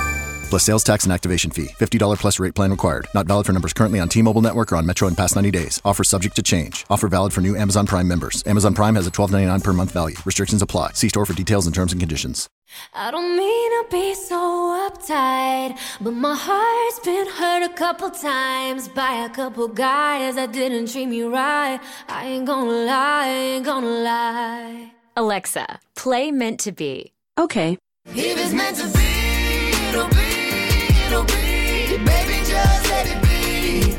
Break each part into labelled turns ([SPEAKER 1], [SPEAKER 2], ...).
[SPEAKER 1] Plus sales tax and activation fee. $50 plus rate plan required. Not valid for numbers currently on T Mobile network or on Metro in past 90 days. Offer subject to change. Offer valid for new Amazon Prime members. Amazon Prime has a $12.99 per month value. Restrictions apply. See store for details and terms and conditions.
[SPEAKER 2] I don't mean to be so uptight, but my heart's been hurt a couple times by a couple guys that didn't treat me right. I ain't gonna lie, I ain't gonna lie.
[SPEAKER 3] Alexa, play Meant to Be.
[SPEAKER 4] Okay.
[SPEAKER 5] If it's meant to be, it'll be, it'll be. Baby, just let it be.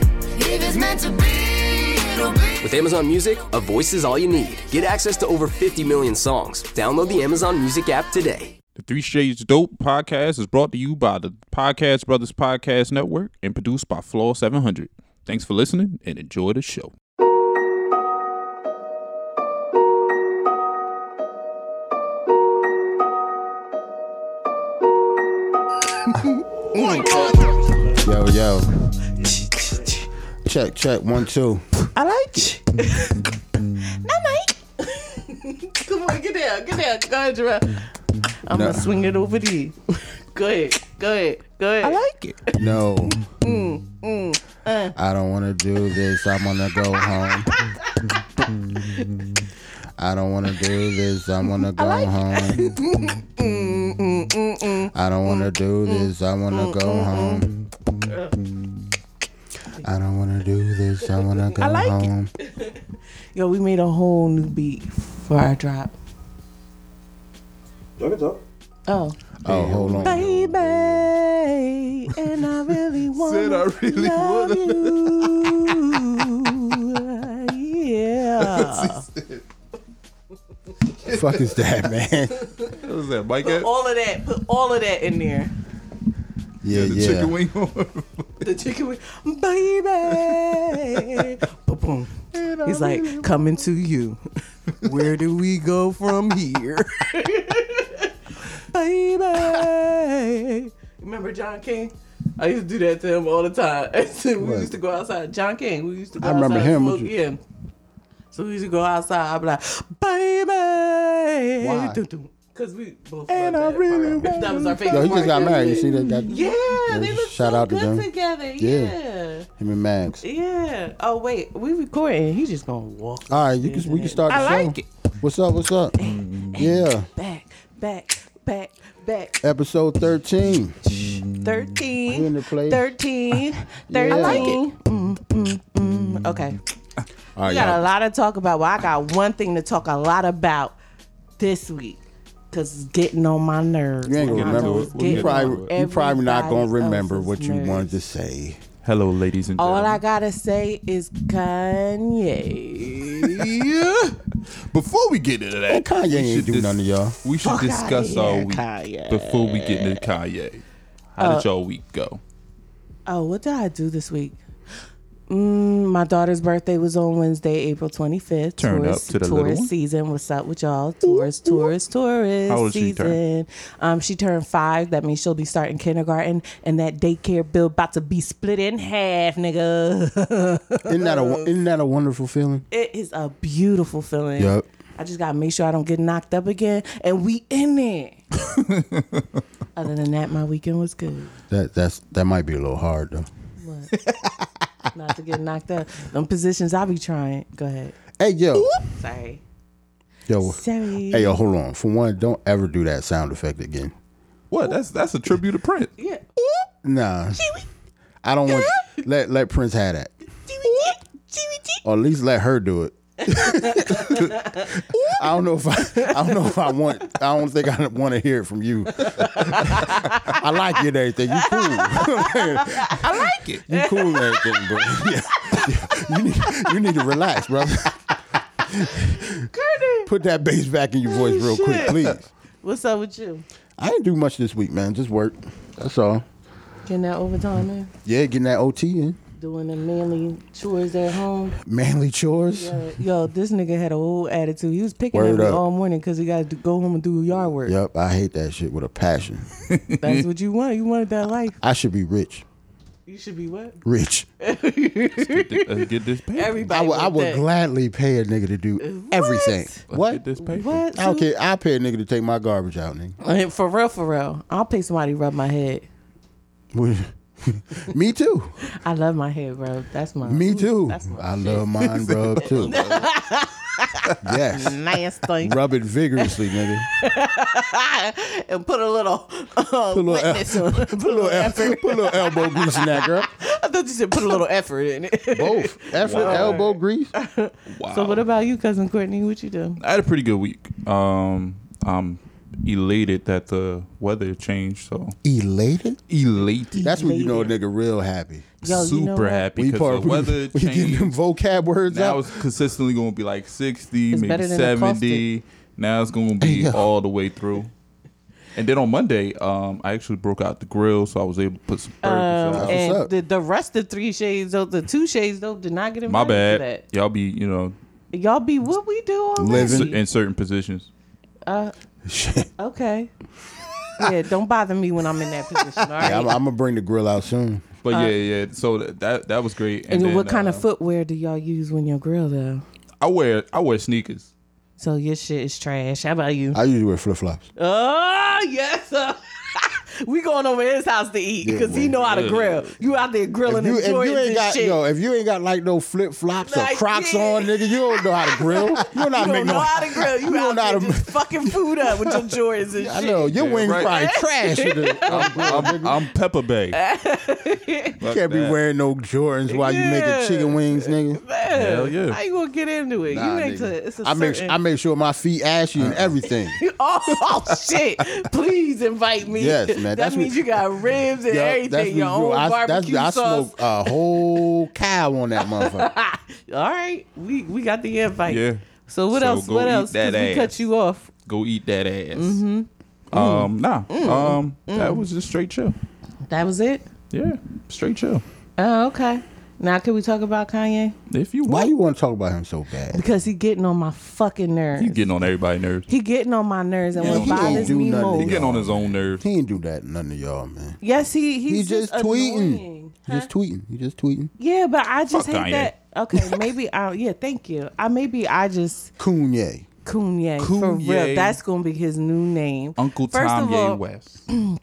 [SPEAKER 5] If it's meant to be, it'll be.
[SPEAKER 6] With Amazon Music, a voice is all you need. Get access to over 50 million songs. Download the Amazon Music app today.
[SPEAKER 7] The Three Shades Dope podcast is brought to you by the Podcast Brothers Podcast Network and produced by Floor 700. Thanks for listening and enjoy the show.
[SPEAKER 8] Yo, yo. Check, check, one, two.
[SPEAKER 9] I like you. no, mate. Come on, get down, get down. Go ahead, Jarrell. I'm
[SPEAKER 8] No.
[SPEAKER 9] gonna swing it over to you. go ahead, go ahead, go ahead. I like it.
[SPEAKER 8] No.
[SPEAKER 9] Mm, uh.
[SPEAKER 8] I don't want to do this. I'm going to go home. I don't want to do this. I'm going to go home. I don't want to do this. I want to go
[SPEAKER 9] Mm,
[SPEAKER 8] home. I don't want to do this. I want to go
[SPEAKER 9] like it.
[SPEAKER 8] home.
[SPEAKER 9] Yo, we made a whole new beat for our drop. Oh,
[SPEAKER 8] Oh, hold on.
[SPEAKER 9] baby, and I really want. Said I really love you. yeah.
[SPEAKER 8] fuck is that, man?
[SPEAKER 7] What is that, Mike?
[SPEAKER 9] Put all of that. Put all of that in there.
[SPEAKER 8] Yeah, yeah.
[SPEAKER 7] wing
[SPEAKER 9] The chicken wing, baby. Boom. He's like, coming to you. Where do we go from here? baby. Remember John King? I used to do that to him all the time. we used to go outside. John King, we used to go
[SPEAKER 8] I remember
[SPEAKER 9] outside and
[SPEAKER 8] him,
[SPEAKER 9] smoke.
[SPEAKER 8] but you-
[SPEAKER 9] Yeah. So we used to go outside. I'd be like, baby.
[SPEAKER 8] Why?
[SPEAKER 9] Because we both.
[SPEAKER 8] And
[SPEAKER 9] loved
[SPEAKER 8] I
[SPEAKER 9] that
[SPEAKER 8] really
[SPEAKER 9] part. That was our favorite
[SPEAKER 8] Yo, he just
[SPEAKER 9] part.
[SPEAKER 8] got married. You see that? that
[SPEAKER 9] Oh Yeah, they
[SPEAKER 8] Yeah,
[SPEAKER 9] look
[SPEAKER 8] shout
[SPEAKER 9] so
[SPEAKER 8] out to
[SPEAKER 9] good
[SPEAKER 8] them.
[SPEAKER 9] together.
[SPEAKER 8] Yeah.
[SPEAKER 9] Yeah.
[SPEAKER 8] Him and Max.
[SPEAKER 9] yeah, Oh wait, we recording. He's just gonna walk
[SPEAKER 8] All right, you can, we can start the
[SPEAKER 9] I
[SPEAKER 8] show.
[SPEAKER 9] like it.
[SPEAKER 8] What's up? What's up? Yeah,
[SPEAKER 9] back, back, back, back.
[SPEAKER 8] episode 13. We in
[SPEAKER 9] Thirteen.
[SPEAKER 8] the place.
[SPEAKER 9] Thirteen.
[SPEAKER 8] Yeah. I like it.
[SPEAKER 9] Mm, mm, mm. Okay,
[SPEAKER 8] All
[SPEAKER 9] we
[SPEAKER 8] right,
[SPEAKER 9] got a
[SPEAKER 8] y'all.
[SPEAKER 9] lot to talk about. Well, I got one thing to talk a lot about this week because it's getting on my nerves.
[SPEAKER 8] You ain't gonna
[SPEAKER 9] Lonzo,
[SPEAKER 8] remember.
[SPEAKER 9] it's
[SPEAKER 7] We'll
[SPEAKER 9] getting
[SPEAKER 8] You
[SPEAKER 7] get
[SPEAKER 9] on
[SPEAKER 8] probably, you probably not gonna
[SPEAKER 9] everybody
[SPEAKER 8] remember
[SPEAKER 9] else's
[SPEAKER 8] what you
[SPEAKER 9] nerves.
[SPEAKER 8] wanted to say.
[SPEAKER 7] Hello, ladies and
[SPEAKER 9] All
[SPEAKER 7] gentlemen.
[SPEAKER 9] I gotta say is Kanye.
[SPEAKER 7] Before we get into that,
[SPEAKER 8] Kanye ain't
[SPEAKER 7] should
[SPEAKER 8] do none of y'all.
[SPEAKER 7] We should
[SPEAKER 9] Fuck outta
[SPEAKER 7] discuss
[SPEAKER 9] here,
[SPEAKER 7] all week
[SPEAKER 9] Kanye. Uh,
[SPEAKER 7] before we get into Kanye. How did y'all week go?
[SPEAKER 9] Oh, what did I do this week? Mm, my daughter's birthday was on Wednesday, April 25th.
[SPEAKER 7] Turn up
[SPEAKER 9] Taurus,
[SPEAKER 7] to the
[SPEAKER 9] Taurus
[SPEAKER 7] little one.
[SPEAKER 9] season. What's up with y'all? Taurus, Taurus, Taurus
[SPEAKER 7] How old she
[SPEAKER 9] season.
[SPEAKER 7] turn?
[SPEAKER 9] Um, she turned five. That means she'll be starting kindergarten, and that daycare bill about to be split in half, nigga.
[SPEAKER 8] Isn't that a wo- isn't that a wonderful feeling?
[SPEAKER 9] it is a beautiful feeling.
[SPEAKER 8] Yup.
[SPEAKER 9] I just gotta make sure I don't get knocked up again, and we in it. Other than that, my weekend was good.
[SPEAKER 8] That that's that might be a little hard though.
[SPEAKER 9] Not to get knocked up. Them positions I be trying. Go ahead.
[SPEAKER 8] Hey yo,
[SPEAKER 9] Sorry.
[SPEAKER 8] yo,
[SPEAKER 9] Sorry.
[SPEAKER 8] hey yo, hold on. For one, don't ever do that sound effect again.
[SPEAKER 7] What? That's that's a tribute to Prince.
[SPEAKER 9] Yeah.
[SPEAKER 8] Nah, I don't want. Let let Prince have that, or at least let her do it. I don't know if I, I don't know if I want. I don't think I want to hear it from you. I like you and everything. You cool. I like it. You cool and everything, but yeah, yeah, you need you need to relax, brother. Put that bass back in your voice real quick,
[SPEAKER 9] shit.
[SPEAKER 8] please.
[SPEAKER 9] What's up with you?
[SPEAKER 8] I didn't do much this week, man. Just work. That's all.
[SPEAKER 9] Getting that overtime in?
[SPEAKER 8] Yeah, getting that OT in.
[SPEAKER 9] doing the manly chores at home.
[SPEAKER 8] Manly chores.
[SPEAKER 9] Yo, this nigga had a whole attitude. He was picking
[SPEAKER 8] Word
[SPEAKER 9] at me
[SPEAKER 8] up.
[SPEAKER 9] all morning because he got to go home and do yard work.
[SPEAKER 8] Yep, I hate that shit with a passion. Mm-hmm.
[SPEAKER 9] That's what you want. You wanted that life.
[SPEAKER 8] I should be rich.
[SPEAKER 9] You should be what?
[SPEAKER 8] Rich.
[SPEAKER 7] Let's get, thi- let's get this paper.
[SPEAKER 9] Everybody.
[SPEAKER 8] I would, I
[SPEAKER 9] want
[SPEAKER 8] would
[SPEAKER 9] that.
[SPEAKER 8] gladly pay a nigga to do everything.
[SPEAKER 7] Let's
[SPEAKER 8] What?
[SPEAKER 7] Get this paper.
[SPEAKER 9] What?
[SPEAKER 8] I don't care. I'll pay a nigga to take my garbage out, nigga.
[SPEAKER 9] Uh, For real, for real. I'll pay somebody to rub my head.
[SPEAKER 8] Me too.
[SPEAKER 9] I love my head, bro. That's my
[SPEAKER 8] Me too.
[SPEAKER 9] That's my
[SPEAKER 8] I love mine rubbed too. yes.
[SPEAKER 9] nasty.
[SPEAKER 8] Rub it vigorously, nigga.
[SPEAKER 9] and put a little uh,
[SPEAKER 8] Put a little, el-
[SPEAKER 9] wetness on.
[SPEAKER 8] put a little, el- put a little elbow grease in that girl.
[SPEAKER 9] I thought you said put a little effort in it.
[SPEAKER 8] Both effort, elbow grease.
[SPEAKER 7] Wow.
[SPEAKER 9] So what about you, cousin Courtney? What you do?
[SPEAKER 7] I had a pretty good week. Um, I'm elated that the weather changed. So
[SPEAKER 8] Elated.
[SPEAKER 7] elated.
[SPEAKER 8] That's when you know a nigga real happy.
[SPEAKER 9] Yo,
[SPEAKER 7] super
[SPEAKER 9] you know what?
[SPEAKER 7] happy
[SPEAKER 8] We
[SPEAKER 7] because
[SPEAKER 8] part.
[SPEAKER 7] the weather
[SPEAKER 8] We, we getting them
[SPEAKER 7] changed.
[SPEAKER 8] vocab words
[SPEAKER 7] Now
[SPEAKER 8] out.
[SPEAKER 7] it's consistently going to be like 60,
[SPEAKER 9] It's
[SPEAKER 7] maybe
[SPEAKER 9] better than a
[SPEAKER 7] 70. Now it's going to be
[SPEAKER 8] Yeah.
[SPEAKER 7] all the way through. And then on Monday, um, I actually broke out the grill, so I was able to put
[SPEAKER 9] Oh,
[SPEAKER 7] some burgers. out.
[SPEAKER 8] what's
[SPEAKER 9] And
[SPEAKER 8] up.
[SPEAKER 9] the, the rest of three shades, though, the two shades, though, did not get
[SPEAKER 7] My
[SPEAKER 9] invited to
[SPEAKER 7] bad.
[SPEAKER 9] that.
[SPEAKER 7] Y'all be, you know,
[SPEAKER 9] Y'all be what we do all
[SPEAKER 8] Living.
[SPEAKER 7] cer- in certain positions.
[SPEAKER 9] Okay. yeah, don't bother me when I'm in that position. All right.
[SPEAKER 8] Yeah, I'm, I'm gonna bring the grill out soon.
[SPEAKER 7] But yeah, yeah. So th- that that was great.
[SPEAKER 9] Uh, and
[SPEAKER 7] then,
[SPEAKER 9] what kind
[SPEAKER 7] uh,
[SPEAKER 9] of footwear do y'all use when you grill though?
[SPEAKER 7] I wear I wear sneakers.
[SPEAKER 9] So your shit is trash. How about you?
[SPEAKER 8] I usually wear flip flops.
[SPEAKER 9] oh yes. sir. we going over his house to eat because he know how to grill. You out there
[SPEAKER 8] If
[SPEAKER 9] grilling
[SPEAKER 8] you,
[SPEAKER 9] and
[SPEAKER 8] if you
[SPEAKER 9] Jordans
[SPEAKER 8] ain't
[SPEAKER 9] and
[SPEAKER 8] got
[SPEAKER 9] shit.
[SPEAKER 8] yo, if you ain't got like no flip flops or
[SPEAKER 9] Like,
[SPEAKER 8] Crocs
[SPEAKER 9] yeah.
[SPEAKER 8] on, nigga, you don't know how to grill. You don't know how to
[SPEAKER 9] you
[SPEAKER 8] make
[SPEAKER 9] don't know
[SPEAKER 8] no.
[SPEAKER 9] how to grill. You,
[SPEAKER 8] you
[SPEAKER 9] out
[SPEAKER 8] don't know
[SPEAKER 9] there
[SPEAKER 8] how to-
[SPEAKER 9] just fucking food up with your Jordans and shit.
[SPEAKER 8] I know your wings
[SPEAKER 7] right.
[SPEAKER 8] probably trash. in the- on the grill,
[SPEAKER 7] I'm,
[SPEAKER 8] nigga.
[SPEAKER 7] I'm Pepper Bay.
[SPEAKER 8] You can't be wearing no Jordans while you
[SPEAKER 9] Yeah.
[SPEAKER 8] making chicken wings, nigga.
[SPEAKER 9] Man,
[SPEAKER 7] Hell yeah.
[SPEAKER 9] How you gonna get into it?
[SPEAKER 8] Nah,
[SPEAKER 9] you ain't
[SPEAKER 8] nigga.
[SPEAKER 9] to. It's a
[SPEAKER 8] I make
[SPEAKER 9] certain-
[SPEAKER 8] I make sure my feet ashy and everything.
[SPEAKER 9] Oh, oh, shit! Please invite me.
[SPEAKER 8] Yes, man,
[SPEAKER 9] That
[SPEAKER 8] that's
[SPEAKER 9] means
[SPEAKER 8] what-
[SPEAKER 9] you got ribs and
[SPEAKER 8] Yo, that's
[SPEAKER 9] everything. Your
[SPEAKER 8] what you-
[SPEAKER 9] own
[SPEAKER 8] I, that's-
[SPEAKER 9] barbecue
[SPEAKER 8] I
[SPEAKER 9] sauce.
[SPEAKER 8] smoked a whole cow on that motherfucker.
[SPEAKER 9] All right, we we got the invite.
[SPEAKER 7] Yeah.
[SPEAKER 9] So what
[SPEAKER 7] So
[SPEAKER 9] else?
[SPEAKER 7] go
[SPEAKER 9] What
[SPEAKER 7] eat
[SPEAKER 9] else? 'Cause
[SPEAKER 7] that
[SPEAKER 9] we
[SPEAKER 7] ass.
[SPEAKER 9] cut you off.
[SPEAKER 7] Go eat that ass.
[SPEAKER 9] Mm-hmm.
[SPEAKER 8] Mm.
[SPEAKER 7] Um,
[SPEAKER 9] Mm.
[SPEAKER 7] nah. Um, that was just straight chill.
[SPEAKER 9] That was it.
[SPEAKER 7] Yeah, straight chill.
[SPEAKER 9] Oh, okay. Now can we talk about Kanye?
[SPEAKER 7] If you
[SPEAKER 8] Why
[SPEAKER 7] want,
[SPEAKER 8] you want to talk about him so bad?
[SPEAKER 9] Because he getting on my fucking nerves.
[SPEAKER 7] he getting on everybody's nerves.
[SPEAKER 9] He getting on my nerves, and
[SPEAKER 7] Yeah,
[SPEAKER 9] what
[SPEAKER 7] he don't
[SPEAKER 9] bothers
[SPEAKER 8] do
[SPEAKER 9] me
[SPEAKER 8] nothing.
[SPEAKER 7] He
[SPEAKER 9] most.
[SPEAKER 7] getting on his own nerves.
[SPEAKER 8] He ain't do that none of y'all, man.
[SPEAKER 9] yes, he he's
[SPEAKER 8] He just, tweeting.
[SPEAKER 9] annoying.
[SPEAKER 8] He just tweeting. He just tweeting.
[SPEAKER 9] Yeah, but I just
[SPEAKER 7] Fuck
[SPEAKER 9] hate that. Okay, maybe I. Yeah, thank you. I maybe I just.
[SPEAKER 8] Kanye.
[SPEAKER 9] Kanye, for real.
[SPEAKER 7] Kanye.
[SPEAKER 9] That's gonna be his new name.
[SPEAKER 7] Uncle
[SPEAKER 9] First
[SPEAKER 7] Tom
[SPEAKER 9] of
[SPEAKER 7] Ye
[SPEAKER 9] all,
[SPEAKER 7] West.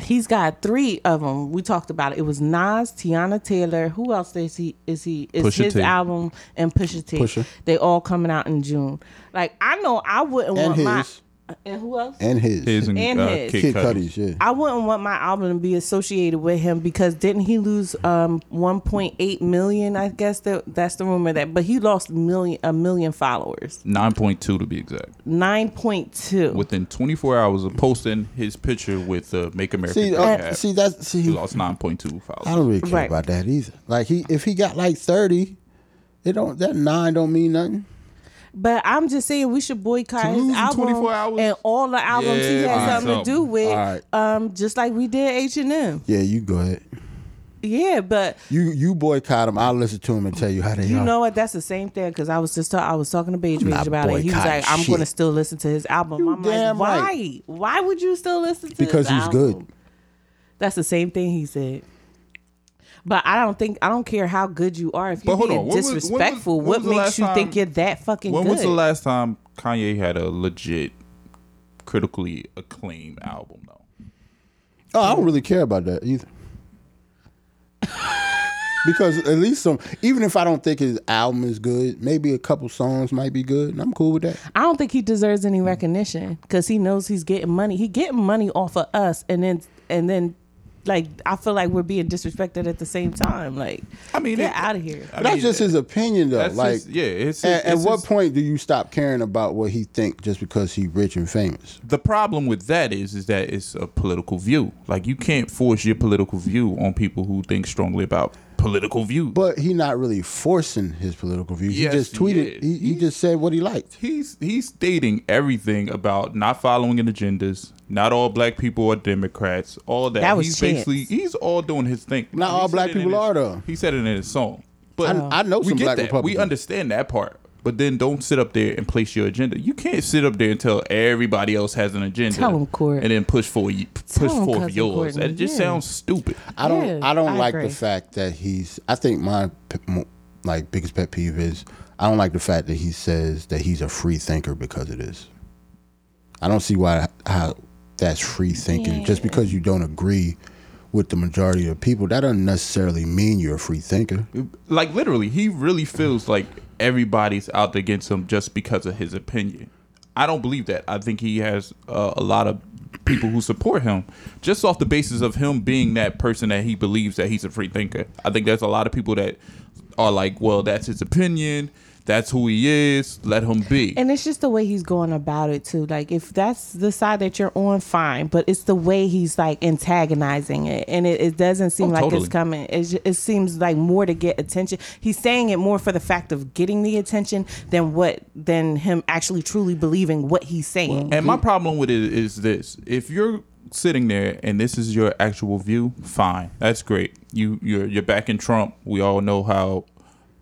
[SPEAKER 9] He's got three of them. We talked about it. It was Nas, Tiana Taylor. Who else is he? Is he? Is
[SPEAKER 7] Pusha
[SPEAKER 9] his
[SPEAKER 7] T.
[SPEAKER 9] album and Pusha T.
[SPEAKER 8] Pusha.
[SPEAKER 9] They all coming out in June. Like I know I wouldn't
[SPEAKER 8] And
[SPEAKER 9] want my
[SPEAKER 8] his.
[SPEAKER 9] and who else?
[SPEAKER 8] And his.
[SPEAKER 7] His and,
[SPEAKER 9] And
[SPEAKER 7] uh,
[SPEAKER 9] his.
[SPEAKER 7] Kid
[SPEAKER 8] Kid
[SPEAKER 7] Cudi.
[SPEAKER 8] Cudi's, yeah.
[SPEAKER 9] I wouldn't want my album to be associated with him because didn't he lose um 1.8 million? I guess that that's the rumor that, but he lost million a million followers,
[SPEAKER 7] Nine point two to be exact.
[SPEAKER 9] 9.2.
[SPEAKER 7] Within twenty four hours of posting his picture with the Make America
[SPEAKER 8] See,
[SPEAKER 7] Great
[SPEAKER 8] uh,
[SPEAKER 7] hat,
[SPEAKER 8] see that's
[SPEAKER 7] he
[SPEAKER 8] see.
[SPEAKER 7] lost nine point two
[SPEAKER 8] I
[SPEAKER 7] followers.
[SPEAKER 8] don't really care
[SPEAKER 9] Right.
[SPEAKER 8] about that either. Like he, if he got like thirty, it don't that nine don't mean nothing.
[SPEAKER 9] But I'm just saying we should boycott
[SPEAKER 7] To lose
[SPEAKER 9] his
[SPEAKER 7] in
[SPEAKER 9] album
[SPEAKER 7] 24 hours?
[SPEAKER 9] and all the albums he
[SPEAKER 7] Yeah,
[SPEAKER 9] had
[SPEAKER 7] alright.
[SPEAKER 9] something to do with,
[SPEAKER 8] Alright.
[SPEAKER 9] um, just like we did H and M.
[SPEAKER 8] Yeah, you go ahead.
[SPEAKER 9] Yeah, but
[SPEAKER 8] You you boycott him. I'll listen to him and tell you how they
[SPEAKER 9] you
[SPEAKER 8] are.
[SPEAKER 9] know what? That's the same thing because I was just ta- I was talking to Beige
[SPEAKER 8] not
[SPEAKER 9] Rage about it. He was
[SPEAKER 8] boycotting
[SPEAKER 9] like, "I'm going to
[SPEAKER 8] shit."
[SPEAKER 9] still listen to his album."
[SPEAKER 8] You
[SPEAKER 9] I'm
[SPEAKER 8] damn
[SPEAKER 9] like, "Why?
[SPEAKER 8] right.
[SPEAKER 9] Why would you still listen to?"
[SPEAKER 8] because
[SPEAKER 9] his
[SPEAKER 8] he's
[SPEAKER 9] album?
[SPEAKER 8] good.
[SPEAKER 9] That's the same thing he said. But I don't think I don't care how good you are. If
[SPEAKER 7] But
[SPEAKER 9] you're
[SPEAKER 7] hold
[SPEAKER 9] being
[SPEAKER 7] on, when was- when was-
[SPEAKER 9] disrespectful,
[SPEAKER 7] when
[SPEAKER 9] what
[SPEAKER 7] was the
[SPEAKER 9] makes
[SPEAKER 7] last
[SPEAKER 9] you think
[SPEAKER 7] time-
[SPEAKER 9] you're that fucking
[SPEAKER 7] When
[SPEAKER 9] good?
[SPEAKER 7] was the last time Kanye had a legit, critically acclaimed album though?
[SPEAKER 8] Oh, I don't really care about that either. because at least some, even if I don't think his album is good, maybe a couple songs might be good, and I'm cool with that.
[SPEAKER 9] I don't think he deserves any recognition because he knows he's getting money. He getting money off of us, and then and then, like I feel like we're being disrespected at the same time. Like,
[SPEAKER 7] I mean,
[SPEAKER 9] get
[SPEAKER 7] it-
[SPEAKER 9] out of here.
[SPEAKER 7] I
[SPEAKER 8] that's
[SPEAKER 7] mean,
[SPEAKER 8] just his opinion, though.
[SPEAKER 7] that's
[SPEAKER 8] Like,
[SPEAKER 7] just- yeah, it's
[SPEAKER 8] at,
[SPEAKER 7] just-
[SPEAKER 8] at
[SPEAKER 7] it's
[SPEAKER 8] what
[SPEAKER 7] just-
[SPEAKER 8] point do you stop caring about what he think just because he rich and famous?
[SPEAKER 7] the problem with that is is that it's a political view. Like you can't force your political view on people who think strongly about political views.
[SPEAKER 8] But he not really forcing his political views.
[SPEAKER 7] Yes,
[SPEAKER 8] he just
[SPEAKER 7] he
[SPEAKER 8] tweeted.
[SPEAKER 7] is.
[SPEAKER 8] He, he just said what he liked.
[SPEAKER 7] he's he's stating everything about not following agendas. Not all black people are Democrats. All that.
[SPEAKER 9] That was
[SPEAKER 7] he's
[SPEAKER 9] Chance.
[SPEAKER 7] basically he's all doing his thing.
[SPEAKER 8] Not
[SPEAKER 7] He
[SPEAKER 8] all
[SPEAKER 7] said
[SPEAKER 8] black
[SPEAKER 7] it in
[SPEAKER 8] people
[SPEAKER 7] his-
[SPEAKER 8] are, though.
[SPEAKER 7] He said it in his song. But
[SPEAKER 8] I- I know
[SPEAKER 7] we
[SPEAKER 8] some
[SPEAKER 7] get
[SPEAKER 8] black
[SPEAKER 7] that. We
[SPEAKER 8] Republicans.
[SPEAKER 7] understand that part. But then don't sit up there and place your agenda. You can't sit up there and tell everybody else has an agenda.
[SPEAKER 9] Tell 'em, Court.
[SPEAKER 7] And then push for you push
[SPEAKER 9] Tell 'em,
[SPEAKER 7] forth
[SPEAKER 9] Cousin
[SPEAKER 7] yours.
[SPEAKER 9] Courtney,
[SPEAKER 7] That just
[SPEAKER 9] yeah.
[SPEAKER 7] sounds stupid.
[SPEAKER 8] I don't.
[SPEAKER 9] Yeah,
[SPEAKER 8] I don't
[SPEAKER 9] I
[SPEAKER 8] like
[SPEAKER 9] agree.
[SPEAKER 8] the fact that he's. I think my p- mo- like biggest pet peeve is I don't like the fact that he says that he's a free thinker because it is. I don't see why how that's free thinking. Just because you don't agree with the majority of people, that doesn't necessarily mean you're a free thinker.
[SPEAKER 7] Like literally, he really feels like everybody's out against him just because of his opinion. I don't believe that. I think he has uh, a lot of people who support him just off the basis of him being that person that he believes that he's a free thinker. I think there's a lot of people that are like, well, that's his opinion. That's who he is. Let him be.
[SPEAKER 9] And it's just the way he's going about it too. Like if that's the side that you're on, fine. But it's the way he's like antagonizing it, and it, it doesn't seem
[SPEAKER 7] Oh,
[SPEAKER 9] like
[SPEAKER 7] totally.
[SPEAKER 9] it's coming. It, ju- it seems like more to get attention. He's saying it more for the fact of getting the attention than what than him actually truly believing what he's saying.
[SPEAKER 7] And my problem with it is this: if you're sitting there and this is your actual view, fine, that's great. You you're you're backing Trump. We all know how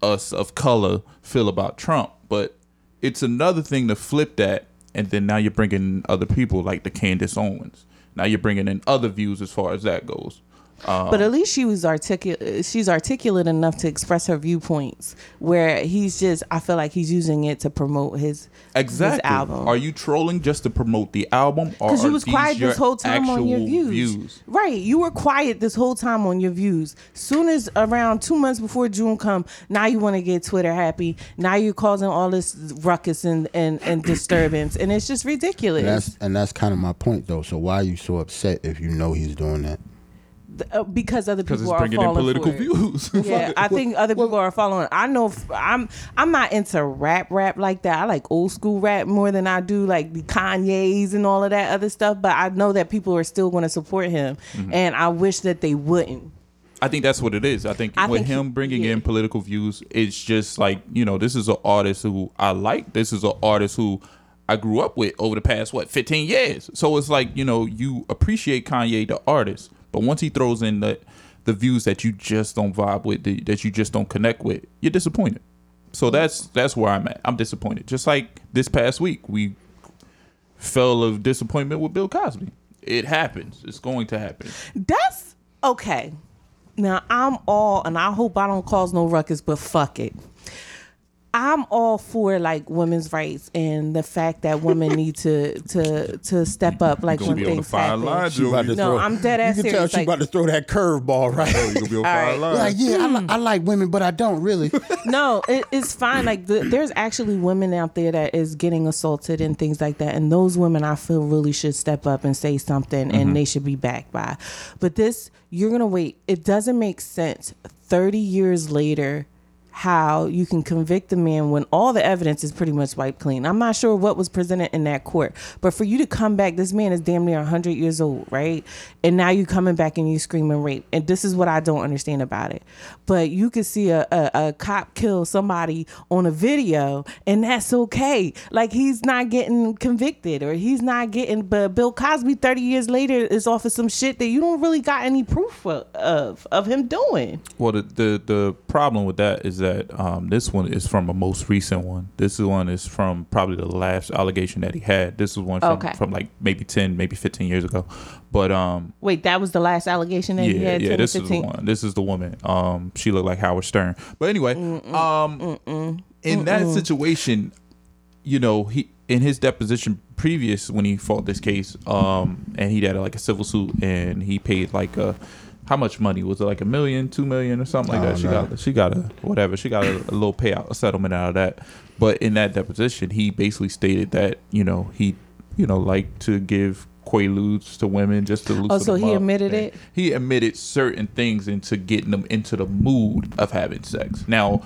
[SPEAKER 7] us of color feel about Trump, but it's another thing to flip that, and then now you're bringing other people like the Candace Owens. Now you're bringing in other views as far as that goes. Uh,
[SPEAKER 9] But at least she was articulate. She's articulate enough to express her viewpoints. Where he's just, I feel like he's using it to promote his
[SPEAKER 7] Exactly.
[SPEAKER 9] his album.
[SPEAKER 7] Are you trolling just to promote the album, or
[SPEAKER 9] Because
[SPEAKER 7] are
[SPEAKER 9] you was
[SPEAKER 7] these
[SPEAKER 9] quiet
[SPEAKER 7] your
[SPEAKER 9] this whole time on your
[SPEAKER 7] actual
[SPEAKER 9] views. Right. You were quiet this whole time on your views. Soon as around two months before June come, now you want to get Twitter happy. Now you're causing all this ruckus and, and, and disturbance. And it's just ridiculous.
[SPEAKER 8] And that's and that's kind of my point though. So why are you so upset if you know he's doing that?
[SPEAKER 9] Uh, because other
[SPEAKER 7] Because
[SPEAKER 9] people
[SPEAKER 7] it's
[SPEAKER 9] are
[SPEAKER 7] bringing in
[SPEAKER 9] falling
[SPEAKER 7] political
[SPEAKER 9] for it.
[SPEAKER 7] views.
[SPEAKER 9] Yeah, I think other people are following. I know f- I'm I'm not into rap rap like that. I like old school rap more than I do like the Kanye's and all of that other stuff. But I know that people are still going to support him,
[SPEAKER 7] Mm-hmm.
[SPEAKER 9] and I wish that they wouldn't.
[SPEAKER 7] I think that's what it is. I think
[SPEAKER 9] I
[SPEAKER 7] with
[SPEAKER 9] think he-
[SPEAKER 7] him bringing
[SPEAKER 9] yeah.
[SPEAKER 7] in political views, it's just like you know, this is an artist who I like. This is an artist who I grew up with over the past what fifteen years. So it's like you know, you appreciate Kanye the artist, but once he throws in the the views that you just don't vibe with, that that you just don't connect with, you're disappointed. So that's that's where I'm at. I'm disappointed. Just like this past week, we fell of disappointment with Bill Cosby. It happens. It's going to happen.
[SPEAKER 9] That's okay. Now I'm all, and I hope I don't cause no ruckus, but fuck it. I'm all for like women's rights and the fact that women need to to to step up like
[SPEAKER 7] Gonna
[SPEAKER 9] when
[SPEAKER 7] be on the
[SPEAKER 9] things
[SPEAKER 7] fire
[SPEAKER 9] happen.
[SPEAKER 7] line,
[SPEAKER 8] She about to
[SPEAKER 9] No,
[SPEAKER 8] throw-
[SPEAKER 9] I'm dead ass
[SPEAKER 8] You can tell
[SPEAKER 9] serious,
[SPEAKER 8] she
[SPEAKER 9] like-
[SPEAKER 8] about to throw that curveball right.
[SPEAKER 9] fire
[SPEAKER 8] Like yeah, I, li- I like women, but I don't really.
[SPEAKER 9] no, it, it's fine. Like the, there's actually women out there that is getting assaulted and things like that, and those women I feel really should step up and say something, and they should be backed by. But this, you're gonna wait. It doesn't make sense. Thirty years later. How you can convict the man when all the evidence is pretty much wiped clean. I'm not sure what was presented in that court, but for you to come back, this man is damn near 100 years old, right? And now you coming back and you screaming rape. And this is what I don't understand about it. But you could see a, a, a cop kill somebody on a video, and that's okay. Like he's not getting convicted or he's not getting, but Bill Cosby 30 years later is off of some shit that you don't really got any proof of, of, of him doing.
[SPEAKER 7] Well, the, the the problem with that is that um, this one is from a most recent one. This one is from probably the last allegation that he had. This is one from,
[SPEAKER 9] Okay.
[SPEAKER 7] from like maybe ten, maybe fifteen years ago. But um,
[SPEAKER 9] Wait, that was the last allegation that he
[SPEAKER 7] yeah,
[SPEAKER 9] had?
[SPEAKER 7] yeah, this is the
[SPEAKER 9] 2015?
[SPEAKER 7] one. This is the woman. Um, she looked like Howard Stern. But anyway, um, in that situation, you know, he in his deposition previous when he fought this case, um, and he had like a civil suit, and he paid like a. How much money was it? Like a million, two million, or something like that. She got, she got a whatever. She got a, a little payout, a settlement out of that. But in that deposition, he basically stated that you know he, you know, like to give quaaludes to women just to loosen
[SPEAKER 9] Oh, so
[SPEAKER 7] them
[SPEAKER 9] he
[SPEAKER 7] up
[SPEAKER 9] admitted
[SPEAKER 7] and-
[SPEAKER 9] it?
[SPEAKER 7] he admitted certain things into getting them into the mood of having sex. Now,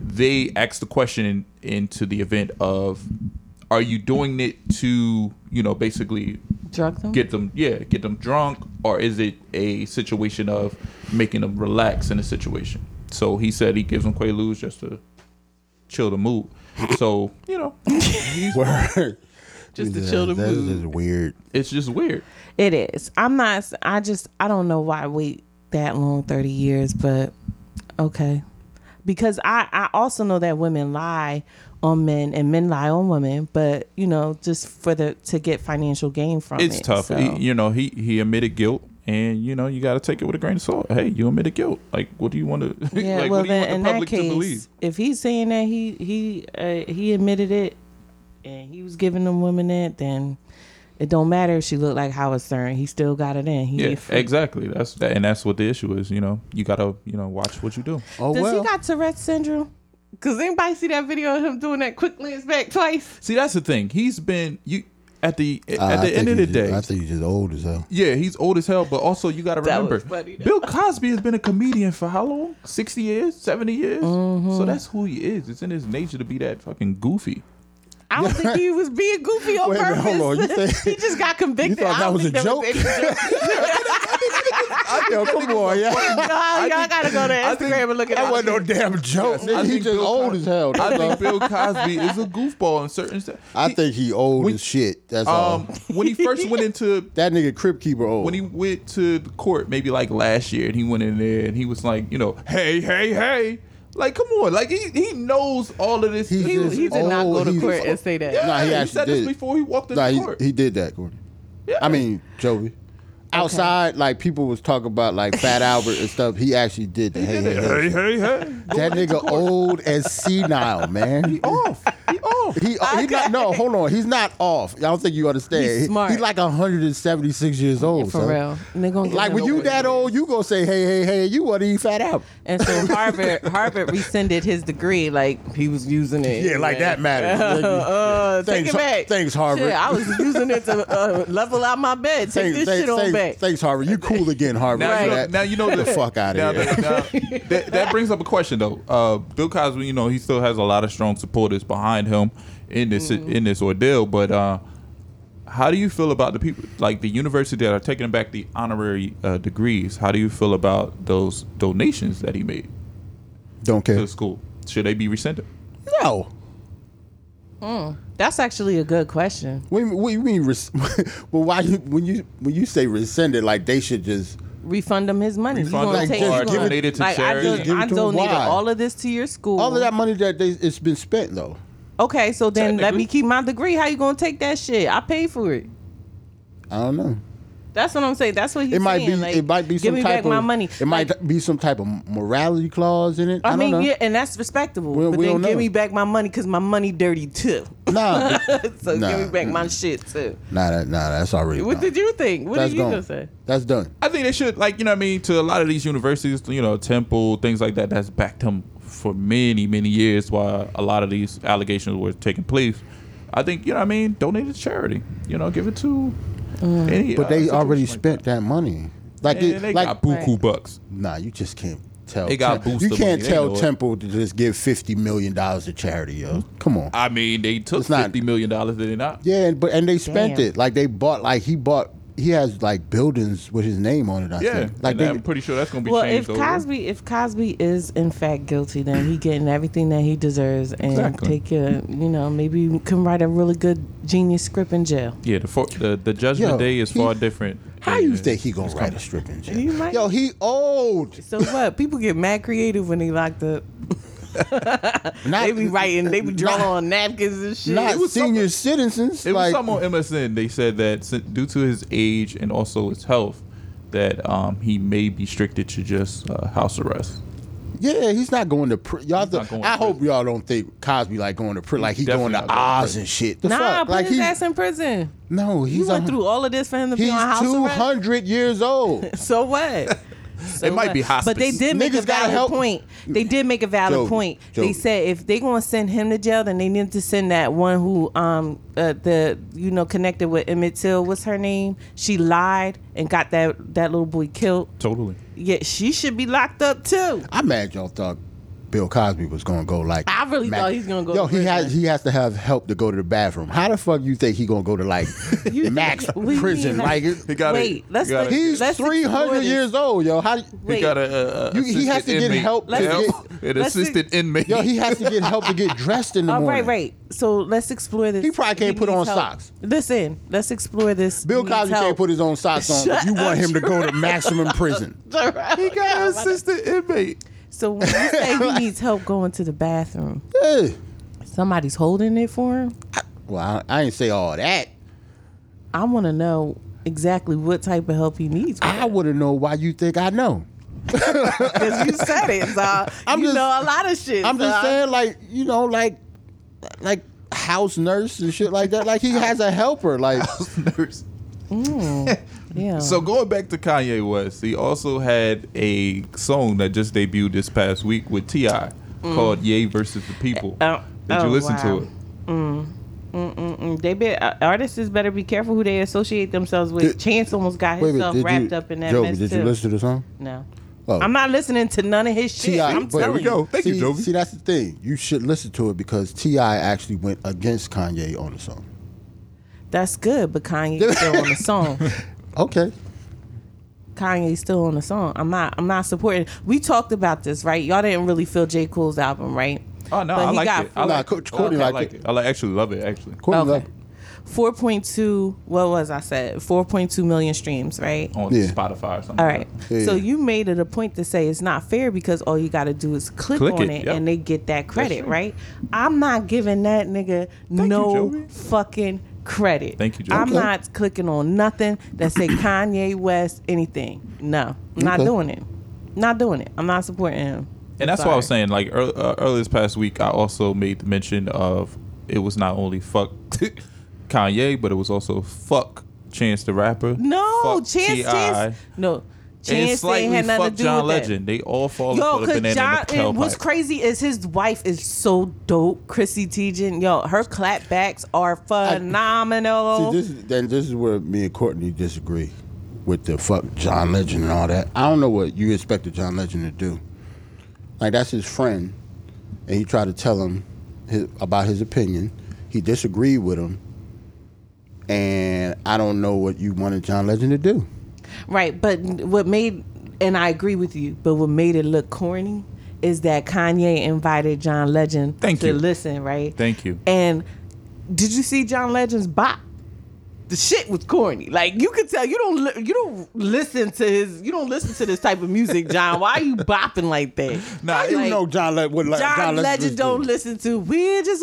[SPEAKER 7] they asked the question in, into the event of, are you doing it to, you know, basically
[SPEAKER 9] Drug them?
[SPEAKER 7] get them, yeah, get them drunk, or is it a situation of making them relax in a situation? So he said he gives him Quaaludes just to chill the mood. So you know, he's-
[SPEAKER 8] Word.
[SPEAKER 7] just to
[SPEAKER 8] Yeah,
[SPEAKER 7] chill the
[SPEAKER 8] that is
[SPEAKER 7] mood.
[SPEAKER 8] just weird.
[SPEAKER 7] It's just weird.
[SPEAKER 9] It is. I'm not. I just. I don't know why I wait that long, thirty years. But okay, because I. I also know that women lie on men and men lie on women. But you know, just for the to get financial gain from it.
[SPEAKER 7] It's tough.
[SPEAKER 9] so.
[SPEAKER 7] He- you know, he he admitted guilt, and you know, you got to take it with a grain of salt. Hey, you admitted guilt. Like, what do you want to?
[SPEAKER 9] yeah.
[SPEAKER 7] like,
[SPEAKER 9] well,
[SPEAKER 7] what do you
[SPEAKER 9] then
[SPEAKER 7] want the
[SPEAKER 9] in that
[SPEAKER 7] public to believe?
[SPEAKER 9] case, if he's saying that he he uh, he admitted it, and he was giving them women that, then. It don't matter if she looked like Howard Stern. He still got it in. He
[SPEAKER 7] Yeah,
[SPEAKER 9] ain't free.
[SPEAKER 7] exactly. That's that, and that's what the issue is. You know, you gotta you know watch what you do.
[SPEAKER 8] Oh
[SPEAKER 9] Does
[SPEAKER 8] well.
[SPEAKER 9] he got Tourette's syndrome? Cause anybody see that video of him doing that quick glance back twice?
[SPEAKER 7] See, that's the thing. He's been you at the at
[SPEAKER 8] Ah, I- I
[SPEAKER 7] the end
[SPEAKER 8] think
[SPEAKER 7] of the
[SPEAKER 8] he's just-
[SPEAKER 7] day.
[SPEAKER 8] I think he's just old as hell.
[SPEAKER 7] yeah, he's old as hell, but also you got to
[SPEAKER 9] That
[SPEAKER 7] remember,
[SPEAKER 9] was funny, though.
[SPEAKER 7] Bill Cosby has been a comedian for how long? Sixty years, seventy years.
[SPEAKER 9] Mm-hmm.
[SPEAKER 7] So that's who he is. It's in his nature to be that fucking goofy.
[SPEAKER 9] I don't think he was being goofy on
[SPEAKER 8] Wait a minute,
[SPEAKER 9] purpose.
[SPEAKER 8] hold on. You said-
[SPEAKER 9] he just got convicted.
[SPEAKER 8] You thought
[SPEAKER 9] I
[SPEAKER 8] that
[SPEAKER 9] don't
[SPEAKER 8] was
[SPEAKER 9] think
[SPEAKER 8] a
[SPEAKER 9] there
[SPEAKER 8] joke?
[SPEAKER 9] any
[SPEAKER 8] Yo, come on, yeah.
[SPEAKER 9] no, y'all gotta go to
[SPEAKER 7] I
[SPEAKER 9] Instagram
[SPEAKER 7] think-
[SPEAKER 9] and look at
[SPEAKER 8] That
[SPEAKER 9] that.
[SPEAKER 8] wasn't no damn joke.
[SPEAKER 7] I
[SPEAKER 8] nigga. he
[SPEAKER 7] think
[SPEAKER 8] just
[SPEAKER 7] Bill
[SPEAKER 8] old
[SPEAKER 7] Cos-
[SPEAKER 8] as hell.
[SPEAKER 7] I think Bill Cosby is a goofball in certain stuff.
[SPEAKER 8] I think he old
[SPEAKER 7] We-
[SPEAKER 8] as shit. That's
[SPEAKER 7] um,
[SPEAKER 8] all.
[SPEAKER 7] when he first went into
[SPEAKER 8] That nigga Crip Keeper old.
[SPEAKER 7] when he went to the court maybe like last year and he went in there and he was like you know hey hey hey like come on like he, he knows all of this
[SPEAKER 8] He's
[SPEAKER 7] He-
[SPEAKER 8] just
[SPEAKER 9] he did not go to
[SPEAKER 8] he's-
[SPEAKER 9] court and say that.
[SPEAKER 8] Nah, he
[SPEAKER 7] Yeah, he
[SPEAKER 8] actually
[SPEAKER 7] said
[SPEAKER 8] did
[SPEAKER 7] this
[SPEAKER 8] it.
[SPEAKER 7] before he walked in
[SPEAKER 8] nah,
[SPEAKER 7] the
[SPEAKER 8] he,
[SPEAKER 7] court.
[SPEAKER 8] He did that, Gordon. I mean, Joey. Outside, like people was talking about like Fat Albert and stuff. He actually did the hey,
[SPEAKER 7] Hey,
[SPEAKER 8] hey,
[SPEAKER 7] hey,
[SPEAKER 8] hey.
[SPEAKER 7] hey, hey.
[SPEAKER 8] That nigga old as senile, man. He
[SPEAKER 7] off. He off.
[SPEAKER 8] He, he not, no, hold on. He's not off. I don't think you understand.
[SPEAKER 9] He's
[SPEAKER 8] He-
[SPEAKER 9] smart.
[SPEAKER 8] He's like 176 years old.
[SPEAKER 9] For
[SPEAKER 8] son.
[SPEAKER 9] real. And they gonna give
[SPEAKER 8] Like
[SPEAKER 9] him
[SPEAKER 8] when
[SPEAKER 9] a
[SPEAKER 8] you
[SPEAKER 9] win.
[SPEAKER 8] that old, you gonna say, hey, hey, hey, you want to eat fat out.
[SPEAKER 9] And so Harvard Harvard rescinded his degree, like he was using it.
[SPEAKER 8] Yeah, like that matters.
[SPEAKER 9] Uh,
[SPEAKER 8] Thanks,
[SPEAKER 9] take it back.
[SPEAKER 8] thanks, Harvard.
[SPEAKER 9] Shit, I was using it to uh, level out my bed. Take
[SPEAKER 8] Thanks,
[SPEAKER 9] this
[SPEAKER 8] thanks,
[SPEAKER 9] shit on
[SPEAKER 8] thanks,
[SPEAKER 9] back.
[SPEAKER 8] thanhanks, Harvard. You cool again, Harvard.
[SPEAKER 7] Now,
[SPEAKER 8] for
[SPEAKER 7] you know,
[SPEAKER 8] that.
[SPEAKER 7] now you know
[SPEAKER 8] Get the fuck out
[SPEAKER 7] now
[SPEAKER 8] of here.
[SPEAKER 7] that- now- that, that brings up a question though. Uh, Bill Cosby, you know, he still has a lot of strong supporters behind him in this in this ordeal. But uh, how do you feel about the people like the university that are taking back the honorary uh, degrees? How do you feel about those donations that he made
[SPEAKER 8] Don't
[SPEAKER 7] to
[SPEAKER 8] care.
[SPEAKER 7] the school? Should they be rescinded?
[SPEAKER 8] No.
[SPEAKER 9] That's actually a good question.
[SPEAKER 8] What do you- what do you mean? res- well, why you when you when you say rescinded, like they should just
[SPEAKER 9] refund him his money. You
[SPEAKER 7] Refund
[SPEAKER 9] gonna
[SPEAKER 8] him
[SPEAKER 9] take-
[SPEAKER 8] or
[SPEAKER 9] you gonna-
[SPEAKER 7] donate it to
[SPEAKER 9] like,
[SPEAKER 7] charity.
[SPEAKER 9] I,
[SPEAKER 7] Just
[SPEAKER 9] just,
[SPEAKER 8] give it
[SPEAKER 9] I
[SPEAKER 8] to him.
[SPEAKER 9] donated
[SPEAKER 8] Why?
[SPEAKER 9] all of this to your school.
[SPEAKER 8] all of that money that they, it's been spent though.
[SPEAKER 9] Okay, so then let
[SPEAKER 7] Technically.
[SPEAKER 9] me keep my degree. How you gonna take that shit? I paid for it.
[SPEAKER 8] I don't know.
[SPEAKER 9] That's what I'm saying. That's what he's
[SPEAKER 8] It might
[SPEAKER 9] saying.
[SPEAKER 8] be
[SPEAKER 9] Like,
[SPEAKER 8] it might be
[SPEAKER 9] give
[SPEAKER 8] some
[SPEAKER 9] me
[SPEAKER 8] type
[SPEAKER 9] back
[SPEAKER 8] of
[SPEAKER 9] my money.
[SPEAKER 8] It might
[SPEAKER 9] Like,
[SPEAKER 8] be some type of morality clause in it. I,
[SPEAKER 9] I mean,
[SPEAKER 8] don't know.
[SPEAKER 9] yeah, and that's respectable.
[SPEAKER 8] We-
[SPEAKER 9] but
[SPEAKER 8] we
[SPEAKER 9] then
[SPEAKER 8] don't
[SPEAKER 9] give
[SPEAKER 8] know.
[SPEAKER 9] me back my money because my money dirty too.
[SPEAKER 8] Nah,
[SPEAKER 9] so
[SPEAKER 8] Nah.
[SPEAKER 9] give me back my shit too.
[SPEAKER 8] nah, that, nah, that's already.
[SPEAKER 9] What
[SPEAKER 8] done.
[SPEAKER 9] did you think? What
[SPEAKER 8] That's
[SPEAKER 9] did you
[SPEAKER 8] done.
[SPEAKER 9] gonna say?
[SPEAKER 8] That's done.
[SPEAKER 7] I think they should, like, you know what I mean, to a lot of these universities, you know, Temple, things like that, that's backed him for many, many years while a lot of these allegations were taking place. I think, you know what I mean, donate to charity. You know, give it to
[SPEAKER 9] Mm.
[SPEAKER 7] any.
[SPEAKER 8] But
[SPEAKER 7] uh,
[SPEAKER 8] they
[SPEAKER 7] situation
[SPEAKER 8] already
[SPEAKER 7] like
[SPEAKER 8] spent that money. Like
[SPEAKER 7] that. And
[SPEAKER 8] it,
[SPEAKER 7] they
[SPEAKER 8] like
[SPEAKER 7] got buku
[SPEAKER 9] Right.
[SPEAKER 7] bucks.
[SPEAKER 8] Nah, you just can't tell.
[SPEAKER 7] They got
[SPEAKER 8] Tem-
[SPEAKER 7] booster
[SPEAKER 8] you can't
[SPEAKER 7] money. They
[SPEAKER 8] tell
[SPEAKER 7] know it.
[SPEAKER 8] Temple to just give fifty million dollars to charity, yo. Come on.
[SPEAKER 7] I mean, they took
[SPEAKER 8] It's not-
[SPEAKER 7] $50 million, did they not?
[SPEAKER 8] yeah, and, but and they spent
[SPEAKER 9] Damn.
[SPEAKER 8] it like they bought. Like he bought. He has like buildings with his name on it. I
[SPEAKER 7] Yeah.
[SPEAKER 8] think.
[SPEAKER 7] Like
[SPEAKER 8] Like they,
[SPEAKER 7] I'm pretty sure that's going to be
[SPEAKER 9] Well, if
[SPEAKER 7] changed over.
[SPEAKER 9] Cosby, if Cosby is in fact guilty, then he getting everything that he deserves and
[SPEAKER 7] Exactly.
[SPEAKER 9] take a, you know, maybe you can write a really good genius script in jail.
[SPEAKER 7] yeah, the, for, the, the judgment
[SPEAKER 8] Yo,
[SPEAKER 7] day is
[SPEAKER 8] he-
[SPEAKER 7] far different.
[SPEAKER 8] how
[SPEAKER 7] than-
[SPEAKER 8] you think he gonna write a stripping jail?
[SPEAKER 9] You might-
[SPEAKER 8] Yo, he old.
[SPEAKER 9] So what? People get mad creative when they locked up.
[SPEAKER 8] Not,
[SPEAKER 9] They be writing, they be drawing
[SPEAKER 8] Not-
[SPEAKER 9] on napkins and shit.
[SPEAKER 8] not
[SPEAKER 7] It was
[SPEAKER 8] senior citizens.
[SPEAKER 7] It was
[SPEAKER 8] like,
[SPEAKER 7] something on MSN. They said that si- due to his age and also his health, that um, he may be restricted to just uh, house arrest.
[SPEAKER 8] Yeah, he's not going to prison. Y'all,
[SPEAKER 7] not
[SPEAKER 8] th-
[SPEAKER 7] going to
[SPEAKER 8] I hope
[SPEAKER 7] prison.
[SPEAKER 8] y'all don't think Cosby like going to prison, like he
[SPEAKER 7] Definitely
[SPEAKER 8] going to
[SPEAKER 7] not going to
[SPEAKER 8] Oz
[SPEAKER 7] prison.
[SPEAKER 8] and shit. The
[SPEAKER 9] nah,
[SPEAKER 8] fuck?
[SPEAKER 9] put
[SPEAKER 8] like
[SPEAKER 9] his
[SPEAKER 8] he-
[SPEAKER 9] ass in prison.
[SPEAKER 8] no,
[SPEAKER 9] You
[SPEAKER 8] he's
[SPEAKER 9] went
[SPEAKER 8] a,
[SPEAKER 9] through all of this for him to be
[SPEAKER 8] He's
[SPEAKER 9] on house
[SPEAKER 8] two
[SPEAKER 9] arrest.
[SPEAKER 8] hundred years old.
[SPEAKER 9] So what? So
[SPEAKER 7] It might
[SPEAKER 9] what?
[SPEAKER 7] be
[SPEAKER 9] But they
[SPEAKER 7] hospice.
[SPEAKER 9] did make a
[SPEAKER 8] Niggas gotta
[SPEAKER 9] valid
[SPEAKER 8] help-
[SPEAKER 9] point. They did make a valid
[SPEAKER 8] Joey,
[SPEAKER 9] point.
[SPEAKER 8] Joey.
[SPEAKER 9] They said if they going to send him to jail, then they need to send that one who um uh, the you know connected with Emmett Till. What's her name? She lied and got that that little boy killed.
[SPEAKER 7] Totally.
[SPEAKER 9] Yeah, she should be locked up too.
[SPEAKER 8] I'm mad y'all thought Bill Cosby was gonna go like.
[SPEAKER 9] I really thought he's gonna go
[SPEAKER 8] Yo,
[SPEAKER 9] to
[SPEAKER 8] he
[SPEAKER 9] prison.
[SPEAKER 8] has he has to have help to go to the bathroom. How the fuck you think he gonna go to like
[SPEAKER 9] You
[SPEAKER 8] max
[SPEAKER 9] think- we
[SPEAKER 8] prison?
[SPEAKER 9] mean,
[SPEAKER 8] Like
[SPEAKER 7] He got it.
[SPEAKER 9] Wait, let's
[SPEAKER 7] He got
[SPEAKER 9] look-
[SPEAKER 7] it.
[SPEAKER 8] he's
[SPEAKER 9] let's
[SPEAKER 8] three
[SPEAKER 9] explore
[SPEAKER 8] hundred
[SPEAKER 9] this.
[SPEAKER 8] years old, yo. How? do-
[SPEAKER 9] Wait.
[SPEAKER 7] He got a, a- a
[SPEAKER 8] You- he has
[SPEAKER 7] assistant
[SPEAKER 8] to get
[SPEAKER 7] inmate.
[SPEAKER 8] help to
[SPEAKER 7] Yep.
[SPEAKER 8] get-
[SPEAKER 7] an
[SPEAKER 9] Let's see.
[SPEAKER 7] assistant inmate.
[SPEAKER 8] Yo, he has to get help to get dressed in the
[SPEAKER 9] All
[SPEAKER 8] morning.
[SPEAKER 9] Oh, right, right. So let's explore this.
[SPEAKER 8] He probably can't
[SPEAKER 9] He
[SPEAKER 8] put
[SPEAKER 9] needs
[SPEAKER 8] on
[SPEAKER 9] help.
[SPEAKER 8] socks.
[SPEAKER 9] Listen, let's explore this.
[SPEAKER 8] Bill
[SPEAKER 9] He
[SPEAKER 8] Cosby
[SPEAKER 9] needs
[SPEAKER 8] can't
[SPEAKER 9] help.
[SPEAKER 8] put his own socks on. but you want him to go to maximum prison.
[SPEAKER 7] he got an assistant inmate.
[SPEAKER 9] So when you say he needs help going to the bathroom,
[SPEAKER 8] Hey.
[SPEAKER 9] somebody's holding it for him.
[SPEAKER 8] Well, I, I ain't say all that.
[SPEAKER 9] I want to know exactly what type of help he needs.
[SPEAKER 8] I want to know why you think I know.
[SPEAKER 9] Because you said it, so
[SPEAKER 8] I'm
[SPEAKER 9] you
[SPEAKER 8] just-
[SPEAKER 9] know a lot of shit.
[SPEAKER 8] I'm just
[SPEAKER 9] so-
[SPEAKER 8] saying, like you know, like like house nurse and shit like that. Like he has a helper. Like
[SPEAKER 7] Nurse.
[SPEAKER 9] Yeah.
[SPEAKER 7] So going back to Kanye West, he also had a song that just debuted this past week with Ti called "Yay versus the People."
[SPEAKER 9] Oh,
[SPEAKER 7] Did
[SPEAKER 9] oh,
[SPEAKER 7] you listen
[SPEAKER 9] wow.
[SPEAKER 7] to it?
[SPEAKER 9] Mm, they be, uh, artists is better be careful who they associate themselves with.
[SPEAKER 8] Did-
[SPEAKER 9] Chance almost got
[SPEAKER 8] wait a minute,
[SPEAKER 9] himself
[SPEAKER 8] did
[SPEAKER 9] wrapped
[SPEAKER 8] you,
[SPEAKER 9] up in that
[SPEAKER 8] Jovi,
[SPEAKER 9] mess
[SPEAKER 8] did
[SPEAKER 9] too.
[SPEAKER 8] you listen to the song?
[SPEAKER 9] No.
[SPEAKER 8] Oh.
[SPEAKER 9] I'm not listening to none of his shit.
[SPEAKER 8] Ti,
[SPEAKER 9] I'm
[SPEAKER 8] but-
[SPEAKER 9] telling
[SPEAKER 7] we go.
[SPEAKER 9] you.
[SPEAKER 7] Thank you,
[SPEAKER 8] see,
[SPEAKER 7] Jovi.
[SPEAKER 8] See, that's the thing. You should listen to it because Ti actually went against Kanye on the song.
[SPEAKER 9] That's good, but Kanye's still on the song.
[SPEAKER 8] Okay.
[SPEAKER 9] Kanye's still on the song. I'm not. I'm not supporting. We talked about this, right? Y'all didn't really feel J. Cole's album, right?
[SPEAKER 7] Oh no,
[SPEAKER 9] But
[SPEAKER 7] I
[SPEAKER 9] he
[SPEAKER 7] like
[SPEAKER 9] got
[SPEAKER 7] it. I
[SPEAKER 8] Nah,
[SPEAKER 7] like,
[SPEAKER 8] Co- Courtney
[SPEAKER 7] I
[SPEAKER 8] liked
[SPEAKER 7] like
[SPEAKER 8] it.
[SPEAKER 7] it. I like, actually love it. Actually,
[SPEAKER 8] Courtney
[SPEAKER 9] Okay.
[SPEAKER 8] Love-
[SPEAKER 9] 4.2. What was I said? 4.2 million streams, right?
[SPEAKER 7] on
[SPEAKER 8] Yeah.
[SPEAKER 7] Spotify or something.
[SPEAKER 9] All right.
[SPEAKER 8] Yeah.
[SPEAKER 9] So you made it a point to say it's not fair because all you got to do is click,
[SPEAKER 7] Click it,
[SPEAKER 9] on it,
[SPEAKER 7] yeah.
[SPEAKER 9] and they get that credit, right? I'm not giving that nigga no
[SPEAKER 7] Joey.
[SPEAKER 9] fucking credit.
[SPEAKER 7] Thank you, Joey.
[SPEAKER 9] I'm
[SPEAKER 8] Okay.
[SPEAKER 9] not clicking on nothing that say Kanye West anything. No, I'm not
[SPEAKER 8] Okay.
[SPEAKER 9] doing it. Not doing it. I'm not supporting him.
[SPEAKER 7] and that's why I was saying like earl uh, earlier this past week, I also made the mention of it was not only fuck Kanye, but it was also fuck Chance the Rapper.
[SPEAKER 9] No,
[SPEAKER 7] fuck
[SPEAKER 9] Chance,
[SPEAKER 7] T.I.,
[SPEAKER 9] Chance, no,
[SPEAKER 7] and
[SPEAKER 9] Chance ain't
[SPEAKER 7] slightly
[SPEAKER 9] had nothing
[SPEAKER 7] fuck
[SPEAKER 9] to do
[SPEAKER 7] John
[SPEAKER 9] with that.
[SPEAKER 7] Legend. They all fall for
[SPEAKER 9] Yo,
[SPEAKER 7] the
[SPEAKER 9] cause
[SPEAKER 7] banana
[SPEAKER 9] John,
[SPEAKER 7] in the
[SPEAKER 9] and what's
[SPEAKER 7] tailpipe.
[SPEAKER 9] crazy is his wife is so dope, Chrissy Teigen. Yo, her clapbacks are phenomenal.
[SPEAKER 8] See, this is then this is where me and Courtney disagree with the fuck John Legend and all that. I don't know what you expected John Legend to do. Like that's his friend, and he tried to tell him his, about his opinion. He disagreed with him, and I don't know what you wanted John Legend to do.
[SPEAKER 9] right, but what made and I agree with you, but what made it look corny is that Kanye invited John Legend
[SPEAKER 7] Thank
[SPEAKER 9] to
[SPEAKER 7] you.
[SPEAKER 9] listen, right?
[SPEAKER 7] Thank you.
[SPEAKER 9] And did you see John Legend's bop? The shit was corny. Like you could tell you don't li- you don't listen to his you don't listen to this type of music, John. Why are you bopping like that?
[SPEAKER 7] Nah,
[SPEAKER 9] Like,
[SPEAKER 8] you know John Legend. What
[SPEAKER 9] John, Legend don't listen to we're just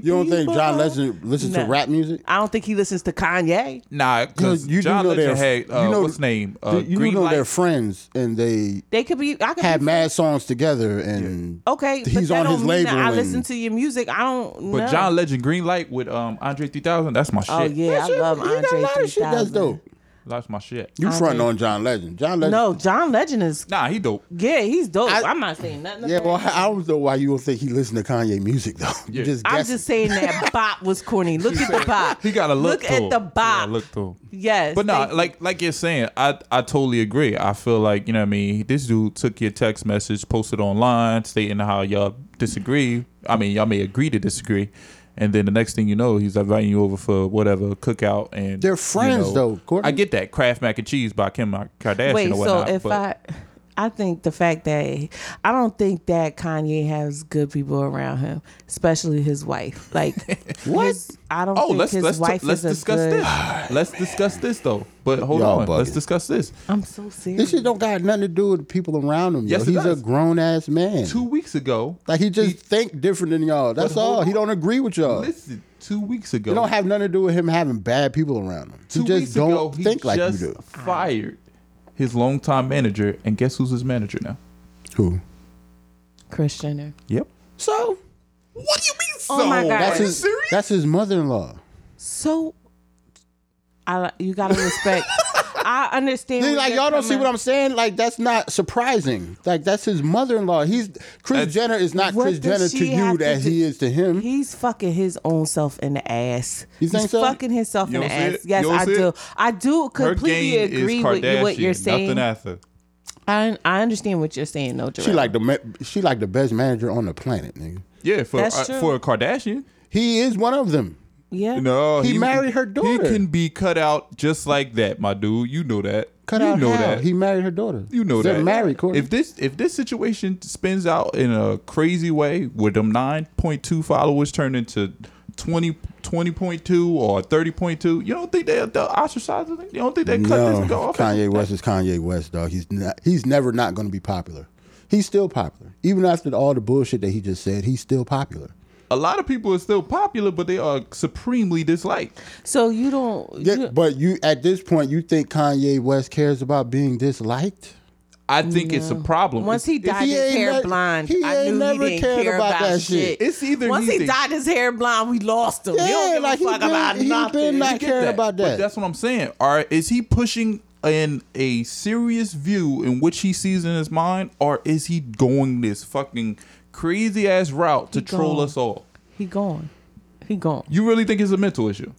[SPEAKER 8] You don't think John
[SPEAKER 9] people.
[SPEAKER 8] Legend listens to
[SPEAKER 9] No.
[SPEAKER 8] rap music?
[SPEAKER 9] I don't think he listens to Kanye.
[SPEAKER 7] Nah, because
[SPEAKER 8] You do
[SPEAKER 7] John
[SPEAKER 8] know
[SPEAKER 7] Legend
[SPEAKER 8] they're-
[SPEAKER 7] had uh,
[SPEAKER 8] you know-
[SPEAKER 7] what's name? Uh,
[SPEAKER 8] Do you
[SPEAKER 7] Green
[SPEAKER 8] know
[SPEAKER 7] Light.
[SPEAKER 8] they're friends, and they
[SPEAKER 9] They could be. I could
[SPEAKER 8] had
[SPEAKER 9] be,
[SPEAKER 8] mad songs together, and
[SPEAKER 9] Okay, but
[SPEAKER 8] he's
[SPEAKER 9] that
[SPEAKER 8] on
[SPEAKER 9] don't
[SPEAKER 8] his
[SPEAKER 9] mean
[SPEAKER 8] label.
[SPEAKER 9] that I
[SPEAKER 8] and-
[SPEAKER 9] listen to your music. I don't.
[SPEAKER 7] but
[SPEAKER 9] know.
[SPEAKER 7] John Legend, Green Light with um Andre 3000. That's my shit.
[SPEAKER 9] Oh yeah, I
[SPEAKER 8] Shit,
[SPEAKER 9] love
[SPEAKER 8] he got a
[SPEAKER 9] Andre
[SPEAKER 8] lot of shit
[SPEAKER 9] 3000.
[SPEAKER 8] That's dope.
[SPEAKER 7] that's my shit.
[SPEAKER 8] You front on John Legend. John Legend.
[SPEAKER 9] No, John Legend is.
[SPEAKER 7] Nah, he dope.
[SPEAKER 9] Yeah, he's dope.
[SPEAKER 8] I-
[SPEAKER 9] I, am not saying nothing.
[SPEAKER 8] Yeah,
[SPEAKER 9] about
[SPEAKER 8] well,
[SPEAKER 9] it.
[SPEAKER 8] I I don't know why you don't think he listened to Kanye music though. You
[SPEAKER 7] Yeah.
[SPEAKER 8] just
[SPEAKER 9] I'm
[SPEAKER 8] guessing.
[SPEAKER 9] just saying that bop was corny. Look at the bop.
[SPEAKER 7] He got a look.
[SPEAKER 9] Look
[SPEAKER 7] to
[SPEAKER 9] at
[SPEAKER 7] him. He
[SPEAKER 9] the
[SPEAKER 7] got a
[SPEAKER 9] bop.
[SPEAKER 7] look to him.
[SPEAKER 9] Yes,
[SPEAKER 7] But no,
[SPEAKER 9] thank you.
[SPEAKER 7] like like you're saying, I I totally agree. I feel like you know what I mean. This dude took your text message, posted online, stating how y'all disagree. I mean, y'all may agree to disagree, and then the next thing you know, he's inviting you over for whatever cookout, and
[SPEAKER 8] They're
[SPEAKER 7] you
[SPEAKER 8] friends,
[SPEAKER 7] know,
[SPEAKER 8] though, Courtney.
[SPEAKER 7] I get that Kraft mac and cheese by Kim Kardashian
[SPEAKER 9] Wait,
[SPEAKER 7] or whatnot.
[SPEAKER 9] so if
[SPEAKER 7] but
[SPEAKER 9] I, I think the fact that I don't think that Kanye has good people around him, especially his wife. Like what? I don't.
[SPEAKER 7] Oh,
[SPEAKER 9] think
[SPEAKER 7] let's
[SPEAKER 9] his
[SPEAKER 7] let's
[SPEAKER 9] wife
[SPEAKER 7] let's
[SPEAKER 9] is a
[SPEAKER 7] discuss
[SPEAKER 9] good-
[SPEAKER 7] this. Let's discuss this though. But hold
[SPEAKER 8] Y'all
[SPEAKER 7] on, let's
[SPEAKER 8] bugging.
[SPEAKER 7] discuss this.
[SPEAKER 9] I'm so
[SPEAKER 8] this
[SPEAKER 9] serious.
[SPEAKER 8] shit don't got nothing to do with the people around him. yo.
[SPEAKER 7] Yes, it
[SPEAKER 8] he's
[SPEAKER 7] does.
[SPEAKER 8] a grown ass man.
[SPEAKER 7] Two weeks ago,
[SPEAKER 8] like he just think different than y'all. That's
[SPEAKER 7] But hold
[SPEAKER 8] all. He
[SPEAKER 7] on.
[SPEAKER 8] don't agree with y'all.
[SPEAKER 7] listen, two weeks ago,
[SPEAKER 8] It don't have nothing to do with him having bad people around him.
[SPEAKER 7] two
[SPEAKER 8] he just
[SPEAKER 7] weeks
[SPEAKER 8] don't
[SPEAKER 7] ago, he
[SPEAKER 8] think like
[SPEAKER 7] just
[SPEAKER 8] you do.
[SPEAKER 7] fired his longtime manager, and guess who's his manager now?
[SPEAKER 8] Who?
[SPEAKER 9] Chris Jenner.
[SPEAKER 7] Yep.
[SPEAKER 8] So
[SPEAKER 7] What do you mean? So
[SPEAKER 9] Oh my God.
[SPEAKER 8] that's
[SPEAKER 9] Are you
[SPEAKER 8] his. That's his mother in law.
[SPEAKER 9] So, I you gotta respect. I understand. where
[SPEAKER 8] Like
[SPEAKER 9] you're
[SPEAKER 8] y'all don't see
[SPEAKER 9] coming-
[SPEAKER 8] what I'm saying? Like that's not surprising. Like that's his mother-in-law. He's Chris
[SPEAKER 7] That's-
[SPEAKER 8] Jenner is not
[SPEAKER 9] What
[SPEAKER 8] Chris
[SPEAKER 9] does
[SPEAKER 8] Jenner
[SPEAKER 9] she
[SPEAKER 8] to you
[SPEAKER 9] have
[SPEAKER 8] that
[SPEAKER 9] do-
[SPEAKER 8] he is to him.
[SPEAKER 9] He's fucking his own self in the ass.
[SPEAKER 8] You think
[SPEAKER 9] He's
[SPEAKER 8] so?
[SPEAKER 9] fucking himself
[SPEAKER 7] You
[SPEAKER 9] in the
[SPEAKER 7] don't see
[SPEAKER 9] ass.
[SPEAKER 7] it?
[SPEAKER 9] Yes,
[SPEAKER 7] You don't
[SPEAKER 9] I
[SPEAKER 7] see
[SPEAKER 9] do.
[SPEAKER 7] it?
[SPEAKER 9] I do
[SPEAKER 7] Her
[SPEAKER 9] completely
[SPEAKER 7] game
[SPEAKER 9] agree
[SPEAKER 7] is
[SPEAKER 9] with you, what
[SPEAKER 7] Kardashian,
[SPEAKER 9] you're saying.
[SPEAKER 7] Nothing after.
[SPEAKER 9] I I understand what you're saying, though, Jarrell.
[SPEAKER 8] She like the ma- she like the best manager on the planet, nigga.
[SPEAKER 7] Yeah, for
[SPEAKER 9] That's
[SPEAKER 7] uh,
[SPEAKER 9] true.
[SPEAKER 7] for a Kardashian.
[SPEAKER 8] He is one of them.
[SPEAKER 9] yeah.
[SPEAKER 7] No,
[SPEAKER 8] He married her
[SPEAKER 7] He
[SPEAKER 8] daughter.
[SPEAKER 7] can be cut out just like that, my dude. You know that.
[SPEAKER 8] Cut
[SPEAKER 7] you
[SPEAKER 8] out
[SPEAKER 7] know
[SPEAKER 8] how.
[SPEAKER 7] that.
[SPEAKER 8] He married her daughter.
[SPEAKER 7] you know
[SPEAKER 8] They're
[SPEAKER 7] that.
[SPEAKER 8] married, Courtney.
[SPEAKER 7] If this if this situation spins out in a crazy way, where them nine point two followers turn into 20 20.2 or thirty point two, you don't think they they'll ostracize them? You don't think they cut this
[SPEAKER 8] no,
[SPEAKER 7] and go off?
[SPEAKER 8] Kanye West is Kanye West, dog. He's not, he's never not going to be popular. He's still popular, even after all the bullshit that he just said. He's still popular.
[SPEAKER 7] A lot of people are still popular, but they are supremely disliked.
[SPEAKER 9] So you don't.
[SPEAKER 8] Yeah,
[SPEAKER 9] you-
[SPEAKER 8] but you at this point, you think Kanye West cares about being disliked?
[SPEAKER 7] I think it's a problem.
[SPEAKER 9] Once he
[SPEAKER 7] It's-
[SPEAKER 9] dyed
[SPEAKER 8] he
[SPEAKER 9] his
[SPEAKER 8] ain't
[SPEAKER 9] hair
[SPEAKER 8] ne-
[SPEAKER 9] blind,
[SPEAKER 8] he
[SPEAKER 9] I
[SPEAKER 8] ain't
[SPEAKER 9] knew
[SPEAKER 8] never
[SPEAKER 9] he didn't
[SPEAKER 8] cared
[SPEAKER 9] care
[SPEAKER 8] about
[SPEAKER 9] about,
[SPEAKER 8] that
[SPEAKER 9] shit.
[SPEAKER 8] shit.
[SPEAKER 7] It's either
[SPEAKER 9] once he
[SPEAKER 7] he's a-
[SPEAKER 9] dyed his hair blind, we lost him. we don't give a
[SPEAKER 8] he
[SPEAKER 9] fuck
[SPEAKER 8] been,
[SPEAKER 9] about
[SPEAKER 8] he
[SPEAKER 9] nothing.
[SPEAKER 8] been
[SPEAKER 7] I
[SPEAKER 8] not
[SPEAKER 7] get
[SPEAKER 8] caring about
[SPEAKER 7] But
[SPEAKER 8] that.
[SPEAKER 7] that's what I'm saying. All right, is he pushing in a serious view in which he sees in his mind, or is he going this fucking crazy ass route to
[SPEAKER 9] He
[SPEAKER 7] troll
[SPEAKER 9] gone.
[SPEAKER 7] us all?
[SPEAKER 9] He gone. He gone.
[SPEAKER 7] You really think it's a mental issue?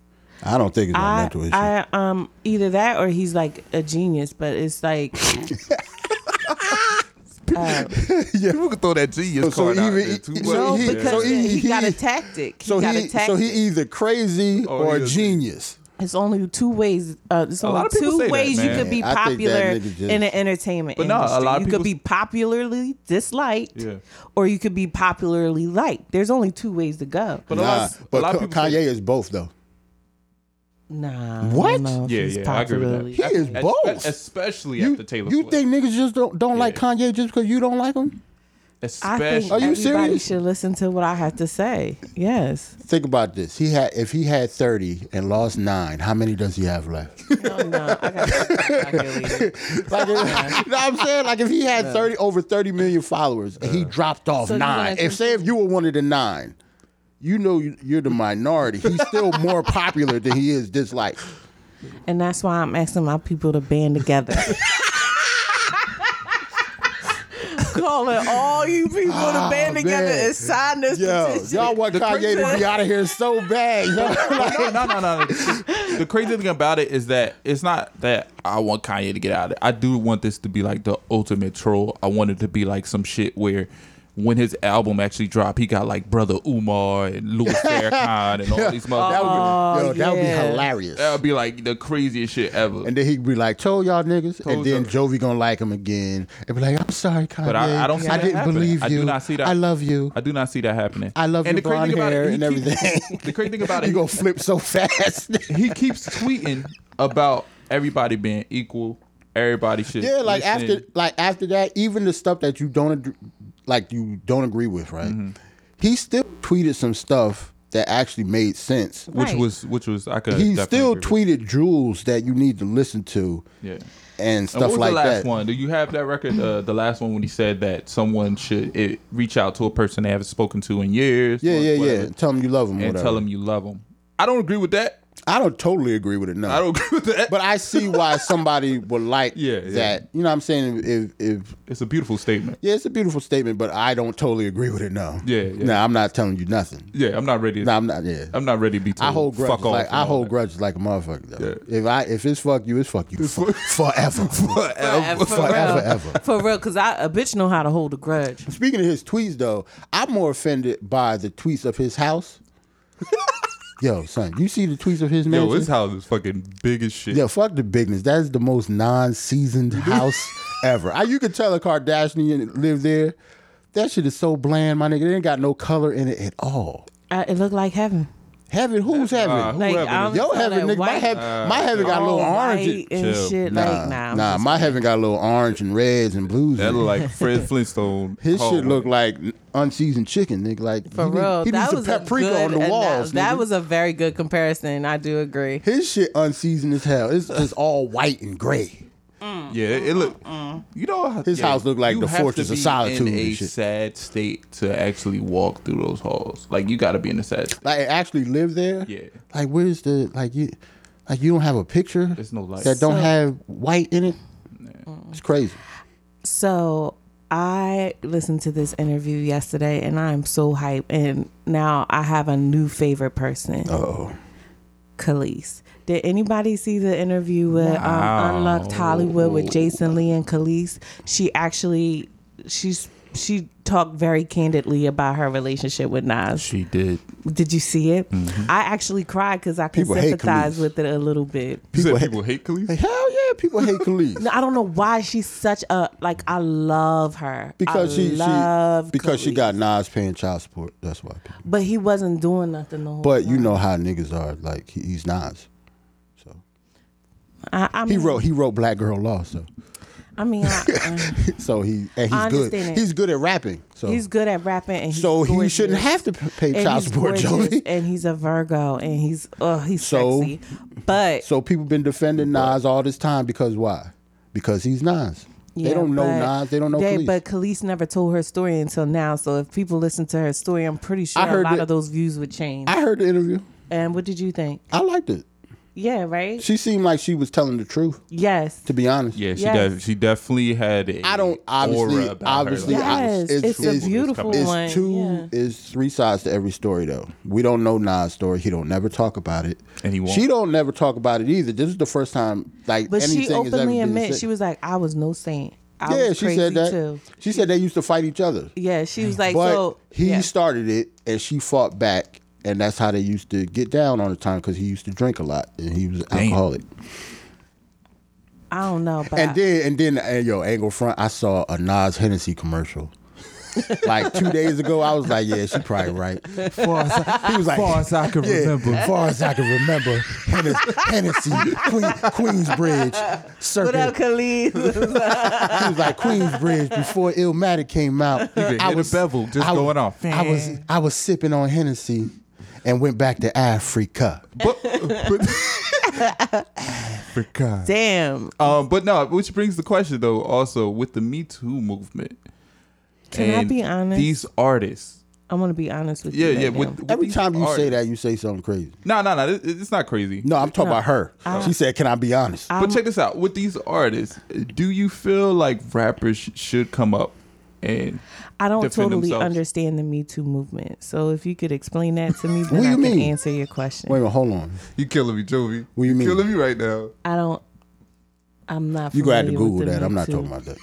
[SPEAKER 8] I don't think it's a
[SPEAKER 9] I,
[SPEAKER 8] mental issue.
[SPEAKER 9] I um either that or he's like a genius, but it's like
[SPEAKER 7] People can throw that genius
[SPEAKER 8] So
[SPEAKER 7] card out
[SPEAKER 8] even-
[SPEAKER 7] there too
[SPEAKER 8] so
[SPEAKER 7] much.
[SPEAKER 8] he-
[SPEAKER 7] Yeah.
[SPEAKER 9] because
[SPEAKER 8] so he-
[SPEAKER 9] he, got a
[SPEAKER 8] he-
[SPEAKER 9] tactic.
[SPEAKER 8] so
[SPEAKER 9] he got
[SPEAKER 8] he
[SPEAKER 9] a tactic.
[SPEAKER 8] so he either crazy
[SPEAKER 7] Oh,
[SPEAKER 8] or
[SPEAKER 7] he
[SPEAKER 8] a
[SPEAKER 7] is.
[SPEAKER 8] genius.
[SPEAKER 9] It's only two ways. Uh, it's
[SPEAKER 7] lot
[SPEAKER 9] only
[SPEAKER 7] of people say
[SPEAKER 9] two
[SPEAKER 7] that,
[SPEAKER 9] ways you
[SPEAKER 7] man.
[SPEAKER 9] could be
[SPEAKER 8] Yeah, I think that
[SPEAKER 9] popular
[SPEAKER 8] nigga just-
[SPEAKER 9] in the entertainment
[SPEAKER 7] But no, a
[SPEAKER 9] industry.
[SPEAKER 7] lot of
[SPEAKER 9] you
[SPEAKER 7] people
[SPEAKER 9] could be popularly disliked,
[SPEAKER 7] Yeah.
[SPEAKER 9] or you could be popularly liked. There's only two ways to go.
[SPEAKER 7] But a
[SPEAKER 8] Nah,
[SPEAKER 7] lot, a
[SPEAKER 8] Uh, but
[SPEAKER 7] lot of
[SPEAKER 8] Ka-
[SPEAKER 7] people
[SPEAKER 8] Kanye
[SPEAKER 7] say-
[SPEAKER 8] is both though.
[SPEAKER 9] nah,
[SPEAKER 8] What?
[SPEAKER 9] I don't know if
[SPEAKER 7] yeah,
[SPEAKER 9] he's
[SPEAKER 7] yeah, I agree with that.
[SPEAKER 9] popularly-
[SPEAKER 8] He is
[SPEAKER 7] Espe-
[SPEAKER 8] both.
[SPEAKER 7] especially
[SPEAKER 8] You,
[SPEAKER 7] after Taylor.
[SPEAKER 8] you
[SPEAKER 7] Swift.
[SPEAKER 8] think niggas just don't don't like
[SPEAKER 7] Yeah.
[SPEAKER 8] Kanye just because you don't like him?
[SPEAKER 9] I
[SPEAKER 7] Especially.
[SPEAKER 9] think
[SPEAKER 8] Are you
[SPEAKER 9] everybody
[SPEAKER 8] serious?
[SPEAKER 9] should listen to what I have to say. Yes.
[SPEAKER 8] Think about this. He had if he had thirty and lost nine, how many does he have left?
[SPEAKER 9] No, no, I got
[SPEAKER 8] Like, if, know what I'm saying, like if he had thirty over thirty million followers and he dropped off
[SPEAKER 9] So you
[SPEAKER 8] nine.
[SPEAKER 9] wanna
[SPEAKER 8] If say if you were one of the nine, you know you- you're the minority. He's still more popular than he is disliked.
[SPEAKER 9] And that's why I'm asking my people to band together. Calling all you people to band together
[SPEAKER 8] Ah, man.
[SPEAKER 9] and sign this
[SPEAKER 8] Yo,
[SPEAKER 9] petition.
[SPEAKER 8] y'all want Kanye to be out of here so bad. yo.
[SPEAKER 7] no, no, no, no. The crazy thing about it is that it's not that I want Kanye to get out of it. I do want this to be like the ultimate troll. I want it to be like some shit where when his album actually dropped, he got like Brother Umar and Louis Farrakhan and all these
[SPEAKER 8] That would,
[SPEAKER 7] motherfuckers.
[SPEAKER 8] yo, that would be
[SPEAKER 9] Oh, yeah.
[SPEAKER 8] hilarious.
[SPEAKER 7] That would be like the craziest shit ever.
[SPEAKER 8] and then he'd be like, "Told y'all niggas,"
[SPEAKER 7] Told
[SPEAKER 8] and then
[SPEAKER 7] y'all.
[SPEAKER 8] Jovi gonna like him again, and be like, "I'm sorry, Kanye.
[SPEAKER 7] But I, I don't see
[SPEAKER 8] I
[SPEAKER 7] that
[SPEAKER 8] didn't
[SPEAKER 7] happening.
[SPEAKER 8] believe you.
[SPEAKER 7] I do not see that.
[SPEAKER 8] I love you.
[SPEAKER 7] I do not see that happening.
[SPEAKER 8] I love your
[SPEAKER 7] crazy
[SPEAKER 8] blonde
[SPEAKER 7] thing about
[SPEAKER 8] hair
[SPEAKER 7] he
[SPEAKER 8] and
[SPEAKER 7] keeps-
[SPEAKER 8] everything.
[SPEAKER 7] The crazy thing about it,
[SPEAKER 8] you
[SPEAKER 7] he-
[SPEAKER 8] gonna flip so fast."
[SPEAKER 7] he keeps tweeting about everybody being equal. Everybody should.
[SPEAKER 8] Yeah, like
[SPEAKER 7] listen.
[SPEAKER 8] after like after that, even the stuff that you don't ad- like you don't agree with, right?
[SPEAKER 7] Mm-hmm.
[SPEAKER 8] He still tweeted some stuff that actually made sense.
[SPEAKER 7] which
[SPEAKER 9] Right.
[SPEAKER 7] was which was I could.
[SPEAKER 8] He
[SPEAKER 7] definitely
[SPEAKER 8] still
[SPEAKER 7] agree with.
[SPEAKER 8] tweeted jewels that you need to listen to
[SPEAKER 7] Yeah.
[SPEAKER 8] and stuff
[SPEAKER 7] And what was
[SPEAKER 8] like
[SPEAKER 7] the last
[SPEAKER 8] that.
[SPEAKER 7] one? Do you have that record? Uh, the last one when he said that someone should eh, reach out to a person they haven't spoken to in years.
[SPEAKER 8] Yeah,
[SPEAKER 7] or
[SPEAKER 8] yeah,
[SPEAKER 7] whatever,
[SPEAKER 8] yeah. Tell him you love him.
[SPEAKER 7] And
[SPEAKER 8] whatever.
[SPEAKER 7] tell them you love them. I don't agree with that.
[SPEAKER 8] I don't totally agree with it. No,
[SPEAKER 7] I don't agree with that.
[SPEAKER 8] But I see why somebody would like
[SPEAKER 7] Yeah, yeah.
[SPEAKER 8] that. You know what I'm saying? If, if
[SPEAKER 7] it's a beautiful statement.
[SPEAKER 8] yeah, it's a beautiful statement, but I don't totally agree with it. No.
[SPEAKER 7] Yeah, yeah.
[SPEAKER 8] No, I'm not telling you nothing.
[SPEAKER 7] Yeah, I'm not ready. To,
[SPEAKER 8] No, I'm not. Yeah.
[SPEAKER 7] I'm not ready to be told.
[SPEAKER 8] I hold grudges
[SPEAKER 7] fuck off
[SPEAKER 8] like
[SPEAKER 7] and
[SPEAKER 8] I
[SPEAKER 7] all
[SPEAKER 8] hold
[SPEAKER 7] that.
[SPEAKER 8] grudges like a motherfucker. Though. If I if it's fuck you, it's fuck you for, forever.
[SPEAKER 9] Forever, for,
[SPEAKER 8] Forever,
[SPEAKER 9] real,
[SPEAKER 8] ever.
[SPEAKER 9] for real, because I a bitch know how to hold a grudge.
[SPEAKER 8] Speaking of his tweets, though, I'm more offended by the tweets of his house. Yo, son, you see the tweets of his
[SPEAKER 7] Yo,
[SPEAKER 8] mansion?
[SPEAKER 7] his house is fucking big as shit.
[SPEAKER 8] Yo, fuck the bigness. That is the most non-seasoned house ever. I, you could tell a Kardashian lived there. That shit is so bland, my nigga. It ain't got no color in it at all.
[SPEAKER 9] I, it looked like heaven.
[SPEAKER 8] Heaven, who's heaven?
[SPEAKER 9] Like
[SPEAKER 7] heaven
[SPEAKER 9] I'm
[SPEAKER 8] Yo, heaven, nigga. My,
[SPEAKER 9] white,
[SPEAKER 8] heaven,
[SPEAKER 7] Uh,
[SPEAKER 8] my heaven got a little
[SPEAKER 9] all
[SPEAKER 8] orange. in- Uh,
[SPEAKER 9] white and
[SPEAKER 7] Chill.
[SPEAKER 9] shit. like nah, I'm
[SPEAKER 8] Nah,
[SPEAKER 9] just-
[SPEAKER 8] my heaven got a little orange and reds and blues.
[SPEAKER 7] That
[SPEAKER 8] in it.
[SPEAKER 7] look like Fred Flintstone.
[SPEAKER 8] His
[SPEAKER 7] hallway.
[SPEAKER 8] shit looked like unseasoned chicken, nigga. Like
[SPEAKER 9] for
[SPEAKER 8] he need-
[SPEAKER 9] real.
[SPEAKER 8] he
[SPEAKER 9] that
[SPEAKER 8] needs
[SPEAKER 9] was
[SPEAKER 8] some paprika
[SPEAKER 9] a good
[SPEAKER 8] on the walls.
[SPEAKER 9] That, that
[SPEAKER 8] nigga.
[SPEAKER 9] was a very good comparison. I do agree.
[SPEAKER 8] his shit unseasoned as hell. It's just all white and gray.
[SPEAKER 7] Yeah, it look. You know, how-
[SPEAKER 8] His
[SPEAKER 7] yeah,
[SPEAKER 8] house looked like
[SPEAKER 7] you
[SPEAKER 8] the
[SPEAKER 7] have to
[SPEAKER 8] Fortress of
[SPEAKER 7] be
[SPEAKER 8] Solitude
[SPEAKER 7] In
[SPEAKER 8] and
[SPEAKER 7] a
[SPEAKER 8] shit.
[SPEAKER 7] sad state to actually walk through those halls. Like you got to be in a sad. State.
[SPEAKER 8] Like it actually lived there.
[SPEAKER 7] Yeah.
[SPEAKER 8] Like where's the like you like you don't have a picture
[SPEAKER 7] There's no light.
[SPEAKER 8] that don't
[SPEAKER 9] So-
[SPEAKER 8] have white in it. It's crazy.
[SPEAKER 9] So I listened to this interview yesterday, and I'm so hyped. And now I have a new favorite person,
[SPEAKER 8] Oh,
[SPEAKER 9] Khalees. Did anybody see the interview with um, Unlocked Hollywood with Jason Lee and Khalees? She actually, she's she talked very candidly about her relationship with Nas.
[SPEAKER 7] She did.
[SPEAKER 9] Did you see it? I actually cried because I can
[SPEAKER 8] Mm-hmm. People hate
[SPEAKER 9] sympathize
[SPEAKER 8] Khalees.
[SPEAKER 9] with it a little bit.
[SPEAKER 7] People, people hate Khalees.
[SPEAKER 8] Like, hell yeah, people hate Khalees.
[SPEAKER 9] No, I don't know why she's such a like. I love her
[SPEAKER 8] because
[SPEAKER 9] I
[SPEAKER 8] she,
[SPEAKER 9] love
[SPEAKER 8] she because she
[SPEAKER 9] Khalees.
[SPEAKER 8] got Nas paying child support. That's why. People,
[SPEAKER 9] But he wasn't doing nothing the whole
[SPEAKER 8] but
[SPEAKER 9] time.
[SPEAKER 8] you know how niggas are. Like he, he's Nas. So
[SPEAKER 9] I, I mean,
[SPEAKER 8] he wrote he wrote Black Girl Law. So
[SPEAKER 9] I mean, I, uh,
[SPEAKER 8] so he and
[SPEAKER 9] I
[SPEAKER 8] he's good.
[SPEAKER 9] understand it.
[SPEAKER 8] He's good at rapping. So
[SPEAKER 9] he's good at rapping, and he's
[SPEAKER 8] so he
[SPEAKER 9] gorgeous.
[SPEAKER 8] shouldn't have to p- pay
[SPEAKER 9] And
[SPEAKER 8] child
[SPEAKER 9] he's
[SPEAKER 8] support,
[SPEAKER 9] gorgeous,
[SPEAKER 8] Jolie.
[SPEAKER 9] And he's a Virgo, and he's oh, he's
[SPEAKER 8] So-
[SPEAKER 9] sexy. But
[SPEAKER 8] So people been defending Nas all this time because why? Because he's Nas.
[SPEAKER 9] Yeah,
[SPEAKER 8] they don't know
[SPEAKER 9] but
[SPEAKER 8] Nas. They don't know Khalees.
[SPEAKER 9] But Khalees never told her story until now. So if people listen to her story, I'm pretty sure
[SPEAKER 8] I
[SPEAKER 9] a
[SPEAKER 8] heard
[SPEAKER 9] lot
[SPEAKER 8] it-
[SPEAKER 9] of those views would change.
[SPEAKER 8] I heard the interview.
[SPEAKER 9] and what did you think?
[SPEAKER 8] I liked it.
[SPEAKER 9] Yeah, right.
[SPEAKER 8] She seemed like she was telling the truth.
[SPEAKER 9] yes.
[SPEAKER 8] To be honest.
[SPEAKER 7] Yeah, she
[SPEAKER 9] Yes.
[SPEAKER 7] def- she definitely had a
[SPEAKER 8] I don't obviously
[SPEAKER 7] aura about her,
[SPEAKER 8] obviously
[SPEAKER 7] like,
[SPEAKER 8] I-
[SPEAKER 9] Yes, it's a beautiful
[SPEAKER 8] it's
[SPEAKER 9] one,
[SPEAKER 8] two
[SPEAKER 9] yeah.
[SPEAKER 8] it's three sides to every story though. We don't know Nas' story. He don't never talk about it.
[SPEAKER 7] And he won't.
[SPEAKER 8] She don't never talk about it either. This is the first time like
[SPEAKER 9] But
[SPEAKER 8] anything
[SPEAKER 9] she
[SPEAKER 8] has ever
[SPEAKER 9] openly
[SPEAKER 8] been
[SPEAKER 9] admits
[SPEAKER 8] said.
[SPEAKER 9] she was like, I was no saint. I
[SPEAKER 8] Yeah,
[SPEAKER 9] was
[SPEAKER 8] she
[SPEAKER 9] crazy
[SPEAKER 8] said that.
[SPEAKER 9] too.
[SPEAKER 8] She said they used to fight each other.
[SPEAKER 9] Yeah, she was like,
[SPEAKER 8] But
[SPEAKER 9] so
[SPEAKER 8] he
[SPEAKER 9] yeah.
[SPEAKER 8] started it, and she fought back, and that's how they used to get down on the time because he used to drink a lot, and he was an alcoholic.
[SPEAKER 9] I don't know, but I-
[SPEAKER 8] And then, and then, and yo, angle front, I saw a Nas Hennessy commercial. like two days ago, I was like, "Yeah, she probably right." Far as I, he was like, "Far as I can remember, far as I can remember, Hennes- Hennessy, Queen, Queensbridge, Circuit."
[SPEAKER 9] what up, Khalees?
[SPEAKER 8] He was like, "Queensbridge before Illmatic came out."
[SPEAKER 7] said, "Hit a bevel, just going off."
[SPEAKER 8] I was I was sipping on Hennessy, and went back to Africa.
[SPEAKER 7] but, but- Africa.
[SPEAKER 9] Damn.
[SPEAKER 7] Um, but no, which brings the question though. Also, with the Me Too movement,
[SPEAKER 9] Can I
[SPEAKER 7] and
[SPEAKER 9] be honest?
[SPEAKER 7] These artists,
[SPEAKER 9] I'm gonna be honest with
[SPEAKER 7] yeah,
[SPEAKER 9] you. right
[SPEAKER 7] yeah.
[SPEAKER 9] now.
[SPEAKER 7] With, with
[SPEAKER 8] Every
[SPEAKER 7] these
[SPEAKER 8] time you say
[SPEAKER 7] artists-
[SPEAKER 8] that, you say something crazy.
[SPEAKER 7] no, no, no, it- it's not crazy.
[SPEAKER 8] No, I'm talking about her. she said, "Can I be honest?"
[SPEAKER 7] But check this out. With these artists, do you feel like rappers sh- should come up and
[SPEAKER 9] I don't
[SPEAKER 7] defend
[SPEAKER 9] totally
[SPEAKER 7] themselves?
[SPEAKER 9] understand the Me Too movement. So if you could explain that to me, then
[SPEAKER 8] What do
[SPEAKER 9] I
[SPEAKER 8] you
[SPEAKER 9] can
[SPEAKER 8] mean?
[SPEAKER 9] answer your question.
[SPEAKER 8] Wait a minute, hold on.
[SPEAKER 7] You killing me, Jovi.
[SPEAKER 8] What you mean?
[SPEAKER 7] Killing me right now.
[SPEAKER 9] I don't. I'm not.
[SPEAKER 8] You gonna have to
[SPEAKER 9] familiar with
[SPEAKER 8] Google
[SPEAKER 9] the
[SPEAKER 8] that.
[SPEAKER 9] Me
[SPEAKER 8] I'm not
[SPEAKER 9] Too
[SPEAKER 8] talking about that.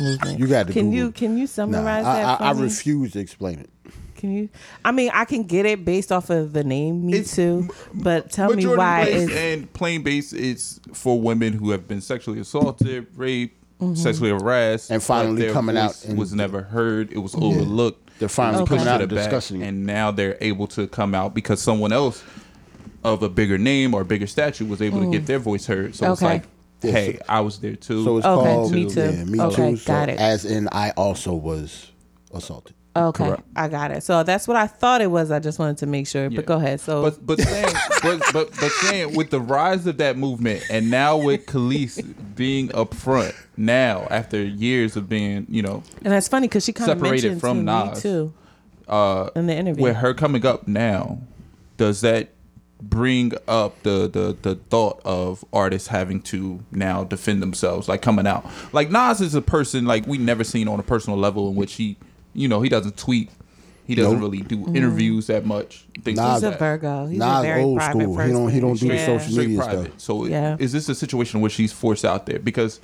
[SPEAKER 9] Movement.
[SPEAKER 8] You got to
[SPEAKER 9] Can
[SPEAKER 8] Google.
[SPEAKER 9] you can you
[SPEAKER 8] Nah,
[SPEAKER 9] summarize
[SPEAKER 8] I, I,
[SPEAKER 9] that? For
[SPEAKER 8] I
[SPEAKER 9] me?
[SPEAKER 8] refuse to explain it.
[SPEAKER 9] Can you? I mean, I can get it based off of the name Me
[SPEAKER 7] It's-
[SPEAKER 9] Too, but tell me
[SPEAKER 7] Majority
[SPEAKER 9] why
[SPEAKER 7] Blaze
[SPEAKER 9] it's
[SPEAKER 7] and plain base is for women who have been sexually assaulted, raped,
[SPEAKER 9] Mm-hmm.
[SPEAKER 7] sexually harassed,
[SPEAKER 8] And finally
[SPEAKER 7] but their
[SPEAKER 8] coming out
[SPEAKER 7] voice
[SPEAKER 8] and-
[SPEAKER 7] was never heard. It was overlooked.
[SPEAKER 8] They're finally
[SPEAKER 7] It was
[SPEAKER 8] coming
[SPEAKER 7] pushed
[SPEAKER 8] out
[SPEAKER 7] to
[SPEAKER 8] and
[SPEAKER 7] the back,
[SPEAKER 8] discussing it.
[SPEAKER 7] and now they're able to come out because someone else of a bigger name or bigger stature was able to get their voice heard. So it's
[SPEAKER 9] Mm. Okay.
[SPEAKER 7] like, hey, I was there too.
[SPEAKER 8] So it's
[SPEAKER 9] Okay,
[SPEAKER 8] called
[SPEAKER 9] Me Too.
[SPEAKER 8] Yeah, me
[SPEAKER 9] Okay,
[SPEAKER 8] too. So
[SPEAKER 9] got it.
[SPEAKER 8] As in, I also was assaulted.
[SPEAKER 9] okay.
[SPEAKER 7] Correct.
[SPEAKER 9] I got it. So that's what I thought it was. I just wanted to make sure. But
[SPEAKER 7] Yeah.
[SPEAKER 9] go ahead. So
[SPEAKER 7] But but saying but, but but saying with the rise of that movement and now with Khalees being up front now after years of being you know
[SPEAKER 9] and that's funny because she kind of
[SPEAKER 7] Separated
[SPEAKER 9] mentioned
[SPEAKER 7] from
[SPEAKER 9] to Me
[SPEAKER 7] Nas.
[SPEAKER 9] Too
[SPEAKER 8] uh,
[SPEAKER 9] in the interview.
[SPEAKER 7] with her coming up now, does that bring up the, the the thought of artists having to now defend themselves, like coming out? Like Nas is a person like we never seen on a personal level in which he, you know, he doesn't tweet, he doesn't really do interviews that much. Things like
[SPEAKER 9] Mm-hmm. He's a
[SPEAKER 7] that.
[SPEAKER 9] Virgo. He's
[SPEAKER 8] Nas
[SPEAKER 9] a very
[SPEAKER 8] old
[SPEAKER 9] private
[SPEAKER 8] school.
[SPEAKER 9] person.
[SPEAKER 8] He don't- he don't do the
[SPEAKER 9] yeah.
[SPEAKER 8] social
[SPEAKER 7] straight
[SPEAKER 8] media
[SPEAKER 7] private.
[SPEAKER 8] stuff.
[SPEAKER 7] So
[SPEAKER 9] Yeah.
[SPEAKER 7] is this a situation where she's forced out there? Because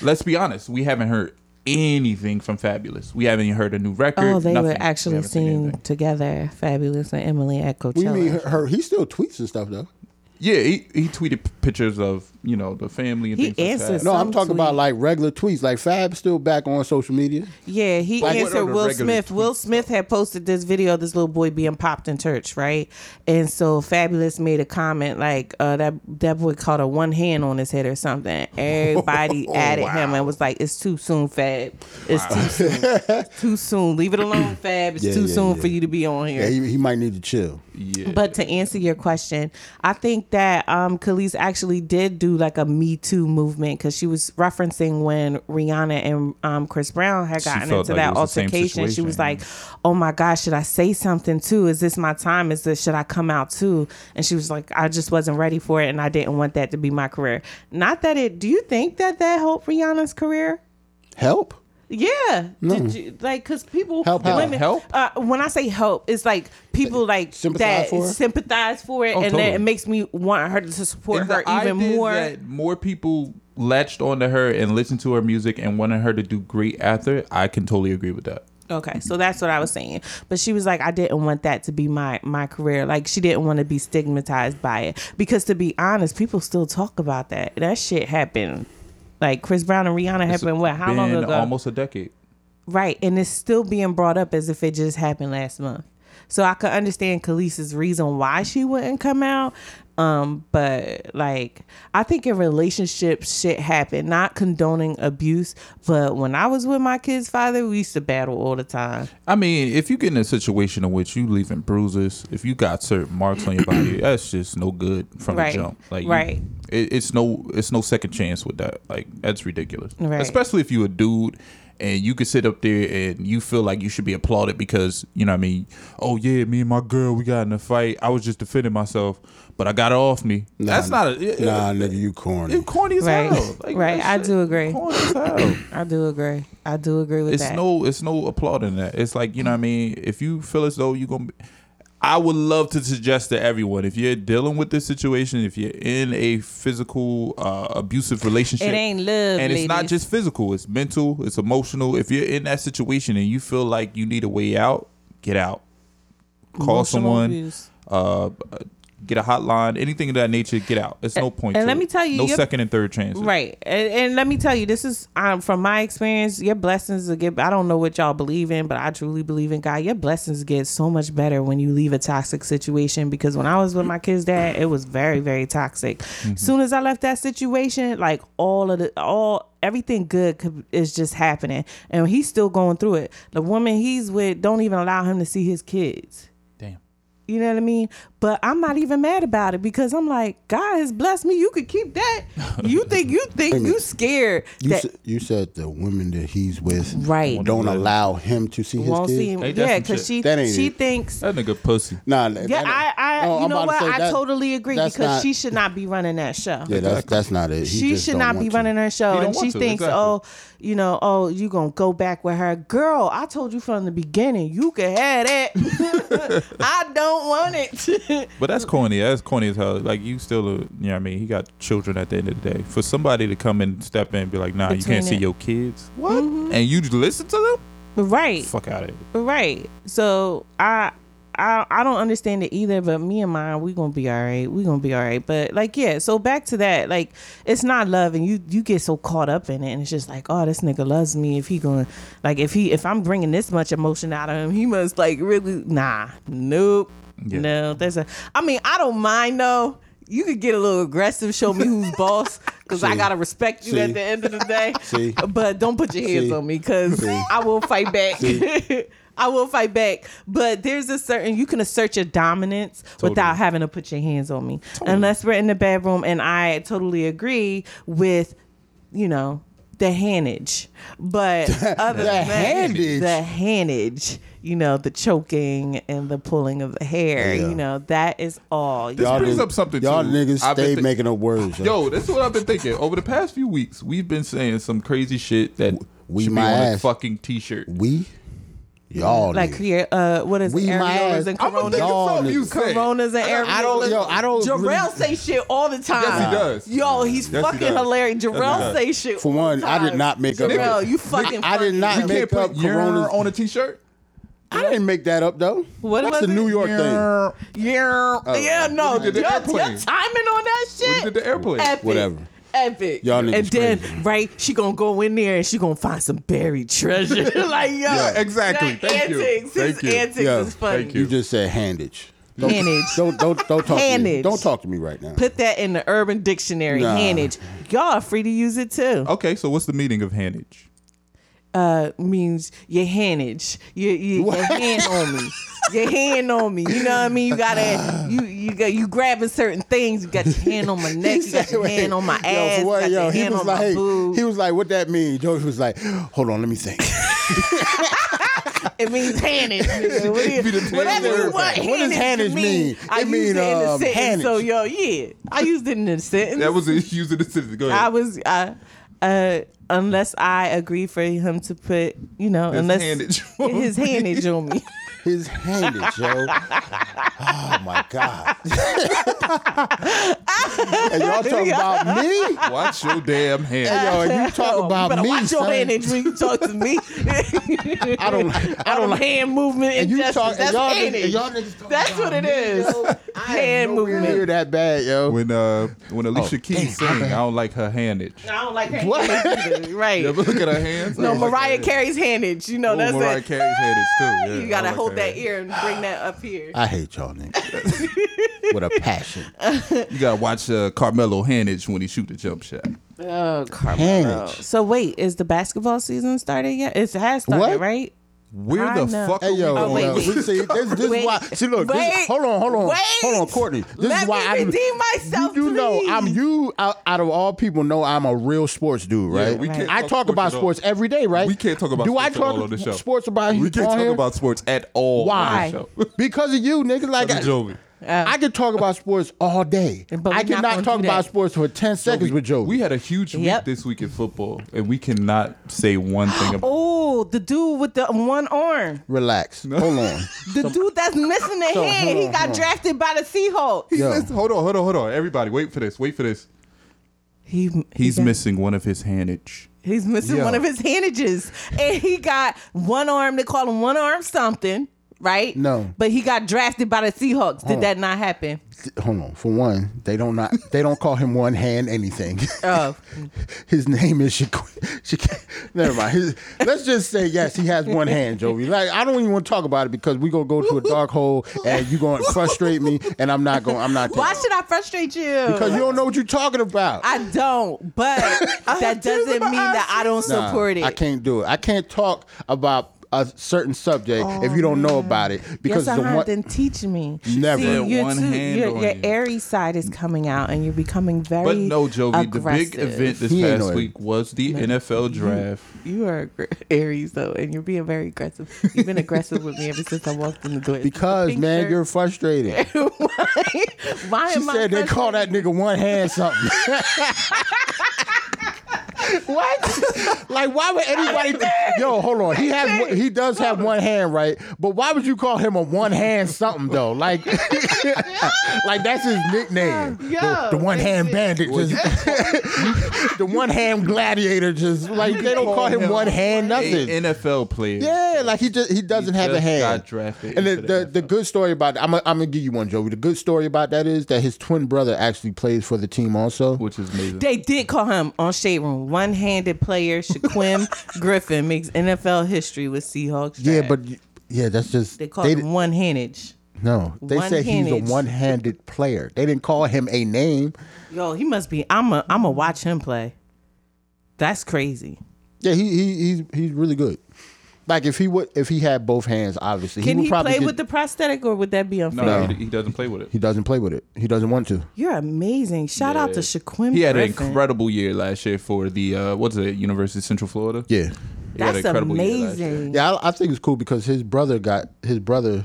[SPEAKER 7] let's be honest, we haven't heard anything from Fabulous. We haven't even heard a new record.
[SPEAKER 9] Oh, they
[SPEAKER 7] nothing.
[SPEAKER 9] were
[SPEAKER 7] We
[SPEAKER 9] actually
[SPEAKER 7] haven't seen
[SPEAKER 9] seen
[SPEAKER 7] anything.
[SPEAKER 9] together, Fabulous and Emily at Coachella.
[SPEAKER 8] We mean her, her. He still tweets and stuff though.
[SPEAKER 7] Yeah, he, he tweeted p- pictures of you know the family and
[SPEAKER 9] He
[SPEAKER 7] things
[SPEAKER 9] answers-
[SPEAKER 7] like
[SPEAKER 8] No, I'm
[SPEAKER 9] Some
[SPEAKER 8] talking about
[SPEAKER 9] tweet.
[SPEAKER 8] like regular tweets. Like Fab still back on social media.
[SPEAKER 9] Yeah, he
[SPEAKER 7] Like, what
[SPEAKER 9] answered
[SPEAKER 7] are the
[SPEAKER 9] Will
[SPEAKER 7] regular
[SPEAKER 9] Smith. Will
[SPEAKER 7] tweets,
[SPEAKER 9] Smith had posted this video of this little boy being popped in church, right? And so Fabulous made a comment like uh, that that boy caught a one hand on his head or something. Everybody
[SPEAKER 8] Oh,
[SPEAKER 9] added him and was like, "It's too soon, Fab. It's too soon. It's too soon. Leave it alone, Fab. It's
[SPEAKER 8] Yeah,
[SPEAKER 9] too
[SPEAKER 8] yeah,
[SPEAKER 9] soon
[SPEAKER 8] yeah.
[SPEAKER 9] for you to be on here."
[SPEAKER 8] Yeah, he, he might need to chill.
[SPEAKER 9] But to answer your question, I think that um, Khalees actually did do like a Me Too movement because she was referencing when Rihanna and um, Chris Brown had gotten
[SPEAKER 7] felt
[SPEAKER 9] into
[SPEAKER 7] like it
[SPEAKER 9] that
[SPEAKER 7] was the same
[SPEAKER 9] altercation. She
[SPEAKER 7] situation,
[SPEAKER 9] was
[SPEAKER 7] yeah.
[SPEAKER 9] like, "Oh my gosh, should I say something too? Is this my time? Is this should I come out too?" And she was like, "I just wasn't ready for it, and I didn't want that to be my career. Not that it. Do you think that that helped Rihanna's career?
[SPEAKER 8] Help.
[SPEAKER 9] Yeah, Did you, like because people
[SPEAKER 8] Help how?
[SPEAKER 9] women
[SPEAKER 7] Help?
[SPEAKER 9] Uh, when I say help, it's like people like
[SPEAKER 8] Sympathize
[SPEAKER 9] that
[SPEAKER 8] for it?
[SPEAKER 9] sympathize for it,
[SPEAKER 7] Oh,
[SPEAKER 9] and
[SPEAKER 7] totally.
[SPEAKER 9] that it makes me want her to support
[SPEAKER 7] And
[SPEAKER 9] her
[SPEAKER 7] the
[SPEAKER 9] even
[SPEAKER 7] idea
[SPEAKER 9] more.
[SPEAKER 7] That more people latched onto her and listened to her music and wanted her to do great after. I can totally agree with that.
[SPEAKER 9] Okay, so that's what I was saying. But she was like, I didn't want that to be my my career. Like she didn't want to be stigmatized by it because, to be honest, people still talk about that. That shit happened. Like Chris Brown and Rihanna happened. What? How long
[SPEAKER 7] Been
[SPEAKER 9] ago?
[SPEAKER 7] Almost a decade.
[SPEAKER 9] Right, and it's still being brought up as if it just happened last month. So I could understand Khaleesi's reason why she wouldn't come out. Um, but like I think in relationships shit happened. Not condoning abuse, but when I was with my kid's father, we used to battle all the time.
[SPEAKER 7] I mean, if you get in a situation in which you leaving bruises, if you got certain marks on your body, that's just no good from
[SPEAKER 9] Right.
[SPEAKER 7] the jump. Like, you-
[SPEAKER 9] Right.
[SPEAKER 7] it, it's no, it's no second chance with that. Like, that's ridiculous.
[SPEAKER 9] Right.
[SPEAKER 7] Especially if you a dude and you could sit up there and you feel like you should be applauded because you know what I mean. Oh yeah, me and my girl, we got in a fight. I was just defending myself, but I got it off me. that's not a it-
[SPEAKER 8] nah,
[SPEAKER 9] Uh,
[SPEAKER 7] it-
[SPEAKER 8] nigga, you corny.
[SPEAKER 7] it corny as
[SPEAKER 9] Right.
[SPEAKER 7] hell. Like,
[SPEAKER 9] Right.
[SPEAKER 7] that
[SPEAKER 9] I
[SPEAKER 7] shit
[SPEAKER 9] do agree.
[SPEAKER 7] Corny as hell.
[SPEAKER 9] I do agree. I do agree with
[SPEAKER 7] it's
[SPEAKER 9] that.
[SPEAKER 7] no it's no applauding that it's like you know what i mean if you feel as though you're gonna be, i would love to suggest to everyone if you're dealing with this situation if you're in a physical uh, abusive relationship
[SPEAKER 9] It ain't love,
[SPEAKER 7] and it's not
[SPEAKER 9] ladies.
[SPEAKER 7] just physical it's mental it's emotional if you're in that situation and you feel like you need a way out get out call
[SPEAKER 9] Emotional
[SPEAKER 7] someone
[SPEAKER 9] abuse.
[SPEAKER 7] uh get a hotline anything of that nature get out it's no point
[SPEAKER 9] and
[SPEAKER 7] to
[SPEAKER 9] let
[SPEAKER 7] it.
[SPEAKER 9] me tell you,
[SPEAKER 7] no
[SPEAKER 9] your-
[SPEAKER 7] second and third chances
[SPEAKER 9] Right. And, and let me tell you, this is um, from my experience. Your blessings will get, I don't know what y'all believe in, but I truly believe in God. Your blessings get so much better when you leave a toxic situation because when I was with my kid's dad, it was very, very toxic. Soon as I left that situation, like all of the, all, everything good could, is just happening. And he's still going through it. The woman he's with don't even allow him to see his kids.
[SPEAKER 7] damn
[SPEAKER 9] You know what I mean? But I'm not even mad about it because I'm like, God has blessed me. You could keep that. You think you think you scared
[SPEAKER 8] you,
[SPEAKER 9] that
[SPEAKER 8] sa- you said the women that he's with
[SPEAKER 9] Right.
[SPEAKER 8] don't allow him to see his
[SPEAKER 9] won't
[SPEAKER 8] kids.
[SPEAKER 9] see him?
[SPEAKER 7] Ain't that
[SPEAKER 9] Yeah,
[SPEAKER 7] some
[SPEAKER 9] because
[SPEAKER 7] shit?
[SPEAKER 9] she
[SPEAKER 8] That ain't
[SPEAKER 9] she
[SPEAKER 8] it.
[SPEAKER 9] thinks.
[SPEAKER 7] that nigga pussy
[SPEAKER 8] Nah, that-
[SPEAKER 9] Yeah, I,
[SPEAKER 8] that-
[SPEAKER 9] I
[SPEAKER 8] No, I'm
[SPEAKER 9] you know
[SPEAKER 8] about to
[SPEAKER 9] what?
[SPEAKER 8] say
[SPEAKER 9] I
[SPEAKER 8] that-
[SPEAKER 9] totally agree
[SPEAKER 8] that's
[SPEAKER 9] because
[SPEAKER 8] not-
[SPEAKER 9] she should not be running that show.
[SPEAKER 8] Yeah, that's that's not it. He
[SPEAKER 9] she
[SPEAKER 8] just
[SPEAKER 9] should
[SPEAKER 8] don't
[SPEAKER 9] not
[SPEAKER 8] want
[SPEAKER 9] be
[SPEAKER 8] to.
[SPEAKER 9] running her show
[SPEAKER 7] don't
[SPEAKER 9] and
[SPEAKER 7] want
[SPEAKER 9] she
[SPEAKER 7] to,
[SPEAKER 9] thinks
[SPEAKER 7] exactly.
[SPEAKER 9] oh you know oh you gonna go back with her girl i told you from the beginning you could have that i don't want it
[SPEAKER 7] But that's corny. That's corny as hell. Like you still, a, you know what I mean? He got children at the end of the day. For somebody to come and step in and be like, nah, you
[SPEAKER 9] Between
[SPEAKER 7] can't see
[SPEAKER 9] it. Mm-hmm.
[SPEAKER 7] your kids. What? And you just listen to them?
[SPEAKER 9] right
[SPEAKER 7] Fuck out of here.
[SPEAKER 9] Right. So I I I don't understand it either, but me and mine, we gonna be all right. We gonna be all right. But like yeah, so back to that, like it's not love and you you get so caught up in it and it's just like, oh, this nigga loves me if he going like if he if I'm bringing this much emotion out of him, he must like really nah, nope.
[SPEAKER 7] Yeah.
[SPEAKER 9] No, there's a I mean, I don't mind though. You could get a little aggressive, show me who's boss, because I
[SPEAKER 8] See.
[SPEAKER 9] gotta respect you
[SPEAKER 8] See.
[SPEAKER 9] at the end of the day.
[SPEAKER 8] See.
[SPEAKER 9] But don't put your hands
[SPEAKER 8] See.
[SPEAKER 9] on me, because I will fight back. I will fight back. But there's a certain you can assert your dominance without having to put your hands on me. Unless we're in the bedroom and I totally agree with, you know, the handage. But other
[SPEAKER 8] The
[SPEAKER 9] than that,
[SPEAKER 8] handage?
[SPEAKER 9] The handage. You know, the choking and the pulling of the hair.
[SPEAKER 8] Yeah.
[SPEAKER 9] You know, that is all.
[SPEAKER 7] This brings
[SPEAKER 8] niggas-
[SPEAKER 7] up something.
[SPEAKER 8] y'all
[SPEAKER 7] too.
[SPEAKER 8] niggas
[SPEAKER 7] I've been
[SPEAKER 8] stay
[SPEAKER 7] thi-
[SPEAKER 8] making up words.
[SPEAKER 7] Yo, this is what I've been thinking. Over the past few weeks, we've been saying some crazy shit that
[SPEAKER 8] we
[SPEAKER 7] should be on
[SPEAKER 8] my
[SPEAKER 7] a
[SPEAKER 8] ass.
[SPEAKER 7] fucking t-shirt.
[SPEAKER 8] we y'all
[SPEAKER 9] like
[SPEAKER 8] niggas.
[SPEAKER 9] create uh what is it,
[SPEAKER 8] We my ass.
[SPEAKER 9] areolas and
[SPEAKER 7] I'm gonna think
[SPEAKER 9] coronas.
[SPEAKER 8] Y'all
[SPEAKER 7] of something you
[SPEAKER 8] niggas.
[SPEAKER 7] said.
[SPEAKER 9] Coronas and areolas.
[SPEAKER 8] I don't- yo, I don't
[SPEAKER 9] Jarrell
[SPEAKER 8] really-
[SPEAKER 9] say shit all the time.
[SPEAKER 7] Yes, he does.
[SPEAKER 9] Yo, he's
[SPEAKER 7] Yes, he
[SPEAKER 9] fucking
[SPEAKER 7] does.
[SPEAKER 9] hilarious.
[SPEAKER 7] Yes, he
[SPEAKER 9] Jarrell
[SPEAKER 7] does.
[SPEAKER 9] say shit.
[SPEAKER 8] For
[SPEAKER 9] all
[SPEAKER 8] one,
[SPEAKER 9] the
[SPEAKER 8] I did
[SPEAKER 9] time.
[SPEAKER 8] not make up-
[SPEAKER 9] Jarrell, you
[SPEAKER 8] Nigga,
[SPEAKER 9] fucking.
[SPEAKER 8] I did
[SPEAKER 9] funny.
[SPEAKER 8] not
[SPEAKER 7] You can't
[SPEAKER 8] Make up
[SPEAKER 7] put your
[SPEAKER 8] Coronas-
[SPEAKER 7] on a t-shirt?
[SPEAKER 8] I didn't make that up though.
[SPEAKER 9] What
[SPEAKER 8] That's
[SPEAKER 9] was
[SPEAKER 8] a
[SPEAKER 9] it?
[SPEAKER 8] New York thing.
[SPEAKER 7] Yeah.
[SPEAKER 9] Yeah, yeah, no,
[SPEAKER 7] We did the
[SPEAKER 9] your, your timing
[SPEAKER 7] airplane.
[SPEAKER 9] on that shit.
[SPEAKER 7] did the airplane.
[SPEAKER 9] Epic.
[SPEAKER 8] Whatever.
[SPEAKER 9] Epic.
[SPEAKER 8] Y'all
[SPEAKER 9] and
[SPEAKER 8] niggas
[SPEAKER 9] then
[SPEAKER 8] crazy.
[SPEAKER 9] right, she gonna go in there and she gonna find some buried treasure. like yo,
[SPEAKER 7] exactly.
[SPEAKER 9] that
[SPEAKER 7] Thank you.
[SPEAKER 9] antics,
[SPEAKER 7] Thank
[SPEAKER 9] his
[SPEAKER 7] you.
[SPEAKER 9] antics
[SPEAKER 8] Yeah,
[SPEAKER 9] is funny.
[SPEAKER 7] thank
[SPEAKER 8] You just said handage. Don't,
[SPEAKER 9] Handage.
[SPEAKER 8] Don't don't don't talk. To me.
[SPEAKER 9] Handage.
[SPEAKER 8] Don't talk to me right now.
[SPEAKER 9] Put that in the Urban Dictionary.
[SPEAKER 8] Nah.
[SPEAKER 9] Handage. Y'all are free to use it too.
[SPEAKER 7] Okay, so what's the meaning of handage?
[SPEAKER 9] Uh, means your handage. Your, your, your hand on me. Your hand on me. You know what I mean? You gotta you you got you grabbing certain things. You got your hand on my neck. You got your
[SPEAKER 8] Wait,
[SPEAKER 9] hand on my
[SPEAKER 8] yo,
[SPEAKER 9] ass.
[SPEAKER 8] for
[SPEAKER 9] you
[SPEAKER 8] what,
[SPEAKER 9] got
[SPEAKER 8] yo,
[SPEAKER 9] your
[SPEAKER 8] he
[SPEAKER 9] hand
[SPEAKER 8] was
[SPEAKER 9] on
[SPEAKER 8] like,
[SPEAKER 9] my boob.
[SPEAKER 8] he was like, what that mean? Joey was like, hold on, let me think.
[SPEAKER 9] It means handage. nigga. What
[SPEAKER 7] Be the
[SPEAKER 9] is- Whatever
[SPEAKER 7] word.
[SPEAKER 9] you want.
[SPEAKER 8] What does
[SPEAKER 9] handage
[SPEAKER 8] handage
[SPEAKER 9] to
[SPEAKER 8] mean?
[SPEAKER 9] I
[SPEAKER 8] It
[SPEAKER 9] used
[SPEAKER 8] mean,
[SPEAKER 9] it in the
[SPEAKER 8] um,
[SPEAKER 9] sentence. So
[SPEAKER 8] handage.
[SPEAKER 9] yo, yeah, I used it in the sentence.
[SPEAKER 7] That was used in the sentence. Go ahead.
[SPEAKER 9] I was I uh, unless I agree for him to put, you know, unless
[SPEAKER 7] handage on
[SPEAKER 9] his handage on me.
[SPEAKER 8] His handage, yo. Oh my God. and y'all talking about me?
[SPEAKER 7] Watch your damn hand.
[SPEAKER 8] Yo, and you talk
[SPEAKER 9] you
[SPEAKER 8] about
[SPEAKER 9] better
[SPEAKER 8] me,
[SPEAKER 9] watch your
[SPEAKER 8] son.
[SPEAKER 9] handage when you talk to me.
[SPEAKER 8] I don't, I don't
[SPEAKER 9] All them
[SPEAKER 8] like.
[SPEAKER 9] hand movement
[SPEAKER 8] And
[SPEAKER 9] and,
[SPEAKER 8] you
[SPEAKER 9] gestures.
[SPEAKER 8] talk, and
[SPEAKER 9] That's
[SPEAKER 8] y'all, niggas, and
[SPEAKER 9] handage.
[SPEAKER 8] y'all niggas talking
[SPEAKER 9] That's
[SPEAKER 8] about
[SPEAKER 9] what it
[SPEAKER 8] me,
[SPEAKER 9] is.
[SPEAKER 8] yo. I am
[SPEAKER 9] Hand
[SPEAKER 8] nowhere
[SPEAKER 9] movement.
[SPEAKER 8] near that bad, yo.
[SPEAKER 7] When uh when Alicia Keys sang, I don't like her handage.
[SPEAKER 9] I don't like handage either. Right.
[SPEAKER 7] You ever look at her hands?
[SPEAKER 9] No, Mariah Carey's handage. You know,
[SPEAKER 7] Oh,
[SPEAKER 9] that's
[SPEAKER 7] Mariah
[SPEAKER 9] it.
[SPEAKER 7] Carey's handage too. Yeah,
[SPEAKER 9] you
[SPEAKER 7] I
[SPEAKER 9] gotta
[SPEAKER 7] like
[SPEAKER 9] hold
[SPEAKER 7] her
[SPEAKER 9] that ear and bring that up here.
[SPEAKER 8] I hate y'all niggas with a passion.
[SPEAKER 7] You gotta watch uh, Carmelo handage when he shoot the jump shot.
[SPEAKER 9] Oh,
[SPEAKER 8] Handage.
[SPEAKER 9] So wait, is the basketball season started yet? It has started,
[SPEAKER 8] What?
[SPEAKER 9] right?
[SPEAKER 7] Where
[SPEAKER 9] I
[SPEAKER 7] the
[SPEAKER 9] know.
[SPEAKER 7] fuck
[SPEAKER 8] Hey
[SPEAKER 7] are
[SPEAKER 8] yo,
[SPEAKER 7] we
[SPEAKER 9] Oh, wait,
[SPEAKER 8] yo,
[SPEAKER 9] wait.
[SPEAKER 8] see, this, this is
[SPEAKER 9] Wait,
[SPEAKER 8] why. See, look, this,
[SPEAKER 9] wait,
[SPEAKER 8] hold on, hold on,
[SPEAKER 9] wait.
[SPEAKER 8] hold on, Courtney. This
[SPEAKER 9] Let
[SPEAKER 8] is why
[SPEAKER 9] me
[SPEAKER 8] I do-
[SPEAKER 9] redeem myself,
[SPEAKER 8] You, you know, I'm
[SPEAKER 9] please.
[SPEAKER 8] you out, out of all people know I'm a real sports dude,
[SPEAKER 7] Yeah,
[SPEAKER 8] right?
[SPEAKER 7] we can't
[SPEAKER 8] I
[SPEAKER 7] talk
[SPEAKER 8] talk
[SPEAKER 7] sports
[SPEAKER 8] about
[SPEAKER 7] at all.
[SPEAKER 8] sports every day, right?
[SPEAKER 7] We can't talk about
[SPEAKER 8] do I
[SPEAKER 7] sports at
[SPEAKER 8] talk
[SPEAKER 7] all on the show.
[SPEAKER 8] sports about
[SPEAKER 7] We can't
[SPEAKER 8] on
[SPEAKER 7] talk
[SPEAKER 8] here?
[SPEAKER 7] about sports at all.
[SPEAKER 8] Why?
[SPEAKER 7] On the show.
[SPEAKER 8] because of you, nigga. Like
[SPEAKER 7] Brother Jovi.
[SPEAKER 8] I, I could talk about sports all day.
[SPEAKER 9] But
[SPEAKER 8] I
[SPEAKER 9] we not
[SPEAKER 8] cannot
[SPEAKER 9] gonna
[SPEAKER 8] talk
[SPEAKER 9] do
[SPEAKER 8] about
[SPEAKER 9] that.
[SPEAKER 8] sports for ten seconds with Joe.
[SPEAKER 7] We had a huge week
[SPEAKER 9] Yep.
[SPEAKER 7] this week in football, and we cannot say one thing about.
[SPEAKER 9] Oh, the dude with the one arm.
[SPEAKER 8] relax. Hold on,
[SPEAKER 9] The dude that's missing the
[SPEAKER 8] So,
[SPEAKER 9] head.
[SPEAKER 8] hold
[SPEAKER 9] He
[SPEAKER 8] on,
[SPEAKER 9] got
[SPEAKER 8] hold on.
[SPEAKER 9] drafted by the Seahawks.
[SPEAKER 8] yo.
[SPEAKER 7] Listen, hold on, hold on, hold on. Everybody, wait for this. Wait for this.
[SPEAKER 9] He, he
[SPEAKER 7] He's
[SPEAKER 9] got-
[SPEAKER 7] missing one of his handage.
[SPEAKER 9] He's missing
[SPEAKER 8] Yo.
[SPEAKER 9] one of his handages. And he got one arm, they call him one arm something, right?
[SPEAKER 8] No.
[SPEAKER 9] But he got drafted by the Seahawks. Did that not happen?
[SPEAKER 8] Hold on. For one, they don't not they don't call him one hand anything.
[SPEAKER 9] Oh.
[SPEAKER 8] His name is Shaquille. never mind. His- let's just say yes, he has one hand, Jovi. Like I don't even want to talk about it because we gonna go to a dark hole and you gonna frustrate me, and I'm not going. to I'm not.
[SPEAKER 9] Why
[SPEAKER 8] taking it.
[SPEAKER 9] should I frustrate you?
[SPEAKER 8] Because you don't know what you're talking about.
[SPEAKER 9] I don't, but that doesn't mean that I don't
[SPEAKER 8] Nah,
[SPEAKER 9] support it.
[SPEAKER 8] I can't do it. I can't talk about a certain subject if you don't know about it because
[SPEAKER 9] Oh, yes,
[SPEAKER 8] the
[SPEAKER 9] I
[SPEAKER 8] one.
[SPEAKER 9] then teach me.
[SPEAKER 8] Never.
[SPEAKER 9] See,
[SPEAKER 7] said
[SPEAKER 9] you're
[SPEAKER 7] one
[SPEAKER 9] too-
[SPEAKER 7] hand
[SPEAKER 9] your,
[SPEAKER 7] on
[SPEAKER 9] your
[SPEAKER 7] you.
[SPEAKER 9] airy side is coming out, and you're becoming very.
[SPEAKER 7] But no, Jovi,
[SPEAKER 9] aggressive.
[SPEAKER 7] the big event this
[SPEAKER 8] He ain't
[SPEAKER 7] past
[SPEAKER 8] no-
[SPEAKER 7] week was the NFL draft.
[SPEAKER 9] You are aggr- Aries though, and you're being very aggressive. You've been aggressive with me ever since I walked in the door.
[SPEAKER 8] because
[SPEAKER 9] Pink
[SPEAKER 8] man,
[SPEAKER 9] shirt.
[SPEAKER 8] you're frustrated.
[SPEAKER 9] Why
[SPEAKER 8] She
[SPEAKER 9] am I
[SPEAKER 8] said they
[SPEAKER 9] frustrated?
[SPEAKER 8] call that nigga one hand something. what? Like, why would anybody? Yo, hold on. He has. one- He does have one hand, right? But why would you call him a one hand something though? Like, like that's his nickname. the,
[SPEAKER 9] Yo,
[SPEAKER 8] one hand
[SPEAKER 9] it's-
[SPEAKER 8] bandit. Just, the one hand gladiator. Just like they don't call him one hand nothing.
[SPEAKER 7] A NFL player.
[SPEAKER 8] Yeah, like he just he doesn't have a
[SPEAKER 7] just
[SPEAKER 8] hand.
[SPEAKER 7] got drafted
[SPEAKER 8] and the,
[SPEAKER 7] into
[SPEAKER 8] the,
[SPEAKER 7] the
[SPEAKER 8] the good story about I'm i I'm gonna give you one, Joey. The good story about that is that his twin brother actually plays for the team also.
[SPEAKER 7] which is amazing.
[SPEAKER 9] They did call him on Shade Room. One handed player, Shaquem Griffin makes NFL history with Seahawks.
[SPEAKER 8] yeah,
[SPEAKER 9] draft.
[SPEAKER 8] but y- yeah, that's just
[SPEAKER 9] they called
[SPEAKER 8] they,
[SPEAKER 9] him one handed.
[SPEAKER 8] no. They said he's a
[SPEAKER 9] one-handed.
[SPEAKER 8] one-handed player. They didn't call him a name.
[SPEAKER 9] Yo, he must be. I'm a. I'm a watch him play. That's crazy.
[SPEAKER 8] Yeah, he, he he's he's really good. Like if he would if he had both hands, obviously
[SPEAKER 9] Can
[SPEAKER 8] would
[SPEAKER 9] he,
[SPEAKER 8] probably
[SPEAKER 9] play
[SPEAKER 8] get-
[SPEAKER 9] with the prosthetic, or would that be unfair?
[SPEAKER 7] no, He, he doesn't play with it.
[SPEAKER 8] He doesn't play with it. He doesn't want to.
[SPEAKER 9] You're amazing. Shout out to Shaquem.
[SPEAKER 7] He had an
[SPEAKER 9] Griffin.
[SPEAKER 7] incredible year last year for the uh, what's it, University of Central Florida.
[SPEAKER 8] Yeah,
[SPEAKER 7] He had an
[SPEAKER 9] That's
[SPEAKER 7] incredible year last year.
[SPEAKER 9] amazing.
[SPEAKER 8] yeah. I, I think it's cool because his brother got his brother.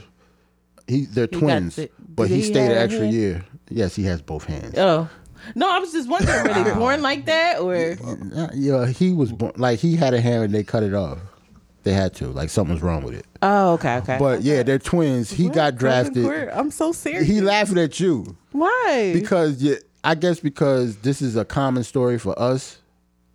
[SPEAKER 8] He they're
[SPEAKER 9] got
[SPEAKER 8] twins,
[SPEAKER 9] the-
[SPEAKER 8] but
[SPEAKER 9] did
[SPEAKER 8] he
[SPEAKER 9] he
[SPEAKER 8] stayed
[SPEAKER 9] have
[SPEAKER 8] an
[SPEAKER 9] a
[SPEAKER 8] extra
[SPEAKER 9] hand?
[SPEAKER 8] year. Yes, he has both hands.
[SPEAKER 9] Oh. No, I was just wondering, were they born like that, or
[SPEAKER 8] Uh, yeah, he was born like he had a hand and they cut it off. They had to like something was wrong with it.
[SPEAKER 9] oh, okay, okay.
[SPEAKER 8] But yeah, they're twins. He got drafted.
[SPEAKER 9] I'm so serious.
[SPEAKER 8] He laughing at you
[SPEAKER 9] Why?
[SPEAKER 8] because yeah, I guess because this is a common story for us.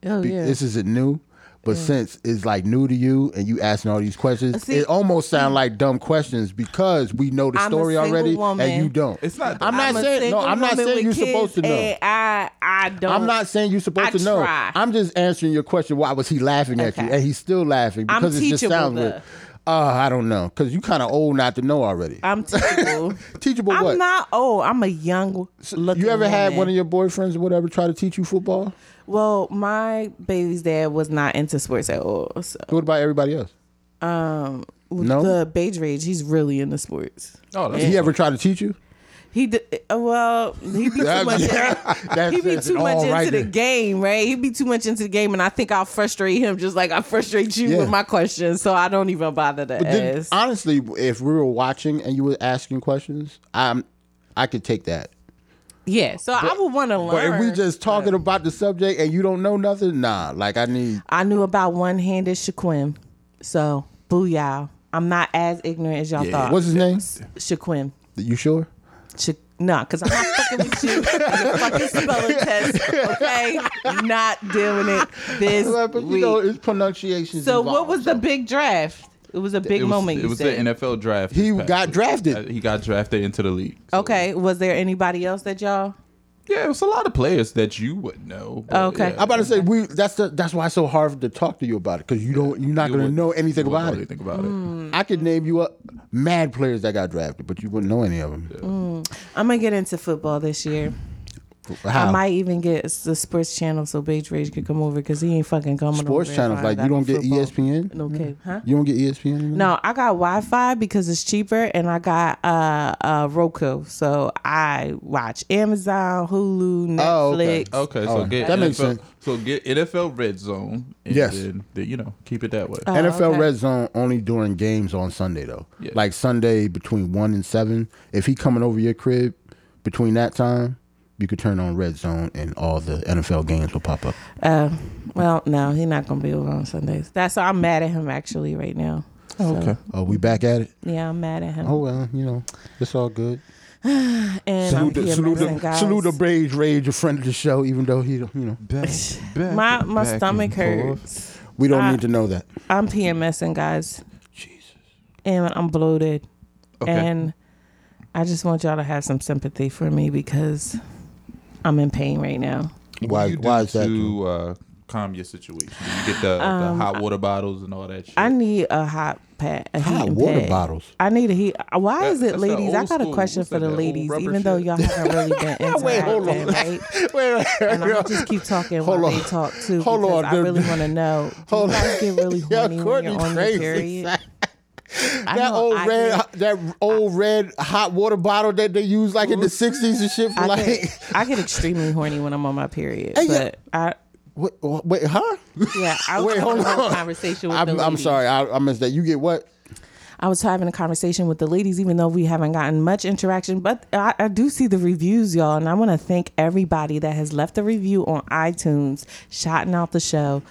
[SPEAKER 9] oh
[SPEAKER 8] Be-
[SPEAKER 9] yeah.
[SPEAKER 8] This isn't new, but since it's like new to you and you asking all these questions,
[SPEAKER 9] see- mm.
[SPEAKER 8] it almost sound like dumb questions because we know the
[SPEAKER 9] I'm a
[SPEAKER 8] story
[SPEAKER 9] single
[SPEAKER 8] already
[SPEAKER 9] woman.
[SPEAKER 8] and you don't.
[SPEAKER 7] It's not
[SPEAKER 8] I'm
[SPEAKER 9] I'm
[SPEAKER 8] not
[SPEAKER 9] a
[SPEAKER 8] saying no.
[SPEAKER 9] single
[SPEAKER 8] I'm not
[SPEAKER 9] woman
[SPEAKER 8] saying
[SPEAKER 9] with
[SPEAKER 8] you're
[SPEAKER 9] kids,
[SPEAKER 8] supposed to know.
[SPEAKER 9] and I I don't.
[SPEAKER 8] I'm not saying you're supposed
[SPEAKER 9] I
[SPEAKER 8] to know.
[SPEAKER 9] try.
[SPEAKER 8] I'm just answering your question. Why was he laughing at you?
[SPEAKER 9] Okay.
[SPEAKER 8] And he's still laughing
[SPEAKER 9] I'm
[SPEAKER 8] because it just
[SPEAKER 9] teachable,
[SPEAKER 8] sounds weird. Uh, I don't know because you kind of old not to know already.
[SPEAKER 9] I'm teachable.
[SPEAKER 8] Teachable
[SPEAKER 9] I'm
[SPEAKER 8] what?
[SPEAKER 9] not old. I'm a young looking.
[SPEAKER 8] you ever had
[SPEAKER 9] woman.
[SPEAKER 8] one of your boyfriends or whatever try to teach you football?
[SPEAKER 9] Well, my baby's dad was not into sports at all. So
[SPEAKER 8] What about everybody else? Um, no.
[SPEAKER 9] the beige rage, he's really into sports.
[SPEAKER 7] Oh, that's
[SPEAKER 8] he ever tried to teach you?
[SPEAKER 9] He d- uh, well, he be too much.
[SPEAKER 8] That
[SPEAKER 9] He be
[SPEAKER 8] says it
[SPEAKER 9] too much
[SPEAKER 8] all
[SPEAKER 9] into
[SPEAKER 8] right
[SPEAKER 9] the
[SPEAKER 8] there.
[SPEAKER 9] game, right? He be too much into the game, and I think I'll frustrate him just like I frustrate you
[SPEAKER 8] Yeah.
[SPEAKER 9] with my questions. So I don't even bother to
[SPEAKER 8] But then,
[SPEAKER 9] ask.
[SPEAKER 8] honestly, if we were watching and you were asking questions, I'm, I could take that.
[SPEAKER 9] Yeah, so I would want to learn.
[SPEAKER 8] But if we just talking about the subject and you don't know nothing, nah. Like I need
[SPEAKER 9] I knew about one-handed Shaquim, so booyah. I'm not as ignorant as y'all thought.
[SPEAKER 8] what's his name?
[SPEAKER 9] Shaquim?
[SPEAKER 8] You sure?
[SPEAKER 9] Sha- nah, because I'm not fucking with you. Your fucking spelling test, okay? Not doing it this
[SPEAKER 8] But you
[SPEAKER 9] week.
[SPEAKER 8] know, it's pronunciation.
[SPEAKER 9] so what was the big draft? It was a big
[SPEAKER 7] it was,
[SPEAKER 9] moment.
[SPEAKER 7] It
[SPEAKER 9] you
[SPEAKER 7] was
[SPEAKER 9] said.
[SPEAKER 7] the NFL draft.
[SPEAKER 8] He
[SPEAKER 7] this past
[SPEAKER 8] got
[SPEAKER 7] week.
[SPEAKER 8] drafted.
[SPEAKER 7] Uh, He got drafted into the league. So,
[SPEAKER 9] okay, was there anybody else that y'all?
[SPEAKER 7] Yeah, it was a lot of players that you would know. but
[SPEAKER 9] Okay.
[SPEAKER 7] yeah,
[SPEAKER 8] I'm about to say we. That's the. That's why it's so hard to talk to you about it because you don't. You're not
[SPEAKER 7] you
[SPEAKER 8] going to
[SPEAKER 7] wouldn't-
[SPEAKER 8] know
[SPEAKER 7] you
[SPEAKER 8] anything
[SPEAKER 7] wouldn't
[SPEAKER 8] about
[SPEAKER 7] know
[SPEAKER 8] it.
[SPEAKER 7] Anything about
[SPEAKER 9] Mm.
[SPEAKER 7] it.
[SPEAKER 8] I could name you up mad players that got drafted, but you wouldn't know any of them.
[SPEAKER 9] I'm gonna get into football this year.
[SPEAKER 8] How?
[SPEAKER 9] I might even get the sports channel so Beige Rage could come over because he ain't fucking coming.
[SPEAKER 8] Sports
[SPEAKER 9] over
[SPEAKER 8] channels like you don't get E ESPN.
[SPEAKER 9] Okay, huh?
[SPEAKER 8] You don't get E ESPN. anymore?
[SPEAKER 9] No, I got Wi Fi because it's cheaper, and I got uh, uh Roku, so I watch Amazon, Hulu, Netflix.
[SPEAKER 8] Oh, okay.
[SPEAKER 7] Okay, so
[SPEAKER 8] Alright.
[SPEAKER 7] get
[SPEAKER 8] That
[SPEAKER 7] NFL,
[SPEAKER 8] makes sense.
[SPEAKER 7] So get NFL red zone. And
[SPEAKER 8] Yes.
[SPEAKER 7] Then, then, you know, keep it that way.
[SPEAKER 9] Uh,
[SPEAKER 8] NFL
[SPEAKER 9] okay.
[SPEAKER 8] Red Zone only during games on Sunday though.
[SPEAKER 7] Yeah.
[SPEAKER 8] Like Sunday between one and seven. If he coming over your crib between that time, you could turn on Red Zone and all the NFL games will pop up.
[SPEAKER 9] Uh, well, no, he's not gonna be over on Sundays. That's why I'm mad at him actually right now.
[SPEAKER 7] okay.
[SPEAKER 8] Oh, we back at it.
[SPEAKER 9] Yeah, I'm mad at him.
[SPEAKER 8] Oh well, you know it's all good.
[SPEAKER 9] and I'm here missing guys.
[SPEAKER 8] Brage Rage, a friend of the show, even though he, don't- you know,
[SPEAKER 9] my my stomach hurts.
[SPEAKER 8] we don't
[SPEAKER 9] Ah.
[SPEAKER 8] need to know that.
[SPEAKER 9] I'm PMSing, guys. Jesus. And I'm bloated.
[SPEAKER 7] Okay.
[SPEAKER 9] And I just want y'all to have some sympathy for me because I'm in pain right now.
[SPEAKER 8] Why?
[SPEAKER 7] you do
[SPEAKER 8] Why is that?
[SPEAKER 7] to uh, calm your situation? Do you get the, the hot water bottles and all that shit?
[SPEAKER 9] Um, I need a hot pad. A
[SPEAKER 8] Hot
[SPEAKER 9] heating
[SPEAKER 8] water
[SPEAKER 9] pad.
[SPEAKER 8] bottles.
[SPEAKER 9] I need a heat. uh, Why is
[SPEAKER 7] That-
[SPEAKER 9] it,
[SPEAKER 7] that's that
[SPEAKER 9] ladies? I
[SPEAKER 7] old
[SPEAKER 9] got a
[SPEAKER 7] school-
[SPEAKER 9] question
[SPEAKER 7] what's
[SPEAKER 9] for
[SPEAKER 7] that,
[SPEAKER 9] the
[SPEAKER 7] that old
[SPEAKER 9] ladies,
[SPEAKER 7] rubber
[SPEAKER 9] even though
[SPEAKER 7] shit?
[SPEAKER 9] y'all haven't really been into
[SPEAKER 8] Wait, hold
[SPEAKER 9] acting,
[SPEAKER 8] on.
[SPEAKER 9] right?
[SPEAKER 8] Wait,
[SPEAKER 9] And I'm gonna just keep talking
[SPEAKER 8] Hold
[SPEAKER 9] while
[SPEAKER 8] on.
[SPEAKER 9] they talk too.
[SPEAKER 8] Hold
[SPEAKER 9] because
[SPEAKER 8] on,
[SPEAKER 9] I
[SPEAKER 8] dude.
[SPEAKER 9] really want to know. Do
[SPEAKER 8] Hold
[SPEAKER 9] you guys get really
[SPEAKER 8] Yo,
[SPEAKER 9] horny when
[SPEAKER 8] Courtney
[SPEAKER 9] you're on
[SPEAKER 8] crazy.
[SPEAKER 9] your period? I
[SPEAKER 8] that
[SPEAKER 9] know
[SPEAKER 8] old
[SPEAKER 9] I
[SPEAKER 8] red,
[SPEAKER 9] get-
[SPEAKER 8] that old red hot water bottle that they used like in the sixties and shit. For
[SPEAKER 9] I
[SPEAKER 8] like,
[SPEAKER 9] get, I get extremely horny when I'm on my period,
[SPEAKER 8] Hey, yeah.
[SPEAKER 9] but I
[SPEAKER 8] wait, wait, huh?
[SPEAKER 9] yeah I was
[SPEAKER 8] Wait,
[SPEAKER 9] having
[SPEAKER 8] hold
[SPEAKER 9] a whole
[SPEAKER 8] on.
[SPEAKER 9] conversation with the
[SPEAKER 8] I'm, I'm
[SPEAKER 9] ladies.
[SPEAKER 8] sorry, I, I missed that. You get what?
[SPEAKER 9] I was having a conversation with the ladies, even though we haven't gotten much interaction. But I, I do see the reviews, y'all, and I want to thank everybody that has left a review on iTunes, shouting out the show.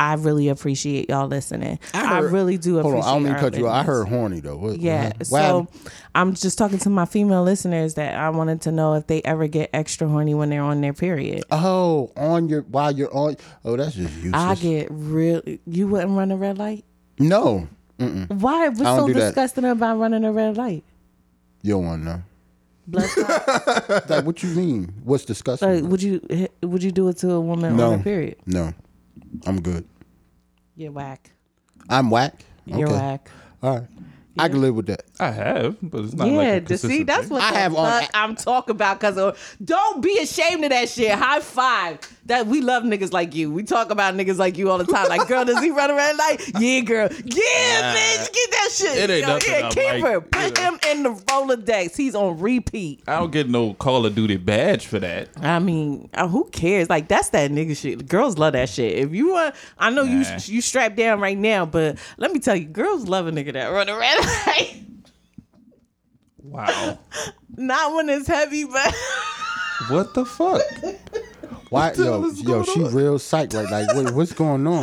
[SPEAKER 9] I really appreciate y'all listening. I,
[SPEAKER 8] heard-
[SPEAKER 9] really do
[SPEAKER 8] Hold
[SPEAKER 9] appreciate.
[SPEAKER 8] on, I don't mean to
[SPEAKER 9] our
[SPEAKER 8] cut you. off. I
[SPEAKER 9] listeners.
[SPEAKER 8] heard horny though. What-
[SPEAKER 9] Yeah.
[SPEAKER 8] what-
[SPEAKER 9] So I'm just talking to my female listeners that I wanted to know if they ever get extra horny when they're on their period.
[SPEAKER 8] oh, on your while you're on. Oh, that's just useless.
[SPEAKER 9] I get really. You wouldn't run a red light.
[SPEAKER 8] no.
[SPEAKER 9] Why? What's
[SPEAKER 8] don't
[SPEAKER 9] so
[SPEAKER 8] do that.
[SPEAKER 9] disgusting about running a red light?
[SPEAKER 8] You don't want to know.
[SPEAKER 9] Blood clot?
[SPEAKER 8] Like, what you mean? What's disgusting?
[SPEAKER 9] like, would you eh, would you do it to a woman
[SPEAKER 8] no
[SPEAKER 9] on a period?
[SPEAKER 8] No, I'm good.
[SPEAKER 9] You're whack.
[SPEAKER 8] I'm whack.
[SPEAKER 9] You're
[SPEAKER 8] Okay.
[SPEAKER 9] whack.
[SPEAKER 8] All right, I can live with that.
[SPEAKER 7] I have, but it's not like
[SPEAKER 9] yeah,
[SPEAKER 7] a
[SPEAKER 9] to see
[SPEAKER 7] consistent
[SPEAKER 9] that's
[SPEAKER 7] thing.
[SPEAKER 9] what
[SPEAKER 8] I
[SPEAKER 9] the
[SPEAKER 8] have on-
[SPEAKER 9] fuck I'm talking about. Cause uh, don't be ashamed of that shit. High five. That we love niggas like you. We talk about niggas like you all the time. Like, girl, does he run around like? Yeah, girl. Yeah, bitch, get that shit.
[SPEAKER 7] it ain't
[SPEAKER 9] Yo,
[SPEAKER 7] nothing
[SPEAKER 9] yeah,
[SPEAKER 7] I'm
[SPEAKER 9] keep
[SPEAKER 7] like,
[SPEAKER 9] her.
[SPEAKER 7] you
[SPEAKER 9] Put
[SPEAKER 7] know.
[SPEAKER 9] him in the Rolodex. He's on repeat.
[SPEAKER 7] I don't get no Call of Duty badge for that.
[SPEAKER 9] I mean, uh, who cares? Like that's that nigga shit. Girls love that shit. If you want, I know you
[SPEAKER 7] Nah.
[SPEAKER 9] you strapped down right now, but let me tell you, girls love a nigga that run around like
[SPEAKER 7] Wow.
[SPEAKER 9] not when it's heavy, but
[SPEAKER 7] what the fuck?
[SPEAKER 8] Why, yo,
[SPEAKER 7] is
[SPEAKER 8] yo,
[SPEAKER 7] going
[SPEAKER 8] she
[SPEAKER 7] on?
[SPEAKER 8] real psych right. Like, what, what's going on?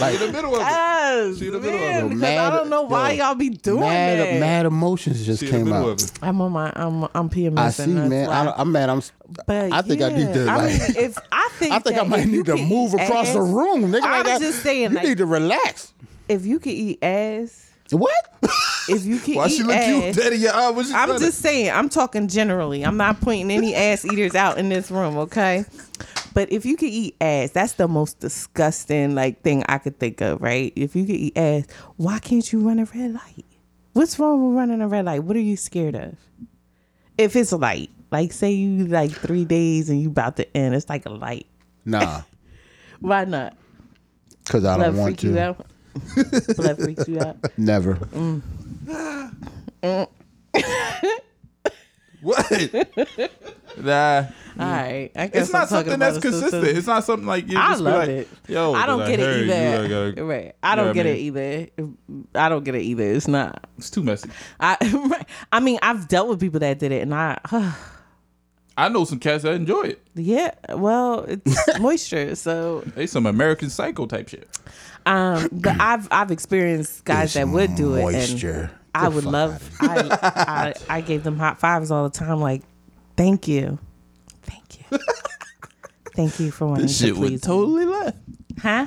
[SPEAKER 8] Like,
[SPEAKER 7] The middle of it.
[SPEAKER 9] Ah. yes,
[SPEAKER 7] the middle of it.
[SPEAKER 9] man, because
[SPEAKER 8] Mad-
[SPEAKER 9] I don't know why
[SPEAKER 8] yo,
[SPEAKER 9] y'all be doing
[SPEAKER 8] mad,
[SPEAKER 9] that.
[SPEAKER 8] mad emotions just
[SPEAKER 7] See, the
[SPEAKER 8] came
[SPEAKER 7] middle
[SPEAKER 8] out.
[SPEAKER 7] of it.
[SPEAKER 9] I'm on my I'm I'm PMS.
[SPEAKER 8] I see, man.
[SPEAKER 9] Why.
[SPEAKER 8] I, I'm mad. I'm.
[SPEAKER 9] but
[SPEAKER 8] I think I
[SPEAKER 9] yeah,
[SPEAKER 8] need to.
[SPEAKER 9] I
[SPEAKER 8] Like,
[SPEAKER 9] mean, if I think
[SPEAKER 8] I think I
[SPEAKER 9] that
[SPEAKER 8] might
[SPEAKER 9] if you
[SPEAKER 8] need to
[SPEAKER 9] can
[SPEAKER 8] move
[SPEAKER 9] eat
[SPEAKER 8] across the
[SPEAKER 9] ass-
[SPEAKER 8] room. Nigga,
[SPEAKER 9] I
[SPEAKER 8] like
[SPEAKER 9] was
[SPEAKER 8] that.
[SPEAKER 9] just saying,
[SPEAKER 8] you
[SPEAKER 9] like-
[SPEAKER 8] need to relax.
[SPEAKER 9] If you can eat ass,
[SPEAKER 8] What?
[SPEAKER 9] if you can
[SPEAKER 7] Why
[SPEAKER 9] eat
[SPEAKER 7] she look
[SPEAKER 9] ass,
[SPEAKER 7] you dead in your eye? What she
[SPEAKER 9] I'm
[SPEAKER 7] said?
[SPEAKER 9] just saying, I'm talking generally. I'm not pointing any ass eaters out in this room, okay? But if you could eat ass, that's the most disgusting like thing I could think of, right? If you could eat ass, why can't you run a red light? What's wrong with running a red light? What are you scared of? If it's a light, like say you like three days and you about to end, it's like a light.
[SPEAKER 8] Nah,
[SPEAKER 9] Why not?
[SPEAKER 8] because I
[SPEAKER 9] Blood
[SPEAKER 8] don't want
[SPEAKER 9] freak you
[SPEAKER 8] to.
[SPEAKER 9] out. Mm-hmm. Blood freaks you out.
[SPEAKER 8] Never.
[SPEAKER 7] What? nah.
[SPEAKER 9] All right, I guess
[SPEAKER 7] It's not
[SPEAKER 9] I'm talking
[SPEAKER 7] something
[SPEAKER 9] about
[SPEAKER 7] that's
[SPEAKER 9] it, so- so-
[SPEAKER 7] consistent. It's not something like you
[SPEAKER 9] I
[SPEAKER 7] just be
[SPEAKER 9] love
[SPEAKER 7] like,
[SPEAKER 9] it.
[SPEAKER 7] Yo,
[SPEAKER 9] I don't
[SPEAKER 7] like,
[SPEAKER 9] get
[SPEAKER 7] hey,
[SPEAKER 9] it
[SPEAKER 7] you
[SPEAKER 9] either.
[SPEAKER 7] gotta-
[SPEAKER 9] right. I don't
[SPEAKER 7] You know what
[SPEAKER 9] get
[SPEAKER 7] I
[SPEAKER 9] it either. I don't get it either. It's not.
[SPEAKER 7] It's too messy.
[SPEAKER 9] I I mean, I've dealt with people that did it, and I
[SPEAKER 7] I know some cats that enjoy it.
[SPEAKER 9] Yeah, well, it's moisture, so
[SPEAKER 7] They some American Psycho type shit.
[SPEAKER 9] um, but I've I've experienced guys that would do it.
[SPEAKER 8] moisture.
[SPEAKER 9] And I would love. I, I I gave them hot fives all the time. Like, thank you, thank you, thank you for wanting to please. me."
[SPEAKER 7] left.
[SPEAKER 9] Huh?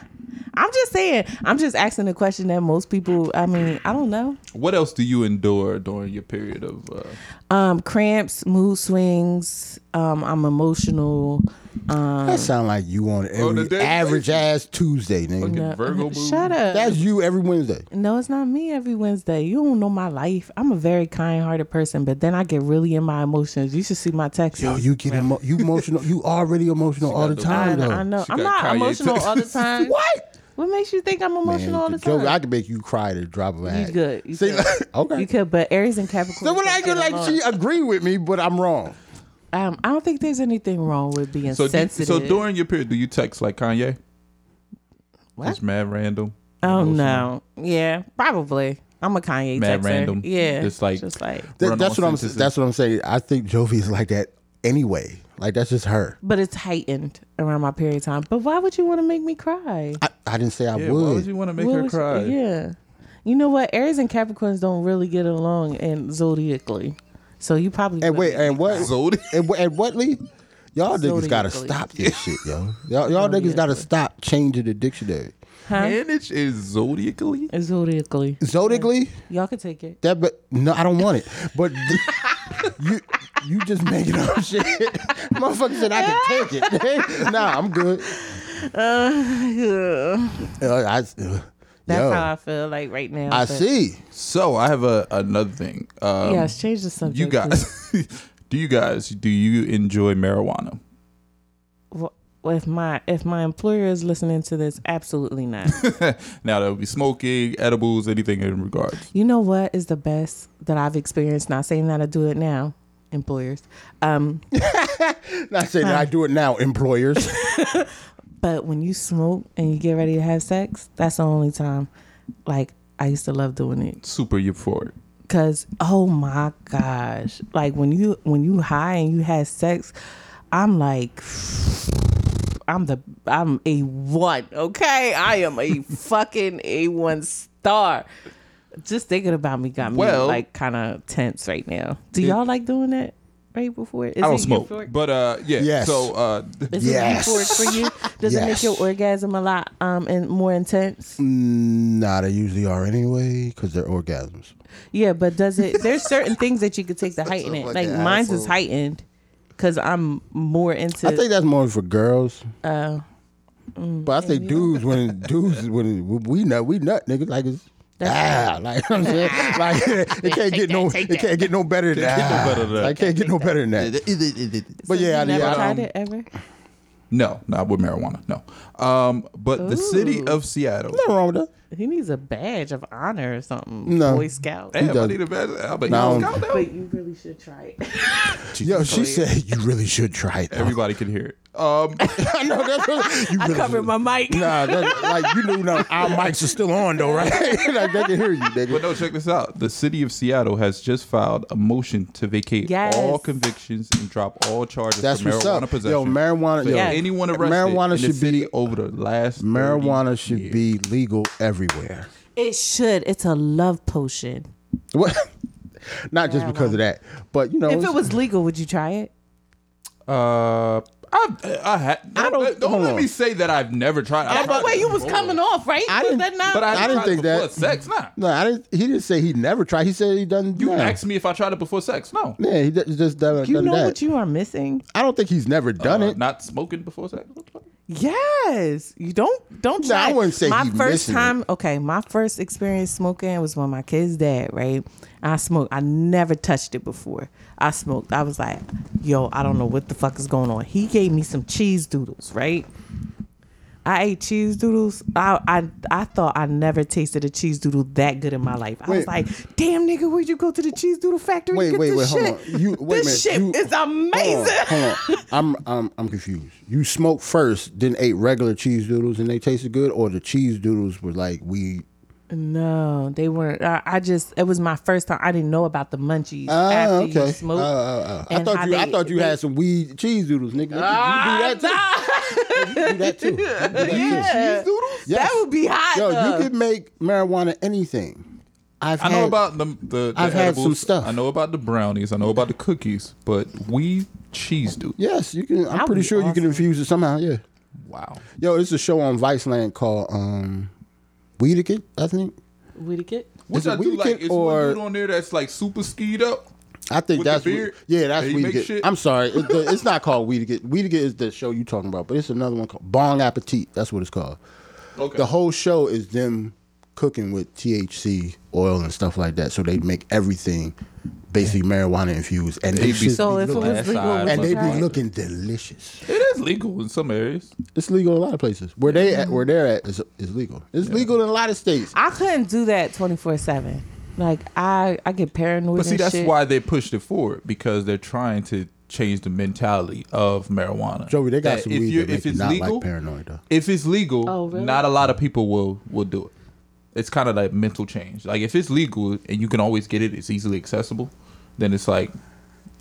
[SPEAKER 9] I'm just saying. I'm just asking a question that most people. I mean, I don't know.
[SPEAKER 7] What else do you endure during your period of? Uh,
[SPEAKER 9] Um, cramps, mood swings. Um, I'm emotional.
[SPEAKER 8] That sound like you on every
[SPEAKER 7] Oh, the day-
[SPEAKER 8] average ass Tuesday, nigga.
[SPEAKER 7] fucking Virgo moon?
[SPEAKER 9] Shut up.
[SPEAKER 8] That's you every Wednesday.
[SPEAKER 9] No, it's not me every Wednesday. You don't know my life. I'm a very kind hearted person, but then I get really in my emotions. You should see my texts.
[SPEAKER 8] Yo, you get emo- you emotional. You already emotional all the
[SPEAKER 9] I,
[SPEAKER 8] time though.
[SPEAKER 9] I know.
[SPEAKER 7] She
[SPEAKER 9] I'm
[SPEAKER 7] got
[SPEAKER 9] not
[SPEAKER 7] Kanye
[SPEAKER 9] emotional
[SPEAKER 7] texts.
[SPEAKER 9] all the time.
[SPEAKER 8] What?
[SPEAKER 9] What makes you think I'm
[SPEAKER 8] Man,
[SPEAKER 9] emotional all the
[SPEAKER 8] Joe,
[SPEAKER 9] time?
[SPEAKER 8] I could make you cry to drop a hat.
[SPEAKER 9] you good. You
[SPEAKER 8] See,
[SPEAKER 9] good.
[SPEAKER 8] okay.
[SPEAKER 9] You could, but Aries and Capricorn.
[SPEAKER 8] so when
[SPEAKER 9] don't
[SPEAKER 8] I get
[SPEAKER 9] get
[SPEAKER 8] like
[SPEAKER 9] along.
[SPEAKER 8] she agree with me, but I'm wrong.
[SPEAKER 9] um, I don't think there's anything wrong with being
[SPEAKER 7] So, do,
[SPEAKER 9] sensitive.
[SPEAKER 7] so during your period, do you text like Kanye?
[SPEAKER 9] What?
[SPEAKER 7] It's mad random.
[SPEAKER 9] oh no, yeah, probably. I'm a Kanye
[SPEAKER 7] Mad
[SPEAKER 9] texter.
[SPEAKER 7] random.
[SPEAKER 9] Yeah,
[SPEAKER 7] Just like-
[SPEAKER 9] just like.
[SPEAKER 8] That-
[SPEAKER 7] Run
[SPEAKER 8] that's
[SPEAKER 7] on
[SPEAKER 8] what I'm.
[SPEAKER 7] sentences.
[SPEAKER 8] That's what I'm saying. I think Jovi is like that anyway. Like that's just her.
[SPEAKER 9] But it's heightened around my period of time. But why would you want to make me cry?
[SPEAKER 8] I, I didn't say I
[SPEAKER 7] Yeah,
[SPEAKER 8] would.
[SPEAKER 7] why would you want to make
[SPEAKER 9] What
[SPEAKER 7] her
[SPEAKER 9] was-
[SPEAKER 7] cry?
[SPEAKER 9] Yeah. You know what? Aries and Capricorns don't really get along and zodiacally. So you probably
[SPEAKER 8] and wait,
[SPEAKER 9] wouldn't.
[SPEAKER 8] and what?
[SPEAKER 7] Zodiac.
[SPEAKER 8] And, wha- and what, Lee? Y'all niggas
[SPEAKER 9] Zodiac
[SPEAKER 8] gotta
[SPEAKER 9] Lee.
[SPEAKER 8] stop this shit, yo. Y'all, y'all niggas gotta stop changing the dictionary.
[SPEAKER 7] Manage is zodiacally.
[SPEAKER 9] zodiacally.
[SPEAKER 8] Zodically,
[SPEAKER 9] Y'all can take it.
[SPEAKER 8] that but no, I don't want it. But th- you, you just making up shit. Motherfucker said I can take it. nah, I'm good. Uh, I, uh,
[SPEAKER 9] That's
[SPEAKER 8] yo,
[SPEAKER 9] how I feel like right now.
[SPEAKER 8] I
[SPEAKER 9] but-
[SPEAKER 8] see.
[SPEAKER 7] So I have a another thing. Um,
[SPEAKER 9] yes, change the subject.
[SPEAKER 7] You
[SPEAKER 9] please.
[SPEAKER 7] guys, do you guys do you enjoy marijuana?
[SPEAKER 9] Wha- If my if my employer is listening to this, absolutely not.
[SPEAKER 7] Now that would be smoking, edibles, anything in regards.
[SPEAKER 9] you know what is the best that I've experienced? Not saying that I do it now, employers. Um,
[SPEAKER 8] Not saying that I do it now, employers.
[SPEAKER 9] But when you smoke and you get ready to have sex, that's the only time. Like I used to love doing it
[SPEAKER 7] Super euphoric.
[SPEAKER 9] because oh my gosh, like when you when you high and you had sex, I'm like. I'm the I'm a one, okay? I am a fucking a one star. Just thinking about me got me
[SPEAKER 7] Well-
[SPEAKER 9] like kind of tense right now. Do y'all like doing that right before? Is
[SPEAKER 7] I don't
[SPEAKER 9] it
[SPEAKER 7] smoke,
[SPEAKER 9] euphoric?
[SPEAKER 7] but uh, yeah.
[SPEAKER 8] Yes.
[SPEAKER 7] So uh,
[SPEAKER 9] Is
[SPEAKER 8] Yes.
[SPEAKER 9] it euphoric for you? Does it make
[SPEAKER 8] Yes.
[SPEAKER 9] your orgasm a lot um and more intense?
[SPEAKER 8] nah, they usually are anyway because they're orgasms.
[SPEAKER 9] Yeah, but does it? There's certain things that you could take to heighten it.
[SPEAKER 8] fucking
[SPEAKER 9] Like mine's is
[SPEAKER 8] asshole.
[SPEAKER 9] heightened because I'm more into.
[SPEAKER 8] I think that's more for girls. Oh. but I think dudes when dudes when we nut we nut niggas like it's ah like you know what I'm saying like it can't get no it can't get no better than
[SPEAKER 7] Can't get no better than
[SPEAKER 8] that.
[SPEAKER 7] that.
[SPEAKER 8] I can't get no better than that. But yeah,
[SPEAKER 9] you never
[SPEAKER 8] yeah, I-
[SPEAKER 9] tried it ever.
[SPEAKER 7] no, not with marijuana. No. Um, but the city of Seattle.
[SPEAKER 8] nothing wrong with that.
[SPEAKER 9] He needs a badge of honor or something.
[SPEAKER 8] No.
[SPEAKER 9] Boy Scout.
[SPEAKER 7] Damn, I
[SPEAKER 8] does-
[SPEAKER 7] need a bad. I'll be
[SPEAKER 8] No.
[SPEAKER 9] But you really should try it.
[SPEAKER 7] oh,
[SPEAKER 8] Yo, she said you really should try it. though."
[SPEAKER 7] Everybody can hear it. Um,
[SPEAKER 8] I know that's what you really
[SPEAKER 9] Cover
[SPEAKER 8] should.
[SPEAKER 9] my mic.
[SPEAKER 8] Nah, that, like you knew now our mics are still on though, right? like they can hear you, nigga.
[SPEAKER 7] but no, check this out. The city of Seattle has just filed a motion to vacate
[SPEAKER 9] Yes.
[SPEAKER 7] all convictions and drop all charges
[SPEAKER 8] That's
[SPEAKER 7] for
[SPEAKER 8] what's
[SPEAKER 7] marijuana
[SPEAKER 8] up.
[SPEAKER 7] possession.
[SPEAKER 8] Yo, marijuana-
[SPEAKER 7] for
[SPEAKER 8] yo,
[SPEAKER 7] anyone arrested
[SPEAKER 8] marijuana
[SPEAKER 7] in the
[SPEAKER 8] should
[SPEAKER 7] city
[SPEAKER 8] be-
[SPEAKER 7] over the last 30
[SPEAKER 8] Marijuana should
[SPEAKER 7] years.
[SPEAKER 8] be legal everywhere.
[SPEAKER 9] It should. It's a love potion.
[SPEAKER 8] What? Not just because of that, but you know,
[SPEAKER 9] If it
[SPEAKER 8] it's-
[SPEAKER 9] was legal, would you try it?
[SPEAKER 7] Uh, I, I, had
[SPEAKER 8] I
[SPEAKER 7] don't,
[SPEAKER 8] don't-
[SPEAKER 7] let- don't
[SPEAKER 8] hold
[SPEAKER 7] let
[SPEAKER 8] on.
[SPEAKER 7] me say that I've never tried. I
[SPEAKER 9] That's the
[SPEAKER 7] tried
[SPEAKER 9] way
[SPEAKER 7] it
[SPEAKER 9] you was
[SPEAKER 7] before.
[SPEAKER 9] coming off, right?
[SPEAKER 8] I
[SPEAKER 9] was
[SPEAKER 8] didn't-
[SPEAKER 9] that not?
[SPEAKER 7] But I,
[SPEAKER 8] I
[SPEAKER 7] didn't
[SPEAKER 8] didn't
[SPEAKER 7] think
[SPEAKER 8] think
[SPEAKER 7] before
[SPEAKER 8] that-
[SPEAKER 7] sex. Nah,
[SPEAKER 8] No, I didn't. He didn't say he never tried. He said he doesn't.
[SPEAKER 7] you
[SPEAKER 8] no.
[SPEAKER 7] asked me if I tried it before sex. No,
[SPEAKER 8] Yeah, he d- just done,
[SPEAKER 9] you
[SPEAKER 8] done
[SPEAKER 9] know
[SPEAKER 8] that.
[SPEAKER 9] what you are missing.
[SPEAKER 8] I don't think he's never done
[SPEAKER 7] Uh,
[SPEAKER 8] it.
[SPEAKER 7] Not smoking before sex. What the fuck?
[SPEAKER 9] Yes, you don't don't.
[SPEAKER 8] No, I
[SPEAKER 9] try.
[SPEAKER 8] wouldn't say
[SPEAKER 9] my
[SPEAKER 8] he
[SPEAKER 9] first
[SPEAKER 8] missing it.
[SPEAKER 9] time. Okay, my first experience smoking was when my kid's dad. Right, I smoked. I never touched it before. I smoked. I was like, yo, I don't know what the fuck is going on. He gave me some cheese doodles. Right. I ate cheese doodles. I, I I thought I never tasted a cheese doodle that good in my life. I was
[SPEAKER 8] Wait.
[SPEAKER 9] like, "Damn, nigga, where'd you go to the cheese doodle factory
[SPEAKER 8] Wait,
[SPEAKER 9] to get
[SPEAKER 8] wait, wait,
[SPEAKER 9] this
[SPEAKER 8] hold
[SPEAKER 9] shit?
[SPEAKER 8] on. You- wait a
[SPEAKER 9] this shit
[SPEAKER 8] minute. You-
[SPEAKER 9] is amazing."
[SPEAKER 8] Hold on, hold on. I'm, I'm I'm confused. You smoked first, then ate regular cheese doodles, and they tasted good, or the cheese doodles were like we
[SPEAKER 9] No, they weren't. I, I just it was my first time. I didn't know about the munchies after
[SPEAKER 8] Ah,
[SPEAKER 9] you
[SPEAKER 8] okay.
[SPEAKER 9] smoke.
[SPEAKER 8] Uh, uh, uh. I
[SPEAKER 9] and
[SPEAKER 8] thought
[SPEAKER 9] how
[SPEAKER 8] you. I
[SPEAKER 9] they-
[SPEAKER 8] thought you
[SPEAKER 9] they- Ah,
[SPEAKER 8] had some weed cheese doodles, nigga. You- you do that too. You do that too. You do that too.
[SPEAKER 9] Yeah.
[SPEAKER 8] Yes.
[SPEAKER 9] That would be hot.
[SPEAKER 8] Yo,
[SPEAKER 9] though.
[SPEAKER 8] you could make marijuana anything. I've
[SPEAKER 7] I know
[SPEAKER 8] had-
[SPEAKER 7] about the, the, the
[SPEAKER 8] I've had
[SPEAKER 7] edibles.
[SPEAKER 8] some stuff.
[SPEAKER 7] I know about the brownies. I know about the cookies, but we cheese do.
[SPEAKER 8] Yes, you can. I'm
[SPEAKER 9] That
[SPEAKER 8] pretty
[SPEAKER 9] would be
[SPEAKER 8] sure you can
[SPEAKER 9] awesome.
[SPEAKER 8] infuse it somehow. Yeah.
[SPEAKER 7] Wow.
[SPEAKER 8] Yo, it's a show on Vice Land called um, Weedicket, I think.
[SPEAKER 9] Would it get?
[SPEAKER 7] Which
[SPEAKER 8] it
[SPEAKER 7] I do
[SPEAKER 8] Weedikin
[SPEAKER 7] like. It's
[SPEAKER 8] or-
[SPEAKER 7] one dude on there that's like super skied up.
[SPEAKER 8] I think
[SPEAKER 7] With the
[SPEAKER 8] that's Wee-
[SPEAKER 7] beard?
[SPEAKER 8] yeah, that's
[SPEAKER 7] That he make
[SPEAKER 8] Weedicket.
[SPEAKER 7] shit?
[SPEAKER 8] I'm sorry, it, the, it's not called Weedicket. Weedicket is the show you talking about, but it's another one called Bong Appetit. That's what it's called.
[SPEAKER 7] Okay.
[SPEAKER 8] The whole show is them cooking with THC oil and stuff like that, so they make everything basically marijuana infused, and they,
[SPEAKER 7] They be-
[SPEAKER 8] be,
[SPEAKER 9] So if it
[SPEAKER 7] looking
[SPEAKER 9] was
[SPEAKER 7] at
[SPEAKER 9] legal,
[SPEAKER 7] size,
[SPEAKER 9] would
[SPEAKER 8] and
[SPEAKER 9] you
[SPEAKER 8] they
[SPEAKER 9] try
[SPEAKER 8] be
[SPEAKER 9] it?
[SPEAKER 8] looking delicious.
[SPEAKER 7] it is legal in some areas.
[SPEAKER 8] It's legal in a lot of places. Where they at, where they're at is, is legal. It's legal in a lot of states.
[SPEAKER 9] I couldn't do that twenty four seven. Like I, I get paranoid.
[SPEAKER 7] But see,
[SPEAKER 9] and
[SPEAKER 7] that's
[SPEAKER 9] shit.
[SPEAKER 7] why they pushed it forward because they're trying to change the mentality of marijuana.
[SPEAKER 8] Joey, they got
[SPEAKER 7] That
[SPEAKER 8] some
[SPEAKER 7] if
[SPEAKER 8] weed
[SPEAKER 7] you're-
[SPEAKER 8] that make
[SPEAKER 7] if
[SPEAKER 8] you
[SPEAKER 7] it's
[SPEAKER 8] not like
[SPEAKER 7] legal,
[SPEAKER 8] paranoid, though.
[SPEAKER 7] If it's legal,
[SPEAKER 9] Oh, really?
[SPEAKER 7] not a lot of people will will do it. It's kind of like mental change. Like if it's legal and you can always get it, it's easily accessible. Then it's like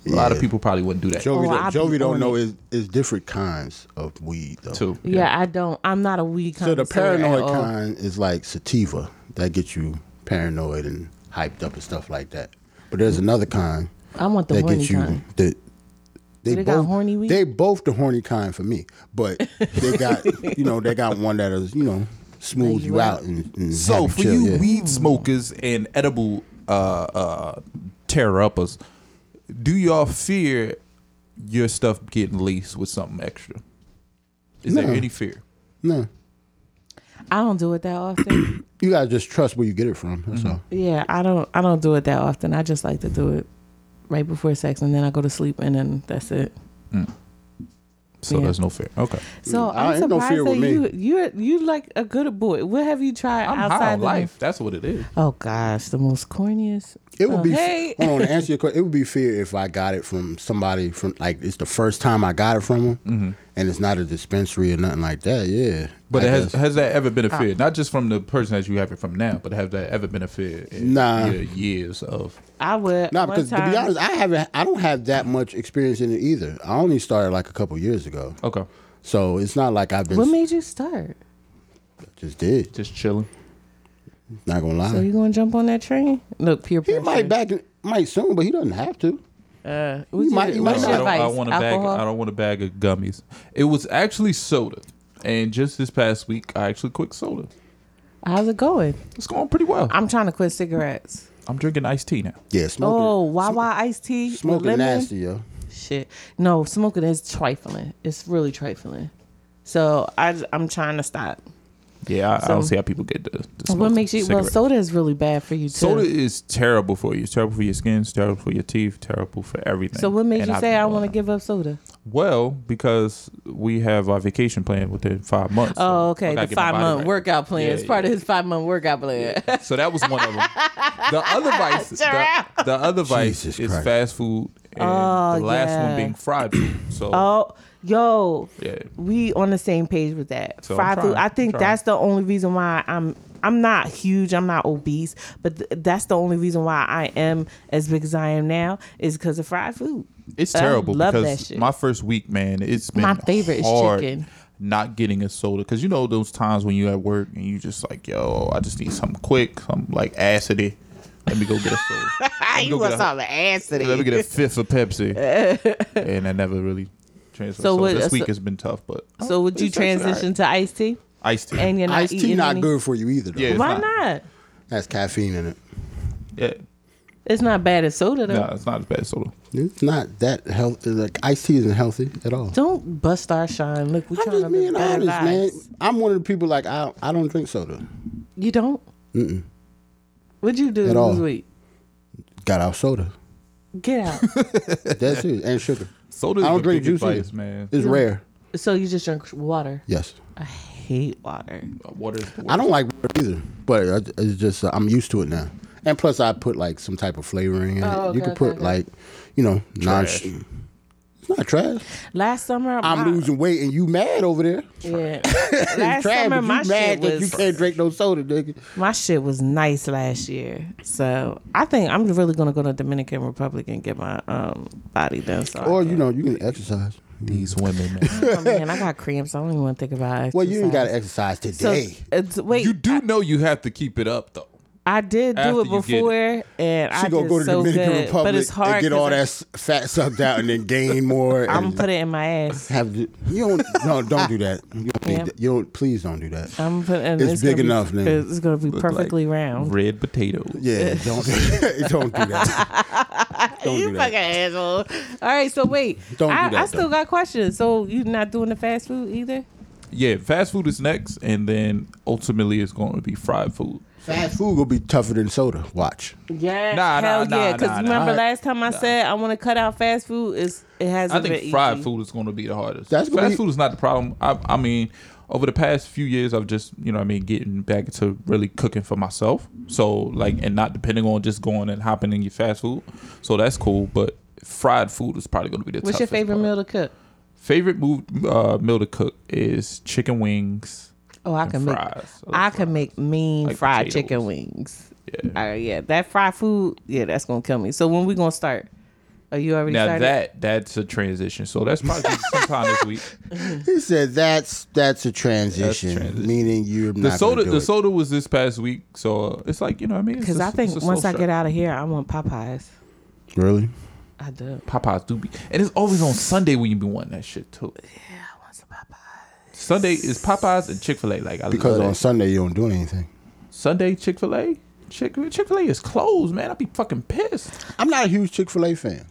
[SPEAKER 7] a lot of
[SPEAKER 8] Yeah.
[SPEAKER 7] people probably wouldn't do that
[SPEAKER 8] Jovi,
[SPEAKER 9] Oh, I
[SPEAKER 8] don't,
[SPEAKER 9] be
[SPEAKER 8] Jovi don't
[SPEAKER 9] on
[SPEAKER 8] know
[SPEAKER 9] it.
[SPEAKER 8] is is different kinds of weed though.
[SPEAKER 7] too.
[SPEAKER 9] Yeah, I don't. I'm not a weed.
[SPEAKER 8] So the
[SPEAKER 9] connoisseur at
[SPEAKER 8] paranoid
[SPEAKER 9] all.
[SPEAKER 8] kind is like sativa that gets you paranoid and hyped up and stuff like that. But there's another kind
[SPEAKER 9] I want the
[SPEAKER 8] that
[SPEAKER 9] horny
[SPEAKER 8] gets you
[SPEAKER 9] kind.
[SPEAKER 8] the. They,
[SPEAKER 9] They
[SPEAKER 8] both
[SPEAKER 9] got horny weed?
[SPEAKER 8] they both the horny kind for me, but they got you know they got one that is you know smooth you out and, and have
[SPEAKER 7] So for
[SPEAKER 8] chill,
[SPEAKER 7] you
[SPEAKER 8] yeah.
[SPEAKER 7] weed smokers and edible uh, uh, terror uppers, do y'all fear your stuff getting laced with something extra? Is
[SPEAKER 8] No.
[SPEAKER 7] there any fear?
[SPEAKER 8] no,
[SPEAKER 9] I don't do it that often.
[SPEAKER 8] you gotta just trust where you get it from. That's
[SPEAKER 9] Mm-hmm.
[SPEAKER 8] all.
[SPEAKER 9] yeah, I don't. I don't do it that often. I just like to do it right before sex, and then I go to sleep, and then that's it.
[SPEAKER 7] So
[SPEAKER 9] Yeah.
[SPEAKER 7] there's no fear. Okay.
[SPEAKER 9] So
[SPEAKER 8] Mm. I
[SPEAKER 9] I'm
[SPEAKER 8] ain't no
[SPEAKER 9] surprised
[SPEAKER 8] fear
[SPEAKER 9] that
[SPEAKER 8] with me.
[SPEAKER 9] you you you like a good boy. What have you tried
[SPEAKER 7] I'm high
[SPEAKER 9] outside
[SPEAKER 7] on
[SPEAKER 9] the
[SPEAKER 7] life. That's what it is.
[SPEAKER 9] Oh gosh, the most corniest.
[SPEAKER 8] It would
[SPEAKER 9] Oh,
[SPEAKER 8] be.
[SPEAKER 9] hey.
[SPEAKER 8] Hold on, to answer your question. It would be fear if I got it from somebody from like it's the first time I got it from them, and it's not a dispensary or nothing like that. Yeah,
[SPEAKER 7] Mm-hmm. But
[SPEAKER 8] I
[SPEAKER 7] it has
[SPEAKER 8] guess.
[SPEAKER 7] has that ever been a fear? Not just from the person that you have it from now, but have that ever been a fear in
[SPEAKER 8] Nah.
[SPEAKER 7] your years of
[SPEAKER 9] I would.
[SPEAKER 8] No,
[SPEAKER 9] one
[SPEAKER 8] because to
[SPEAKER 9] time-
[SPEAKER 8] be honest, I haven't. I don't have that much experience in it either. I only started like a couple years ago,
[SPEAKER 7] Okay.
[SPEAKER 8] so it's not like I've been.
[SPEAKER 9] what made you start?
[SPEAKER 8] just did.
[SPEAKER 7] Just chilling.
[SPEAKER 8] Not gonna lie.
[SPEAKER 9] So you gonna jump on that train? Look, peer
[SPEAKER 8] he
[SPEAKER 9] pressure. Uh,
[SPEAKER 8] might back. Might soon, but he doesn't have to.
[SPEAKER 9] What's
[SPEAKER 8] he might-
[SPEAKER 9] your-
[SPEAKER 8] he might
[SPEAKER 9] what's
[SPEAKER 8] not.
[SPEAKER 9] your
[SPEAKER 7] I don't, I
[SPEAKER 9] advice?
[SPEAKER 7] want a bag.
[SPEAKER 9] Alcohol?
[SPEAKER 7] I don't want a bag of gummies. It was actually soda, and just this past week, I actually quit soda.
[SPEAKER 9] How's it going?
[SPEAKER 7] It's going pretty well. I'm,
[SPEAKER 9] I'm trying to quit cigarettes.
[SPEAKER 7] drinking iced tea now.
[SPEAKER 8] Yeah, smoking.
[SPEAKER 9] Oh, Wawa iced tea. with
[SPEAKER 8] smoking
[SPEAKER 9] lemon?
[SPEAKER 8] nasty, yo.
[SPEAKER 9] Shit. No, smoking is trifling. It's really trifling. So I, I'm trying to stop.
[SPEAKER 7] Yeah, I, I don't
[SPEAKER 9] So-
[SPEAKER 7] see how people get the. the
[SPEAKER 9] what
[SPEAKER 7] smoke
[SPEAKER 9] makes you?
[SPEAKER 7] cigarette.
[SPEAKER 9] Well, soda is really bad for you too.
[SPEAKER 7] Soda is terrible for you. It's terrible for your skin. It's terrible for your teeth. Terrible for everything.
[SPEAKER 9] so what made
[SPEAKER 7] And
[SPEAKER 9] you
[SPEAKER 7] I've
[SPEAKER 9] say
[SPEAKER 7] been
[SPEAKER 9] I
[SPEAKER 7] doing
[SPEAKER 9] want to
[SPEAKER 7] that.
[SPEAKER 9] give up soda?
[SPEAKER 7] Well, because we have our vacation plan within five months. so
[SPEAKER 9] Oh,
[SPEAKER 7] I
[SPEAKER 9] okay.
[SPEAKER 7] gotta
[SPEAKER 9] The
[SPEAKER 7] get my
[SPEAKER 9] five
[SPEAKER 7] body
[SPEAKER 9] month
[SPEAKER 7] right.
[SPEAKER 9] workout plan.
[SPEAKER 7] Yeah,
[SPEAKER 9] it's part
[SPEAKER 7] yeah.
[SPEAKER 9] of his five month workout plan.
[SPEAKER 7] So that was one of them. The other vice, the,
[SPEAKER 9] Giraffe.
[SPEAKER 7] the other vice
[SPEAKER 8] Jesus
[SPEAKER 7] is
[SPEAKER 8] Christ.
[SPEAKER 7] fast food, and
[SPEAKER 9] Oh,
[SPEAKER 7] the last
[SPEAKER 9] yeah.
[SPEAKER 7] one being fried food. So
[SPEAKER 9] Oh, yo,
[SPEAKER 7] Yeah.
[SPEAKER 9] we on the same page with that.
[SPEAKER 7] So I'm
[SPEAKER 9] Fried food.
[SPEAKER 7] trying,
[SPEAKER 9] I think
[SPEAKER 7] I'm trying.
[SPEAKER 9] that's the only reason why I'm. I'm not huge. I'm not obese, but th- that's the only reason why I am as big as I am now is because of fried food.
[SPEAKER 7] it's
[SPEAKER 9] I
[SPEAKER 7] terrible
[SPEAKER 9] love that
[SPEAKER 7] because
[SPEAKER 9] shit.
[SPEAKER 7] my first week, man, it's been
[SPEAKER 9] My favorite is
[SPEAKER 7] hard
[SPEAKER 9] chicken.
[SPEAKER 7] Not getting a soda because you know those times when you at work and you just like, yo, I just need something quick, something like acidy. Let me go get a soda. Let me
[SPEAKER 9] you
[SPEAKER 7] go
[SPEAKER 9] want
[SPEAKER 7] get a-
[SPEAKER 9] something ass today?
[SPEAKER 7] Let me get a fifth of Pepsi, and I never really transferred. So,
[SPEAKER 9] So what-
[SPEAKER 7] this
[SPEAKER 9] so-
[SPEAKER 7] week has been tough, but
[SPEAKER 8] Oh,
[SPEAKER 9] So would you
[SPEAKER 7] It's actually
[SPEAKER 9] transition to iced tea?
[SPEAKER 7] all right. iced tea?
[SPEAKER 9] And you're not
[SPEAKER 8] Iced tea
[SPEAKER 9] eating
[SPEAKER 8] not
[SPEAKER 9] any-
[SPEAKER 8] good for you either. Though.
[SPEAKER 7] Yeah, it's
[SPEAKER 9] Why
[SPEAKER 7] not.
[SPEAKER 9] not?
[SPEAKER 8] That's caffeine in it.
[SPEAKER 7] yeah,
[SPEAKER 9] It's not bad as soda though.
[SPEAKER 7] no, it's not as bad as soda.
[SPEAKER 8] It's not that healthy. Like iced tea isn't healthy at all.
[SPEAKER 9] Don't bust our shine. Look, we're
[SPEAKER 8] I'm
[SPEAKER 9] trying
[SPEAKER 8] just
[SPEAKER 9] to live
[SPEAKER 8] being
[SPEAKER 9] better
[SPEAKER 8] honest, man.
[SPEAKER 9] lives.
[SPEAKER 8] I'm one of the people like I I don't drink soda.
[SPEAKER 9] You don't. Mm-mm. What'd you do
[SPEAKER 8] At all.
[SPEAKER 9] this week?
[SPEAKER 8] Got out soda.
[SPEAKER 9] Get out.
[SPEAKER 8] That's it. And sugar.
[SPEAKER 7] Soda is
[SPEAKER 8] I don't
[SPEAKER 7] the
[SPEAKER 8] drink
[SPEAKER 7] big
[SPEAKER 8] juice either.
[SPEAKER 7] advice, man.
[SPEAKER 8] It's rare.
[SPEAKER 9] so you just drink water.
[SPEAKER 8] Yes.
[SPEAKER 9] hate water.
[SPEAKER 7] Water. is-
[SPEAKER 8] I don't like water either, but it- it's just uh, I'm used to it now. And plus, I put like some type of flavoring in it.
[SPEAKER 9] Oh,
[SPEAKER 8] you
[SPEAKER 9] okay,
[SPEAKER 8] could put
[SPEAKER 9] okay, okay.
[SPEAKER 8] like, you know, non.
[SPEAKER 7] Trash.
[SPEAKER 8] Not trash.
[SPEAKER 9] Last summer,
[SPEAKER 8] I'm
[SPEAKER 9] my-
[SPEAKER 8] losing weight and you mad over there.
[SPEAKER 9] Yeah.
[SPEAKER 8] It's
[SPEAKER 9] Last
[SPEAKER 8] trash,
[SPEAKER 9] summer,
[SPEAKER 8] but you
[SPEAKER 9] my shit
[SPEAKER 8] mad that
[SPEAKER 9] was
[SPEAKER 8] you can't drink no soda, nigga.
[SPEAKER 9] my shit was nice last year. So I think I'm really gonna go to Dominican Republic and get my um body done. So I
[SPEAKER 8] Or
[SPEAKER 9] can-
[SPEAKER 8] you know, you can exercise.
[SPEAKER 7] These women, man.
[SPEAKER 9] oh, man, I got cramps. I don't even want to think about it.
[SPEAKER 8] Well, you ain't got to exercise today.
[SPEAKER 9] So, it's, wait,
[SPEAKER 7] you do know you have to keep it up though.
[SPEAKER 9] I did do
[SPEAKER 7] After
[SPEAKER 9] it
[SPEAKER 7] you get it.
[SPEAKER 9] before, and I
[SPEAKER 8] she gonna
[SPEAKER 9] did
[SPEAKER 8] go to
[SPEAKER 9] so
[SPEAKER 8] Dominican
[SPEAKER 9] good,
[SPEAKER 8] Republic
[SPEAKER 9] but it's hard.
[SPEAKER 8] and get
[SPEAKER 9] 'cause
[SPEAKER 8] all
[SPEAKER 9] I-
[SPEAKER 8] that s- fat sucked out and then gain more. and
[SPEAKER 9] I'm gonna put it in my ass.
[SPEAKER 8] have the- you don't no don't do that. You don't, need
[SPEAKER 9] Yeah.
[SPEAKER 8] that. You don't please don't do that.
[SPEAKER 9] I'm putting. and
[SPEAKER 8] It's
[SPEAKER 9] gonna
[SPEAKER 8] big
[SPEAKER 9] be-
[SPEAKER 8] enough, nigga.
[SPEAKER 9] It's gonna be
[SPEAKER 7] Look like
[SPEAKER 9] perfectly round.
[SPEAKER 7] Red potatoes.
[SPEAKER 8] yeah, don't don't do that. Don't
[SPEAKER 9] you
[SPEAKER 8] do
[SPEAKER 9] fucking
[SPEAKER 8] that.
[SPEAKER 9] asshole. All right, so wait.
[SPEAKER 8] Don't do
[SPEAKER 9] I, I
[SPEAKER 8] that,
[SPEAKER 9] still
[SPEAKER 8] though.
[SPEAKER 9] got questions. So you not doing the fast food either?
[SPEAKER 7] Yeah, fast food is next, and then ultimately it's going to be fried food.
[SPEAKER 8] Fast food will be tougher than soda. Watch.
[SPEAKER 9] Yeah.
[SPEAKER 7] Nah, nah,
[SPEAKER 9] Hell
[SPEAKER 7] nah,
[SPEAKER 9] yeah.
[SPEAKER 7] nah,
[SPEAKER 9] Because
[SPEAKER 7] nah.
[SPEAKER 9] remember
[SPEAKER 7] I-
[SPEAKER 9] last time I said I want to cut out fast food. Is it hasn't
[SPEAKER 7] I think
[SPEAKER 9] been
[SPEAKER 7] fried
[SPEAKER 9] easy.
[SPEAKER 7] food is going to be the hardest.
[SPEAKER 8] That's gonna
[SPEAKER 7] fast
[SPEAKER 8] be-
[SPEAKER 7] food is not the problem. I, I mean, over the past few years, I've just you know what I mean getting back into really cooking for myself. So like, and not depending on just going and hopping in your fast food. So that's cool. But fried food is probably going to be the.
[SPEAKER 9] What's your
[SPEAKER 7] toughest
[SPEAKER 9] favorite
[SPEAKER 7] part.
[SPEAKER 9] meal to cook?
[SPEAKER 7] Favorite move, uh, meal to cook is chicken wings.
[SPEAKER 9] Oh, I
[SPEAKER 7] and
[SPEAKER 9] can make.
[SPEAKER 7] fries. love
[SPEAKER 9] I
[SPEAKER 7] fries.
[SPEAKER 9] can make mean
[SPEAKER 7] Like
[SPEAKER 9] fried
[SPEAKER 7] potatoes.
[SPEAKER 9] chicken wings.
[SPEAKER 7] Yeah.
[SPEAKER 9] All right, yeah, that fried food, yeah, that's gonna kill me. So when we gonna start? Are you already
[SPEAKER 7] Now
[SPEAKER 9] started?
[SPEAKER 7] that that's a transition. So that's probably sometime this week.
[SPEAKER 8] He said that's that's a transition,
[SPEAKER 7] transition.
[SPEAKER 8] meaning you're
[SPEAKER 7] The
[SPEAKER 8] not gonna
[SPEAKER 7] soda,
[SPEAKER 8] do
[SPEAKER 7] the
[SPEAKER 8] it.
[SPEAKER 7] soda was this past week, so uh, it's like you know what I mean.
[SPEAKER 9] because I think once I get out of here, I want Popeyes.
[SPEAKER 8] Really?
[SPEAKER 9] I do.
[SPEAKER 7] Popeyes do be, and it's always on Sunday when you be wanting that shit too.
[SPEAKER 9] I want some Popeyes.
[SPEAKER 7] Sunday is Popeyes and Chick Fil A. Like I
[SPEAKER 8] Because
[SPEAKER 7] love
[SPEAKER 8] on
[SPEAKER 7] that.
[SPEAKER 8] Sunday you don't do anything.
[SPEAKER 7] Sunday Chick Fil A, Chick Chick Fil A is closed, man. I'd be fucking pissed.
[SPEAKER 8] I'm not a huge Chick Fil A fan.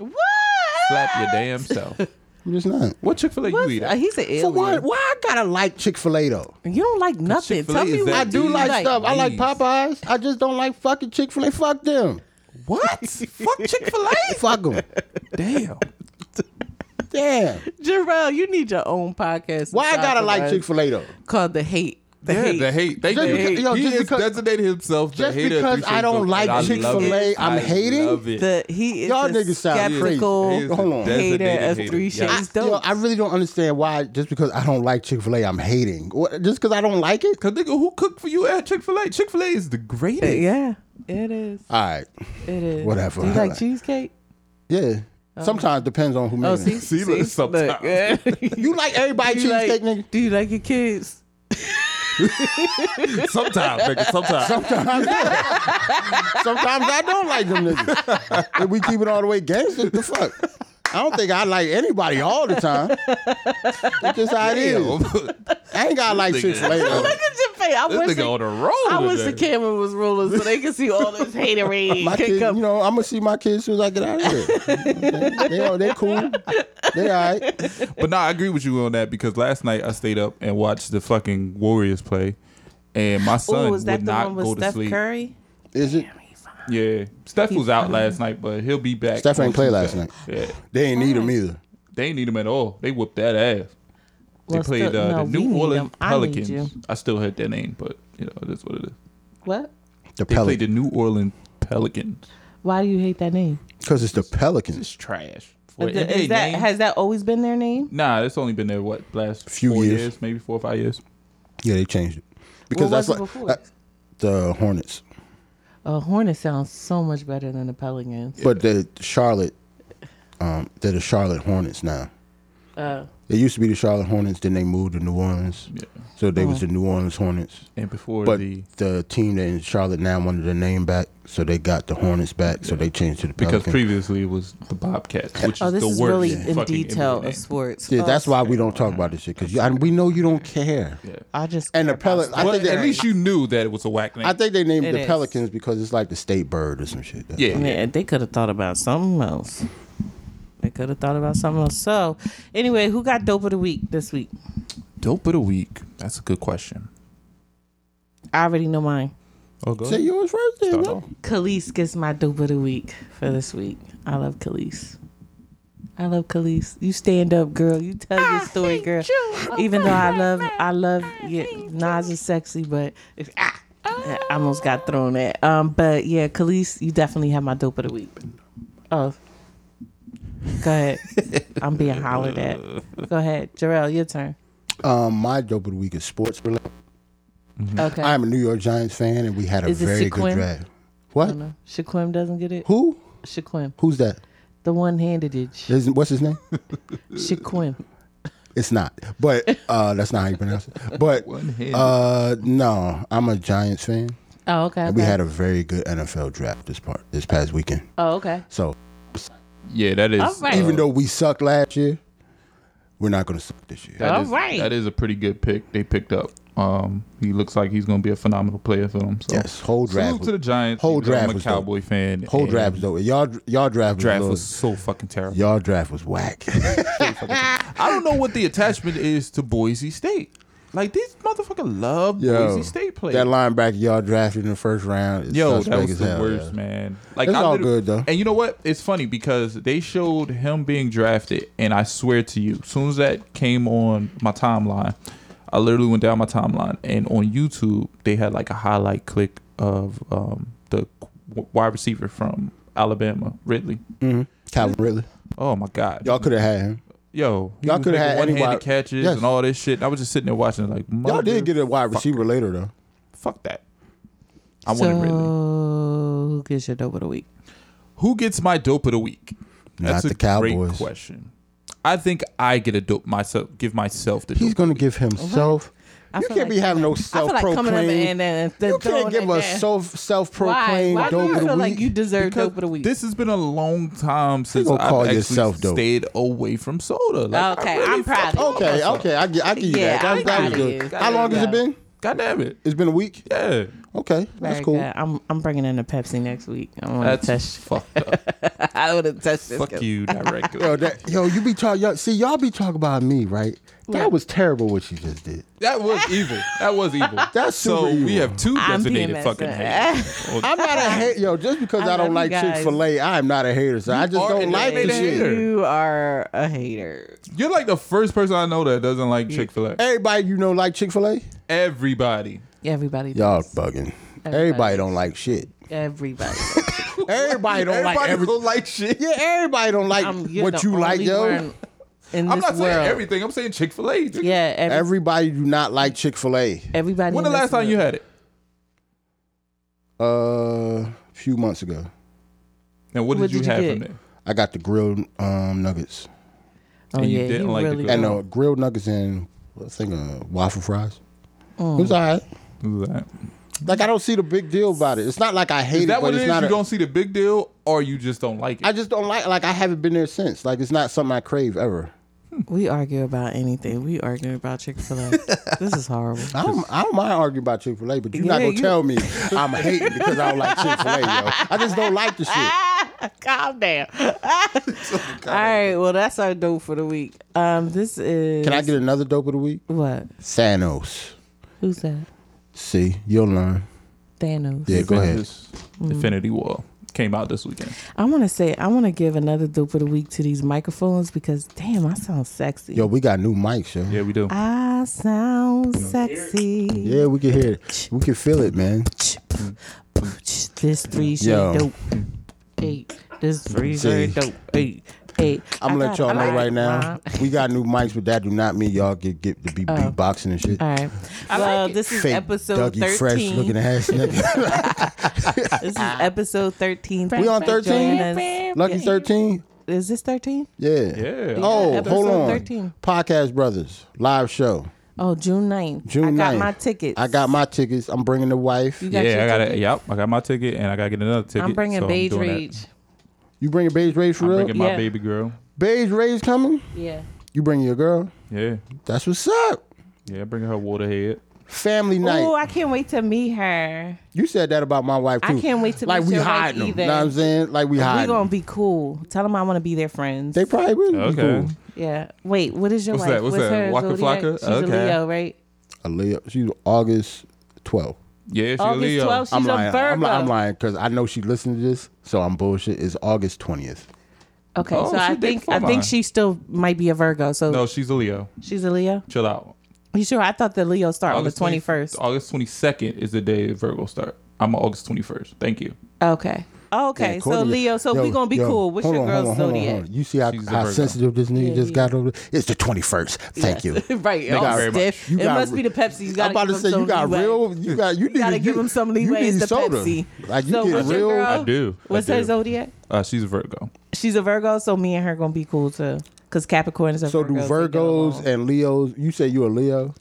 [SPEAKER 7] Slap your damn self.
[SPEAKER 8] I'm just not.
[SPEAKER 7] What Chick Fil A you eat?
[SPEAKER 9] Uh,
[SPEAKER 7] At?
[SPEAKER 9] he's an
[SPEAKER 8] So
[SPEAKER 9] alien.
[SPEAKER 8] why why I gotta like Chick Fil A though?
[SPEAKER 9] You don't like nothing.
[SPEAKER 7] Chick-fil-A
[SPEAKER 9] Tell
[SPEAKER 7] is
[SPEAKER 9] me
[SPEAKER 7] that
[SPEAKER 9] what
[SPEAKER 8] I do
[SPEAKER 7] Dude,
[SPEAKER 8] like
[SPEAKER 7] like
[SPEAKER 8] stuff. I like
[SPEAKER 7] these.
[SPEAKER 8] Popeyes. I just don't like fucking Chick Fil A. Fuck them.
[SPEAKER 7] What? Fuck Chick Fil A.
[SPEAKER 8] Fuck them.
[SPEAKER 7] Damn.
[SPEAKER 8] Damn.
[SPEAKER 9] Jarrell, you need your own podcast.
[SPEAKER 8] Why I gotta like Chick Fil A though?
[SPEAKER 9] Called the hate. The
[SPEAKER 7] yeah,
[SPEAKER 9] hate.
[SPEAKER 7] the hate. Thank
[SPEAKER 8] Just
[SPEAKER 7] you.
[SPEAKER 8] because- yo,
[SPEAKER 7] he
[SPEAKER 8] just
[SPEAKER 7] has
[SPEAKER 8] because-
[SPEAKER 7] designated himself the
[SPEAKER 8] just
[SPEAKER 7] hater.
[SPEAKER 8] because
[SPEAKER 7] through
[SPEAKER 8] I
[SPEAKER 7] Chick-fil-A,
[SPEAKER 8] don't like
[SPEAKER 7] and I love
[SPEAKER 8] Chick-fil-A,
[SPEAKER 7] it.
[SPEAKER 8] I'm
[SPEAKER 7] I
[SPEAKER 8] hating?
[SPEAKER 7] love it.
[SPEAKER 9] The he is
[SPEAKER 8] Y'all
[SPEAKER 9] the
[SPEAKER 8] niggas sound crazy.
[SPEAKER 9] skeptical
[SPEAKER 7] He is
[SPEAKER 8] Hold
[SPEAKER 7] a
[SPEAKER 8] on.
[SPEAKER 7] designated
[SPEAKER 9] hater of
[SPEAKER 7] hater.
[SPEAKER 9] three
[SPEAKER 7] Yeah.
[SPEAKER 9] shades.
[SPEAKER 8] Yo,
[SPEAKER 9] Dope.
[SPEAKER 8] I really don't understand why just because I don't like Chick Fil A, I'm hating. What, just because I don't like it?
[SPEAKER 7] Cause nigga, who cooked for you at Chick Fil A? Chick Fil A is the greatest.
[SPEAKER 9] yeah, it is.
[SPEAKER 8] All right.
[SPEAKER 9] It is.
[SPEAKER 8] Whatever.
[SPEAKER 9] Do you like cheesecake?
[SPEAKER 8] Yeah. Sometimes depends on who made
[SPEAKER 9] Oh,
[SPEAKER 8] it.
[SPEAKER 9] see,
[SPEAKER 7] See,
[SPEAKER 9] see,
[SPEAKER 7] look,
[SPEAKER 9] look,
[SPEAKER 7] sometimes.
[SPEAKER 9] yeah.
[SPEAKER 8] You like everybody
[SPEAKER 9] Do you like-
[SPEAKER 8] cheesecake, nigga?
[SPEAKER 9] Do you like your kids?
[SPEAKER 7] Sometimes, nigga, sometimes.
[SPEAKER 8] Sometimes, yeah. sometimes I don't like them niggas. If we keep it all the way gangster, the fuck. I don't think I like anybody all the time. That's just how it is. I ain't gotta like
[SPEAKER 7] Nigga.
[SPEAKER 8] Chick Fil A. though.
[SPEAKER 9] Look at your face. I
[SPEAKER 7] This
[SPEAKER 9] wish
[SPEAKER 7] nigga
[SPEAKER 9] the,
[SPEAKER 7] on the road.
[SPEAKER 9] I wish the
[SPEAKER 7] today.
[SPEAKER 9] camera was rolling so they could see all this hatery.
[SPEAKER 8] My
[SPEAKER 9] could
[SPEAKER 8] kids,
[SPEAKER 9] come.
[SPEAKER 8] you know, I'm gonna see my kids as soon as I get out of here. they, they, all- they cool. They all right.
[SPEAKER 7] But nah, I agree with you on that because last night I stayed up and watched the fucking Warriors play, and my son
[SPEAKER 9] Ooh, is that
[SPEAKER 7] would
[SPEAKER 9] the
[SPEAKER 7] not
[SPEAKER 9] one
[SPEAKER 7] go
[SPEAKER 9] with
[SPEAKER 7] to
[SPEAKER 9] Steph
[SPEAKER 7] sleep.
[SPEAKER 9] Curry?
[SPEAKER 8] Is it?
[SPEAKER 7] Yeah, Steph was out last night, but he'll be back.
[SPEAKER 8] Steph
[SPEAKER 7] on
[SPEAKER 8] ain't played last
[SPEAKER 7] Tuesday.
[SPEAKER 8] night.
[SPEAKER 7] Yeah,
[SPEAKER 8] They ain't need them either.
[SPEAKER 7] they ain't need him at all. They whooped that ass. They
[SPEAKER 9] Well,
[SPEAKER 7] played
[SPEAKER 9] still-
[SPEAKER 7] uh,
[SPEAKER 9] no,
[SPEAKER 7] the
[SPEAKER 9] we
[SPEAKER 7] New
[SPEAKER 9] need
[SPEAKER 7] Orleans
[SPEAKER 9] 'em. I need
[SPEAKER 7] Pelicans.
[SPEAKER 9] you.
[SPEAKER 7] I, still heard their name, but you know that's what it is.
[SPEAKER 9] What?
[SPEAKER 7] They
[SPEAKER 8] The
[SPEAKER 7] played the
[SPEAKER 8] Pelicans.
[SPEAKER 7] New Orleans Pelicans.
[SPEAKER 9] Why do you hate that name?
[SPEAKER 8] Because it's the Pelicans.
[SPEAKER 7] It's trash. For
[SPEAKER 9] Is
[SPEAKER 7] an NBA
[SPEAKER 9] that,
[SPEAKER 7] name-
[SPEAKER 9] has that always been their name?
[SPEAKER 7] Nah, it's only been there what last
[SPEAKER 8] Few
[SPEAKER 7] four
[SPEAKER 8] years.
[SPEAKER 7] maybe four or five years.
[SPEAKER 8] Yeah, they changed it. Because
[SPEAKER 9] What was
[SPEAKER 8] that's
[SPEAKER 9] it
[SPEAKER 8] like
[SPEAKER 9] before?
[SPEAKER 8] uh, the Hornets.
[SPEAKER 9] Uh, Hornet sounds so much better than the Pelicans.
[SPEAKER 8] But the Charlotte, um, they're the Charlotte Hornets now.
[SPEAKER 9] Uh,
[SPEAKER 8] They used to be the Charlotte Hornets, then they moved to New Orleans.
[SPEAKER 7] Yeah.
[SPEAKER 8] So they
[SPEAKER 9] Uh-huh.
[SPEAKER 8] was the New Orleans Hornets.
[SPEAKER 7] And before
[SPEAKER 8] But
[SPEAKER 7] the
[SPEAKER 8] the team that in Charlotte now wanted their name back, so they got the Hornets back, so they changed to the
[SPEAKER 7] because
[SPEAKER 8] Pelicans.
[SPEAKER 7] previously it was the Bobcats, which
[SPEAKER 9] oh,
[SPEAKER 7] is
[SPEAKER 9] this
[SPEAKER 7] the
[SPEAKER 9] is
[SPEAKER 7] worst
[SPEAKER 9] really in
[SPEAKER 7] fucking
[SPEAKER 9] detail
[SPEAKER 7] NBA name.
[SPEAKER 9] of sports.
[SPEAKER 8] Yeah,
[SPEAKER 9] Oh,
[SPEAKER 8] that's why we don't talk about this shit because we know you don't care.
[SPEAKER 9] I just
[SPEAKER 8] And the
[SPEAKER 9] care about
[SPEAKER 8] Pelic- I
[SPEAKER 9] sports.
[SPEAKER 7] Well,
[SPEAKER 8] think
[SPEAKER 7] at
[SPEAKER 8] they-
[SPEAKER 7] least you knew that it was a whack name.
[SPEAKER 8] I think they named
[SPEAKER 9] It
[SPEAKER 8] the
[SPEAKER 9] is.
[SPEAKER 8] Pelicans because it's like the state bird or some shit. That's-
[SPEAKER 7] yeah,
[SPEAKER 9] Yeah, they could have thought about something else. They could have thought about something else. So, anyway, who got dope of the week this week?
[SPEAKER 7] dope of the week. That's a good question.
[SPEAKER 9] I already know mine.
[SPEAKER 7] Oh, go
[SPEAKER 8] Say
[SPEAKER 7] ahead.
[SPEAKER 8] yours first, then.
[SPEAKER 7] Start
[SPEAKER 8] bro.
[SPEAKER 7] off.
[SPEAKER 9] Khalees gets my dope of the week for this week. I love Khalees. I love Khalees. You stand up, girl. You tell your story, girl. Even though I love, I love yeah, Nas is sexy, but if, ah, I almost got thrown at. Um, but yeah, Khalees, you definitely have my dope of the week. Oh, Go ahead. I'm being hollered at. Go ahead, Jarrell, your turn.
[SPEAKER 8] Um, my dope of the week is sports related.
[SPEAKER 9] Okay.
[SPEAKER 8] I'm a New York Giants fan, and we had a
[SPEAKER 9] Is it
[SPEAKER 8] very
[SPEAKER 9] Shaquem?
[SPEAKER 8] good draft. What?
[SPEAKER 9] no, Shaquem doesn't get it.
[SPEAKER 8] Who?
[SPEAKER 9] Shaquem,
[SPEAKER 8] Who's that?
[SPEAKER 9] the one-handed itch.
[SPEAKER 8] Is- What's his name?
[SPEAKER 9] Shaquem.
[SPEAKER 8] It's not, but uh, that's not how you pronounce it. But uh, no, I'm a Giants fan,
[SPEAKER 9] Oh, okay.
[SPEAKER 8] and we
[SPEAKER 9] okay.
[SPEAKER 8] had a very good NFL draft this part this past weekend.
[SPEAKER 9] Oh, okay.
[SPEAKER 8] So
[SPEAKER 7] Yeah, that is.
[SPEAKER 9] All right.
[SPEAKER 8] even though we sucked last year, we're not going to suck this year.
[SPEAKER 7] that
[SPEAKER 9] All
[SPEAKER 7] is-
[SPEAKER 9] right.
[SPEAKER 7] That is a pretty good pick they picked up. Um, he looks like he's going to be a phenomenal player for them. So.
[SPEAKER 8] Yes, whole draft
[SPEAKER 7] Salute
[SPEAKER 8] was-
[SPEAKER 7] to the Giants.
[SPEAKER 8] whole
[SPEAKER 7] even though
[SPEAKER 8] draft
[SPEAKER 7] I'm a
[SPEAKER 8] was dope.
[SPEAKER 7] Cowboy fan.
[SPEAKER 8] Whole
[SPEAKER 7] and
[SPEAKER 8] draft was over. Y'all, y'all draft was,
[SPEAKER 7] Draft
[SPEAKER 8] little-
[SPEAKER 7] was so fucking terrible.
[SPEAKER 8] y'all draft was whack.
[SPEAKER 7] I don't know what the attachment is to Boise State. Like these motherfucker love
[SPEAKER 8] Yo,
[SPEAKER 7] Boise State players.
[SPEAKER 8] That linebacker y'all drafted in the first round is
[SPEAKER 7] Yo, that
[SPEAKER 8] suspect
[SPEAKER 7] was
[SPEAKER 8] as
[SPEAKER 7] the
[SPEAKER 8] hell.
[SPEAKER 7] worst,
[SPEAKER 8] yeah.
[SPEAKER 7] man. Like
[SPEAKER 8] It's all
[SPEAKER 7] literally-
[SPEAKER 8] good, though.
[SPEAKER 7] And you know what? It's funny because they showed him being drafted, and I swear to you, as soon as that came on my timeline, I literally went down my timeline, and on YouTube they had like a highlight click of um, the qu- wide receiver from Alabama, Ridley.
[SPEAKER 8] Mm-hmm. Calvin Ridley.
[SPEAKER 7] Oh my god,
[SPEAKER 8] Y'all could have had him.
[SPEAKER 7] yo, he
[SPEAKER 8] y'all
[SPEAKER 7] was
[SPEAKER 8] coulda
[SPEAKER 7] making
[SPEAKER 8] had
[SPEAKER 7] one-handed
[SPEAKER 8] anybody-
[SPEAKER 7] catches
[SPEAKER 8] Yes.
[SPEAKER 7] and all this shit. And I was just sitting there watching, like,
[SPEAKER 8] Y'all did
[SPEAKER 7] mother-
[SPEAKER 8] get a wide receiver later though.
[SPEAKER 7] Fuck that. I
[SPEAKER 9] so,
[SPEAKER 7] wanted Ridley.
[SPEAKER 9] who gets your dope of the week?
[SPEAKER 7] Who gets my dope of the week?
[SPEAKER 8] Not
[SPEAKER 7] That's
[SPEAKER 8] the
[SPEAKER 7] a great
[SPEAKER 8] Cowboys.
[SPEAKER 7] question. I think I get a dope myself. Give myself the
[SPEAKER 8] He's
[SPEAKER 7] dope.
[SPEAKER 8] gonna give himself.
[SPEAKER 9] I
[SPEAKER 8] you
[SPEAKER 9] feel
[SPEAKER 8] can't
[SPEAKER 9] like-
[SPEAKER 8] be having no
[SPEAKER 9] I feel
[SPEAKER 8] self
[SPEAKER 9] like coming up and,
[SPEAKER 8] proclaimed.
[SPEAKER 9] and, and
[SPEAKER 8] You can't give a self self proclaimed
[SPEAKER 9] Why? Why do
[SPEAKER 8] dope of
[SPEAKER 9] you
[SPEAKER 8] the
[SPEAKER 9] feel like
[SPEAKER 8] week.
[SPEAKER 9] you deserve
[SPEAKER 7] Because
[SPEAKER 9] dope of the week?
[SPEAKER 7] This has been a long time since
[SPEAKER 8] gonna
[SPEAKER 7] I've
[SPEAKER 8] call
[SPEAKER 7] actually
[SPEAKER 8] yourself dope.
[SPEAKER 7] stayed away from soda. Like,
[SPEAKER 9] Okay,
[SPEAKER 7] I really
[SPEAKER 9] I'm proud of
[SPEAKER 7] fucking-
[SPEAKER 9] you.
[SPEAKER 8] okay, okay, I get, I give you
[SPEAKER 9] Yeah,
[SPEAKER 8] that. That,
[SPEAKER 9] I'm
[SPEAKER 8] that
[SPEAKER 9] proud
[SPEAKER 8] was
[SPEAKER 9] of
[SPEAKER 8] good.
[SPEAKER 9] you.
[SPEAKER 8] How long has it
[SPEAKER 9] Yeah.
[SPEAKER 8] been?
[SPEAKER 7] God damn it.
[SPEAKER 8] It's been a week.
[SPEAKER 7] Yeah.
[SPEAKER 8] Okay, that's
[SPEAKER 9] Very
[SPEAKER 8] cool.
[SPEAKER 9] good. I'm I'm bringing in a Pepsi next week. I don't want to
[SPEAKER 7] That's
[SPEAKER 9] touch.
[SPEAKER 7] fucked up.
[SPEAKER 9] I don't want to touch this.
[SPEAKER 7] Fuck you, director.
[SPEAKER 8] Yo, that, yo, you be talking. Yo, see, y'all be talking about me, right? That was terrible what you just did.
[SPEAKER 7] That was evil. That was evil.
[SPEAKER 8] That's
[SPEAKER 7] so
[SPEAKER 8] super
[SPEAKER 7] we
[SPEAKER 8] evil.
[SPEAKER 7] have two
[SPEAKER 9] I'm
[SPEAKER 7] designated
[SPEAKER 9] PMS.
[SPEAKER 7] fucking haters. Or-
[SPEAKER 8] I'm not a hater, yo. Just because I,
[SPEAKER 9] I love
[SPEAKER 8] don't
[SPEAKER 9] you
[SPEAKER 8] like
[SPEAKER 9] guys.
[SPEAKER 8] Chick Fil A, I am not a hater. So I just
[SPEAKER 7] are
[SPEAKER 8] don't
[SPEAKER 7] an
[SPEAKER 8] like the
[SPEAKER 7] animated
[SPEAKER 8] shit.
[SPEAKER 7] hater.
[SPEAKER 9] You are a hater.
[SPEAKER 7] You're like the first person I know that doesn't like Chick Fil A.
[SPEAKER 8] Everybody you know like Chick Fil A.
[SPEAKER 7] Everybody.
[SPEAKER 9] Everybody.
[SPEAKER 8] Y'all
[SPEAKER 9] does.
[SPEAKER 8] bugging. Everybody,
[SPEAKER 9] Everybody.
[SPEAKER 8] don't like shit.
[SPEAKER 9] Everybody.
[SPEAKER 8] Everybody don't like every-
[SPEAKER 7] don't like shit.
[SPEAKER 8] Yeah, everybody don't like
[SPEAKER 9] I'm, you're
[SPEAKER 8] what
[SPEAKER 9] the
[SPEAKER 8] you like,
[SPEAKER 9] only
[SPEAKER 8] yo.
[SPEAKER 9] one In this
[SPEAKER 7] I'm not
[SPEAKER 9] world.
[SPEAKER 7] saying everything. I'm saying Chick Fil A.
[SPEAKER 9] Yeah. Every,
[SPEAKER 8] Everybody do not like Chick Fil A.
[SPEAKER 9] everybody.
[SPEAKER 7] When the
[SPEAKER 9] in this
[SPEAKER 7] last time you
[SPEAKER 9] world.
[SPEAKER 7] had it?
[SPEAKER 8] Uh, a few months ago,
[SPEAKER 7] And what did,
[SPEAKER 9] What
[SPEAKER 7] you,
[SPEAKER 9] did you
[SPEAKER 7] have
[SPEAKER 9] get?
[SPEAKER 7] from there?
[SPEAKER 8] I got the grilled um, nuggets
[SPEAKER 9] Oh
[SPEAKER 7] and you
[SPEAKER 9] yeah.
[SPEAKER 7] didn't
[SPEAKER 9] he
[SPEAKER 7] like the
[SPEAKER 9] really
[SPEAKER 7] girl.
[SPEAKER 8] and uh, grilled nuggets and I think uh, waffle fries. It was all right.
[SPEAKER 7] Is that,
[SPEAKER 8] Like I don't see the big deal about it. It's not like I hate
[SPEAKER 7] is
[SPEAKER 8] it,
[SPEAKER 7] that
[SPEAKER 8] but
[SPEAKER 7] what it
[SPEAKER 8] it's
[SPEAKER 7] is?
[SPEAKER 8] not.
[SPEAKER 7] You
[SPEAKER 8] a-
[SPEAKER 7] don't see the big deal, or you just don't like it?
[SPEAKER 8] I just don't like. Like I haven't been there since. Like it's not something I crave ever.
[SPEAKER 9] We argue about anything. We argue about Chick Fil A. this is horrible.
[SPEAKER 8] I don't, I don't mind arguing about Chick Fil A, but you're not
[SPEAKER 9] Yeah,
[SPEAKER 8] gonna
[SPEAKER 9] you-
[SPEAKER 8] tell me I'm hating because I don't like Chick Fil A, yo. I just don't like the shit.
[SPEAKER 9] Calm down. All right. Well, that's our dope for the week. Um, this is.
[SPEAKER 8] Can I get another dope of the week?
[SPEAKER 9] what?
[SPEAKER 8] Thanos.
[SPEAKER 9] Who's that?
[SPEAKER 8] See, you'll learn.
[SPEAKER 9] Thanos.
[SPEAKER 8] Yeah, go ahead. Mm.
[SPEAKER 7] Avengers Infinity War came out this weekend.
[SPEAKER 9] I want to say I want to give another dope of the week to these microphones because damn, I sound sexy.
[SPEAKER 8] Yo, we got new mics, yo.
[SPEAKER 7] Yeah, we do.
[SPEAKER 9] I sound sexy.
[SPEAKER 8] Yeah, we can hear it. We can feel it, man.
[SPEAKER 9] This three shade
[SPEAKER 8] Yo.
[SPEAKER 9] dope. Hey, this three shade
[SPEAKER 8] See.
[SPEAKER 9] dope. Hey, hey.
[SPEAKER 8] I'm
[SPEAKER 9] I
[SPEAKER 8] gonna let
[SPEAKER 9] got-
[SPEAKER 8] y'all
[SPEAKER 9] I
[SPEAKER 8] know
[SPEAKER 9] like
[SPEAKER 8] right
[SPEAKER 9] it,
[SPEAKER 8] now.
[SPEAKER 9] Ron.
[SPEAKER 8] We got new mics, but that do not mean y'all get get to be beatboxing and shit.
[SPEAKER 9] All right. well, this Oh. is
[SPEAKER 8] Fake
[SPEAKER 9] episode
[SPEAKER 8] Dougie Fresh
[SPEAKER 9] thirteen.
[SPEAKER 8] looking ass nigga.
[SPEAKER 9] This is episode thirteen.
[SPEAKER 8] we on
[SPEAKER 9] Thanks for joining
[SPEAKER 8] 13?
[SPEAKER 9] us.
[SPEAKER 8] Lucky 13?
[SPEAKER 9] Is this thirteen?
[SPEAKER 8] Yeah.
[SPEAKER 7] Yeah.
[SPEAKER 8] Oh,
[SPEAKER 9] episode
[SPEAKER 8] hold on.
[SPEAKER 9] 13.
[SPEAKER 8] Podcast Brothers live show.
[SPEAKER 9] Oh, June 9th.
[SPEAKER 8] June
[SPEAKER 9] I got
[SPEAKER 8] 9th.
[SPEAKER 9] my tickets.
[SPEAKER 8] I got my tickets. I'm bringing the wife.
[SPEAKER 9] You
[SPEAKER 8] You,
[SPEAKER 9] got
[SPEAKER 7] yeah,
[SPEAKER 9] your
[SPEAKER 7] I got it.
[SPEAKER 9] tickets?
[SPEAKER 7] Yep, I got my ticket, and I gotta get another ticket.
[SPEAKER 9] I'm bringing
[SPEAKER 7] so
[SPEAKER 9] Beige
[SPEAKER 7] doing that.
[SPEAKER 9] Rage.
[SPEAKER 8] bringing Beige Rage for
[SPEAKER 7] I'm
[SPEAKER 8] real?
[SPEAKER 7] bringing my
[SPEAKER 9] Yeah.
[SPEAKER 7] baby girl.
[SPEAKER 8] Beige Rage coming?
[SPEAKER 9] Yeah.
[SPEAKER 8] You bringing your girl?
[SPEAKER 7] Yeah,
[SPEAKER 8] That's what's up.
[SPEAKER 7] yeah, bringing her waterhead.
[SPEAKER 8] Family night.
[SPEAKER 9] Oh, I can't wait to meet her.
[SPEAKER 8] you said that about my wife too.
[SPEAKER 9] I can't wait to
[SPEAKER 8] like
[SPEAKER 9] meet
[SPEAKER 8] we
[SPEAKER 9] your wife
[SPEAKER 8] hiding them.
[SPEAKER 9] either.
[SPEAKER 8] You know what I'm saying? Like we
[SPEAKER 9] We're
[SPEAKER 8] hiding.
[SPEAKER 9] gonna
[SPEAKER 8] them.
[SPEAKER 9] be cool. Tell them I want to be their friends.
[SPEAKER 8] they probably will.
[SPEAKER 7] Okay.
[SPEAKER 8] Be cool.
[SPEAKER 9] yeah. Wait, what is your
[SPEAKER 7] What's
[SPEAKER 9] wife?
[SPEAKER 7] that? What's that?
[SPEAKER 9] her
[SPEAKER 7] Waka
[SPEAKER 9] zodiac?
[SPEAKER 7] flocka?
[SPEAKER 9] She's
[SPEAKER 7] Okay.
[SPEAKER 9] a Leo, right?
[SPEAKER 8] a Leo. She's August 12th.
[SPEAKER 7] Yeah, she
[SPEAKER 9] August
[SPEAKER 7] Leo.
[SPEAKER 9] 12th, she's
[SPEAKER 8] I'm
[SPEAKER 9] a
[SPEAKER 8] lying.
[SPEAKER 9] Virgo.
[SPEAKER 8] I'm, li- I'm lying because I know she listened to this, so I'm bullshit. It's August 20th.
[SPEAKER 9] Okay,
[SPEAKER 7] Oh,
[SPEAKER 9] so I
[SPEAKER 7] she did
[SPEAKER 9] think
[SPEAKER 7] before
[SPEAKER 9] I
[SPEAKER 7] mine.
[SPEAKER 9] think she still might be a Virgo. So
[SPEAKER 7] No, she's a Leo.
[SPEAKER 9] she's a Leo.
[SPEAKER 7] Chill out.
[SPEAKER 9] You sure? I thought the Leo start on the twenty
[SPEAKER 7] 20
[SPEAKER 9] first.
[SPEAKER 7] August 22nd is the day Virgo start. I'm on August 21st. Thank you.
[SPEAKER 9] Okay. Oh, Okay,
[SPEAKER 8] Yeah,
[SPEAKER 9] so
[SPEAKER 8] Courtney-
[SPEAKER 9] Leo, so
[SPEAKER 8] yo,
[SPEAKER 9] we gonna be
[SPEAKER 8] yo,
[SPEAKER 9] cool. What's
[SPEAKER 8] hold
[SPEAKER 9] your
[SPEAKER 8] on,
[SPEAKER 9] girl's
[SPEAKER 8] hold on, hold on,
[SPEAKER 9] zodiac?
[SPEAKER 8] hold on. You see how,
[SPEAKER 7] She's a
[SPEAKER 8] how
[SPEAKER 7] Virgo.
[SPEAKER 8] sensitive this nigga
[SPEAKER 9] Yeah,
[SPEAKER 8] just
[SPEAKER 9] yeah.
[SPEAKER 8] got over. It's the twenty first. Thank you.
[SPEAKER 9] right,
[SPEAKER 7] you
[SPEAKER 9] all
[SPEAKER 7] very much.
[SPEAKER 9] stiff.
[SPEAKER 8] You
[SPEAKER 9] it
[SPEAKER 8] got-
[SPEAKER 9] must be the Pepsi. You
[SPEAKER 8] I'm
[SPEAKER 9] gotta
[SPEAKER 8] about to
[SPEAKER 9] give
[SPEAKER 8] say
[SPEAKER 9] him
[SPEAKER 8] you
[SPEAKER 9] some
[SPEAKER 8] got
[SPEAKER 9] leeway.
[SPEAKER 8] real. You got you, need
[SPEAKER 9] gotta
[SPEAKER 8] to-
[SPEAKER 9] give
[SPEAKER 8] you-
[SPEAKER 9] him some
[SPEAKER 8] You
[SPEAKER 9] leeway.
[SPEAKER 8] need
[SPEAKER 9] It's the
[SPEAKER 8] soda.
[SPEAKER 9] Pepsi.
[SPEAKER 8] Like you
[SPEAKER 9] so
[SPEAKER 8] get
[SPEAKER 9] what's your
[SPEAKER 8] real.
[SPEAKER 9] girl?
[SPEAKER 7] I do. I
[SPEAKER 9] What's her
[SPEAKER 7] do.
[SPEAKER 9] zodiac?
[SPEAKER 7] Uh, she's a Virgo.
[SPEAKER 9] She's a Virgo, so me and her gonna be cool too. Cause Capricorn is a
[SPEAKER 8] So do Virgos and Leos? You say you're a Leo,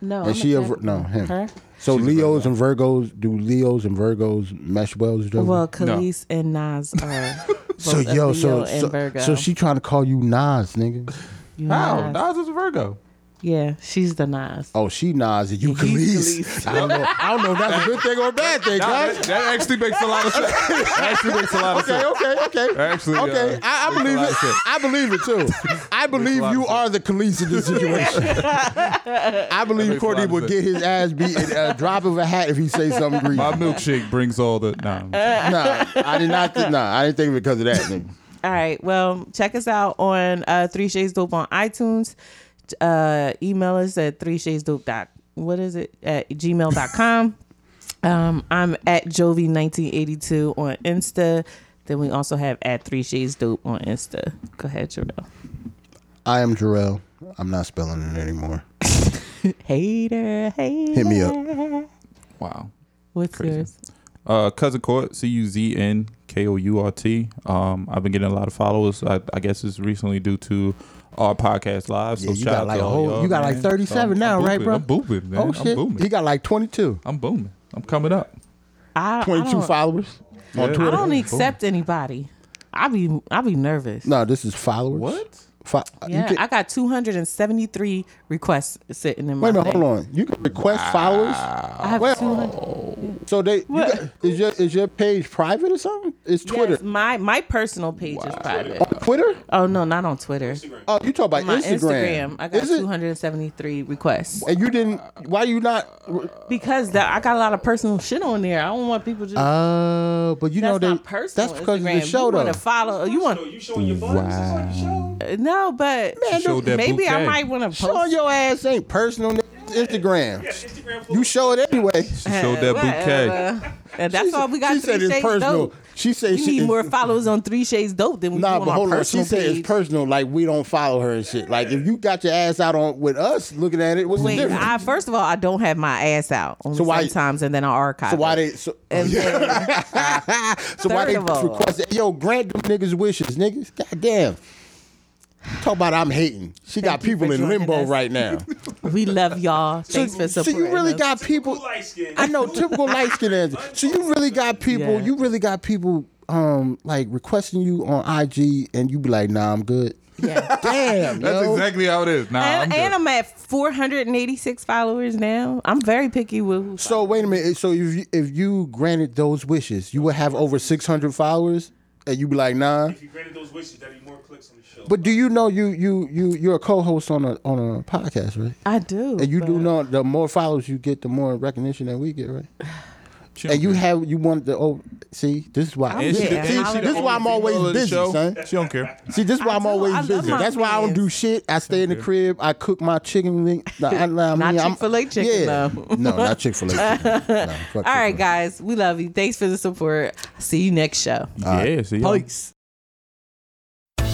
[SPEAKER 9] no,
[SPEAKER 8] and
[SPEAKER 9] I'm
[SPEAKER 8] she a
[SPEAKER 9] a
[SPEAKER 8] Vir- no
[SPEAKER 9] Capricorn.
[SPEAKER 8] him.
[SPEAKER 9] Her?
[SPEAKER 8] So Leos and Virgos do Leos and Virgos mesh well? with each other?
[SPEAKER 9] Well, Khalees and Nas are both
[SPEAKER 8] so
[SPEAKER 9] a
[SPEAKER 8] yo,
[SPEAKER 9] Leo
[SPEAKER 8] so
[SPEAKER 9] and
[SPEAKER 8] so,
[SPEAKER 9] Virgo.
[SPEAKER 8] so she trying to call you Nas, nigga.
[SPEAKER 9] You
[SPEAKER 7] How?
[SPEAKER 9] Nas.
[SPEAKER 7] Nas is a Virgo.
[SPEAKER 9] Yeah, she's the Nas.
[SPEAKER 8] Oh, she Nas and you
[SPEAKER 9] He's
[SPEAKER 8] Khalees. I don't know. I don't know. If that's a good thing or a bad thing, guys.
[SPEAKER 7] that actually makes a lot of sense. That actually makes a lot of
[SPEAKER 8] Okay, okay, okay.
[SPEAKER 7] Actually,
[SPEAKER 8] okay.
[SPEAKER 7] uh,
[SPEAKER 8] I, I
[SPEAKER 7] makes a
[SPEAKER 8] believe
[SPEAKER 7] lot
[SPEAKER 8] it.
[SPEAKER 7] of sense.
[SPEAKER 8] I believe it too. I believe
[SPEAKER 7] lot
[SPEAKER 8] you
[SPEAKER 7] of
[SPEAKER 8] are the Khalees in this situation. I believe
[SPEAKER 7] makes a
[SPEAKER 8] Courtney
[SPEAKER 7] lot of
[SPEAKER 8] would
[SPEAKER 7] sense.
[SPEAKER 8] get his ass beat in a drop of a hat if he say something greasy.
[SPEAKER 7] My milkshake brings all the. Nah.
[SPEAKER 8] nah, I did not. Th- nah, I didn't think because of that. Nigga.
[SPEAKER 9] All right. Well, check us out on uh, Three Shades Dope on iTunes. Uh, email us at three shades dope dot what is it at gmail.com. um, I'm at Jovi nineteen eighty two on Insta. Then we also have at three shades dope on Insta. Go ahead, Jarrell.
[SPEAKER 8] I am Jarrell. I'm not spelling it anymore.
[SPEAKER 9] Hater, hater.
[SPEAKER 8] Hit me up.
[SPEAKER 7] Wow.
[SPEAKER 9] What's
[SPEAKER 7] Crazy.
[SPEAKER 9] yours?
[SPEAKER 7] Uh, cousin Court, C U Z N K O U R T. Um, I've been getting a lot of followers. I, I guess it's recently due to our podcast live. So
[SPEAKER 8] Yeah, you
[SPEAKER 7] shout
[SPEAKER 8] got
[SPEAKER 7] out
[SPEAKER 8] like
[SPEAKER 7] to
[SPEAKER 8] a
[SPEAKER 7] all
[SPEAKER 8] whole-
[SPEAKER 7] y'all,
[SPEAKER 8] you got
[SPEAKER 7] man.
[SPEAKER 8] like 37
[SPEAKER 7] So
[SPEAKER 8] now,
[SPEAKER 7] I'm
[SPEAKER 8] right,
[SPEAKER 7] booming.
[SPEAKER 8] bro?
[SPEAKER 7] I'm booming, man.
[SPEAKER 8] Oh
[SPEAKER 7] I'm
[SPEAKER 8] shit,
[SPEAKER 7] booming.
[SPEAKER 8] he got like 22,
[SPEAKER 7] I'm booming. I'm coming up.
[SPEAKER 9] I, I
[SPEAKER 8] 22
[SPEAKER 9] don't,
[SPEAKER 8] followers on
[SPEAKER 9] I
[SPEAKER 8] Twitter.
[SPEAKER 9] don't accept anybody. I be I be nervous.
[SPEAKER 8] no, this is followers.
[SPEAKER 7] What?
[SPEAKER 8] Fo-
[SPEAKER 9] Yeah,
[SPEAKER 8] you can,
[SPEAKER 9] I got 273 requests sitting in my
[SPEAKER 8] wait a minute,
[SPEAKER 9] thing.
[SPEAKER 8] hold on. You can request followers.
[SPEAKER 9] I have
[SPEAKER 8] Well,
[SPEAKER 9] 200.
[SPEAKER 8] So they you
[SPEAKER 9] What?
[SPEAKER 8] got, is your is your page private or something? It's Twitter.
[SPEAKER 9] Yes, my my personal page is private.
[SPEAKER 8] Twitter?
[SPEAKER 9] Oh no, not on Twitter.
[SPEAKER 8] Oh, you talk about
[SPEAKER 9] My
[SPEAKER 8] Instagram.
[SPEAKER 9] Instagram, I got
[SPEAKER 8] Is it-
[SPEAKER 9] 273 requests
[SPEAKER 8] And you didn't? Why you not?
[SPEAKER 9] because that I got a lot of personal shit on there. I don't want people just.
[SPEAKER 8] Uh, but you
[SPEAKER 9] that's
[SPEAKER 8] know they.
[SPEAKER 9] not personal.
[SPEAKER 8] that's because
[SPEAKER 9] Instagram.
[SPEAKER 8] of the show
[SPEAKER 9] you
[SPEAKER 8] though.
[SPEAKER 9] want to follow? You want no, but
[SPEAKER 7] showed that
[SPEAKER 9] maybe I
[SPEAKER 7] bouquet.
[SPEAKER 9] might want to
[SPEAKER 8] Showing
[SPEAKER 9] post.
[SPEAKER 8] your ass ain't personal. nigga. It's Instagram. you show it anyway.
[SPEAKER 7] She showed that bouquet.
[SPEAKER 9] Whatever. And that's all we got.
[SPEAKER 8] She said
[SPEAKER 9] Three
[SPEAKER 8] it's
[SPEAKER 9] Shades
[SPEAKER 8] personal.
[SPEAKER 9] Dope.
[SPEAKER 8] She said
[SPEAKER 9] You
[SPEAKER 8] she
[SPEAKER 9] need
[SPEAKER 8] it's-
[SPEAKER 9] more followers on Three Shades Dope than we
[SPEAKER 8] Nah,
[SPEAKER 9] do
[SPEAKER 8] but
[SPEAKER 9] on
[SPEAKER 8] hold
[SPEAKER 9] our
[SPEAKER 8] on. She
[SPEAKER 9] personal
[SPEAKER 8] said
[SPEAKER 9] page.
[SPEAKER 8] it's personal. Like we don't follow her and shit. Like if you got your ass out on with us looking at it, what's
[SPEAKER 9] Wait,
[SPEAKER 8] the difference?
[SPEAKER 9] I first of all, I don't have my ass out only
[SPEAKER 8] So why-
[SPEAKER 9] sometimes, and then I archive.
[SPEAKER 8] so why
[SPEAKER 9] it.
[SPEAKER 8] they? Oh, So,
[SPEAKER 9] And then-
[SPEAKER 8] so why they
[SPEAKER 9] third of all-
[SPEAKER 8] request? Yo, grant them niggas wishes, niggas. Goddamn. Talk about I'm hating. She got
[SPEAKER 9] you
[SPEAKER 8] people
[SPEAKER 9] for
[SPEAKER 8] in
[SPEAKER 9] joining
[SPEAKER 8] limbo
[SPEAKER 9] us.
[SPEAKER 8] right now.
[SPEAKER 9] we love y'all. Thanks for
[SPEAKER 8] so
[SPEAKER 9] supporting.
[SPEAKER 8] you really
[SPEAKER 9] us.
[SPEAKER 8] got people. I know typical light skin answer. So you really got people.
[SPEAKER 9] Yeah.
[SPEAKER 8] You really got people. Um, like requesting you on IG, and you be like, "Nah, I'm good."
[SPEAKER 9] Yeah.
[SPEAKER 8] Damn,
[SPEAKER 7] That's
[SPEAKER 8] yo.
[SPEAKER 7] exactly how it is. Nah,
[SPEAKER 9] And,
[SPEAKER 7] I'm
[SPEAKER 9] and
[SPEAKER 7] good.
[SPEAKER 9] I'm at 486 followers now. I'm very picky with who.
[SPEAKER 8] So wait a minute. So if you, if you granted those wishes, you would have over six hundred followers, and you be like, "Nah."
[SPEAKER 4] If you granted those wishes, that'd be more clicks on the show.
[SPEAKER 8] But do you know you you you you're a co-host on a on a podcast, right?
[SPEAKER 9] I do.
[SPEAKER 8] And you do
[SPEAKER 9] but-
[SPEAKER 8] know the more followers you get, the more recognition that we get, right?
[SPEAKER 7] Chill,
[SPEAKER 8] And you
[SPEAKER 7] man.
[SPEAKER 8] have you want the oh see this is why
[SPEAKER 9] I'm
[SPEAKER 7] And she-
[SPEAKER 9] Yeah,
[SPEAKER 7] and
[SPEAKER 8] see,
[SPEAKER 7] she
[SPEAKER 9] I
[SPEAKER 7] the
[SPEAKER 8] this is
[SPEAKER 7] only
[SPEAKER 8] why I'm
[SPEAKER 7] female
[SPEAKER 8] always
[SPEAKER 7] of the
[SPEAKER 8] busy,
[SPEAKER 7] show.
[SPEAKER 8] son.
[SPEAKER 7] She don't care.
[SPEAKER 8] See, this is why
[SPEAKER 9] I
[SPEAKER 8] I'm
[SPEAKER 9] do. I
[SPEAKER 8] always
[SPEAKER 9] love
[SPEAKER 8] busy.
[SPEAKER 9] my
[SPEAKER 8] That's why I don't do
[SPEAKER 9] mans.
[SPEAKER 8] shit. I stay in the crib. I cook my chicken wing. Nah, I, nah, I
[SPEAKER 9] Not
[SPEAKER 8] mean, I'm-
[SPEAKER 9] Chick-fil-A chicken,
[SPEAKER 8] yeah.
[SPEAKER 9] though.
[SPEAKER 8] no, not Chick Fil A. All
[SPEAKER 9] All right, guys. We love you. Thanks for the support. See you next show.
[SPEAKER 7] Yeah, see y'all.
[SPEAKER 9] Peace.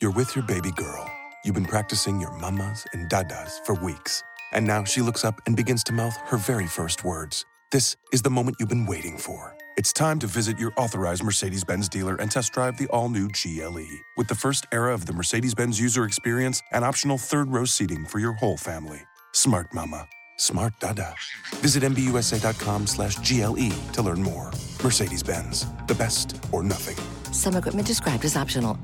[SPEAKER 10] You're with your baby girl. You've been practicing your mamas and dadas for weeks. And now she looks up and begins to mouth her very first words. This is the moment you've been waiting for. It's time to visit your authorized Mercedes Benz dealer and test drive the all new GLE. E With the first era of the Mercedes Benz user experience and optional third row seating for your whole family. Smart mama. Smart dada. Visit MBUSA.com slash GLE to learn more. Mercedes Benz, the best or nothing.
[SPEAKER 11] Some equipment described as optional.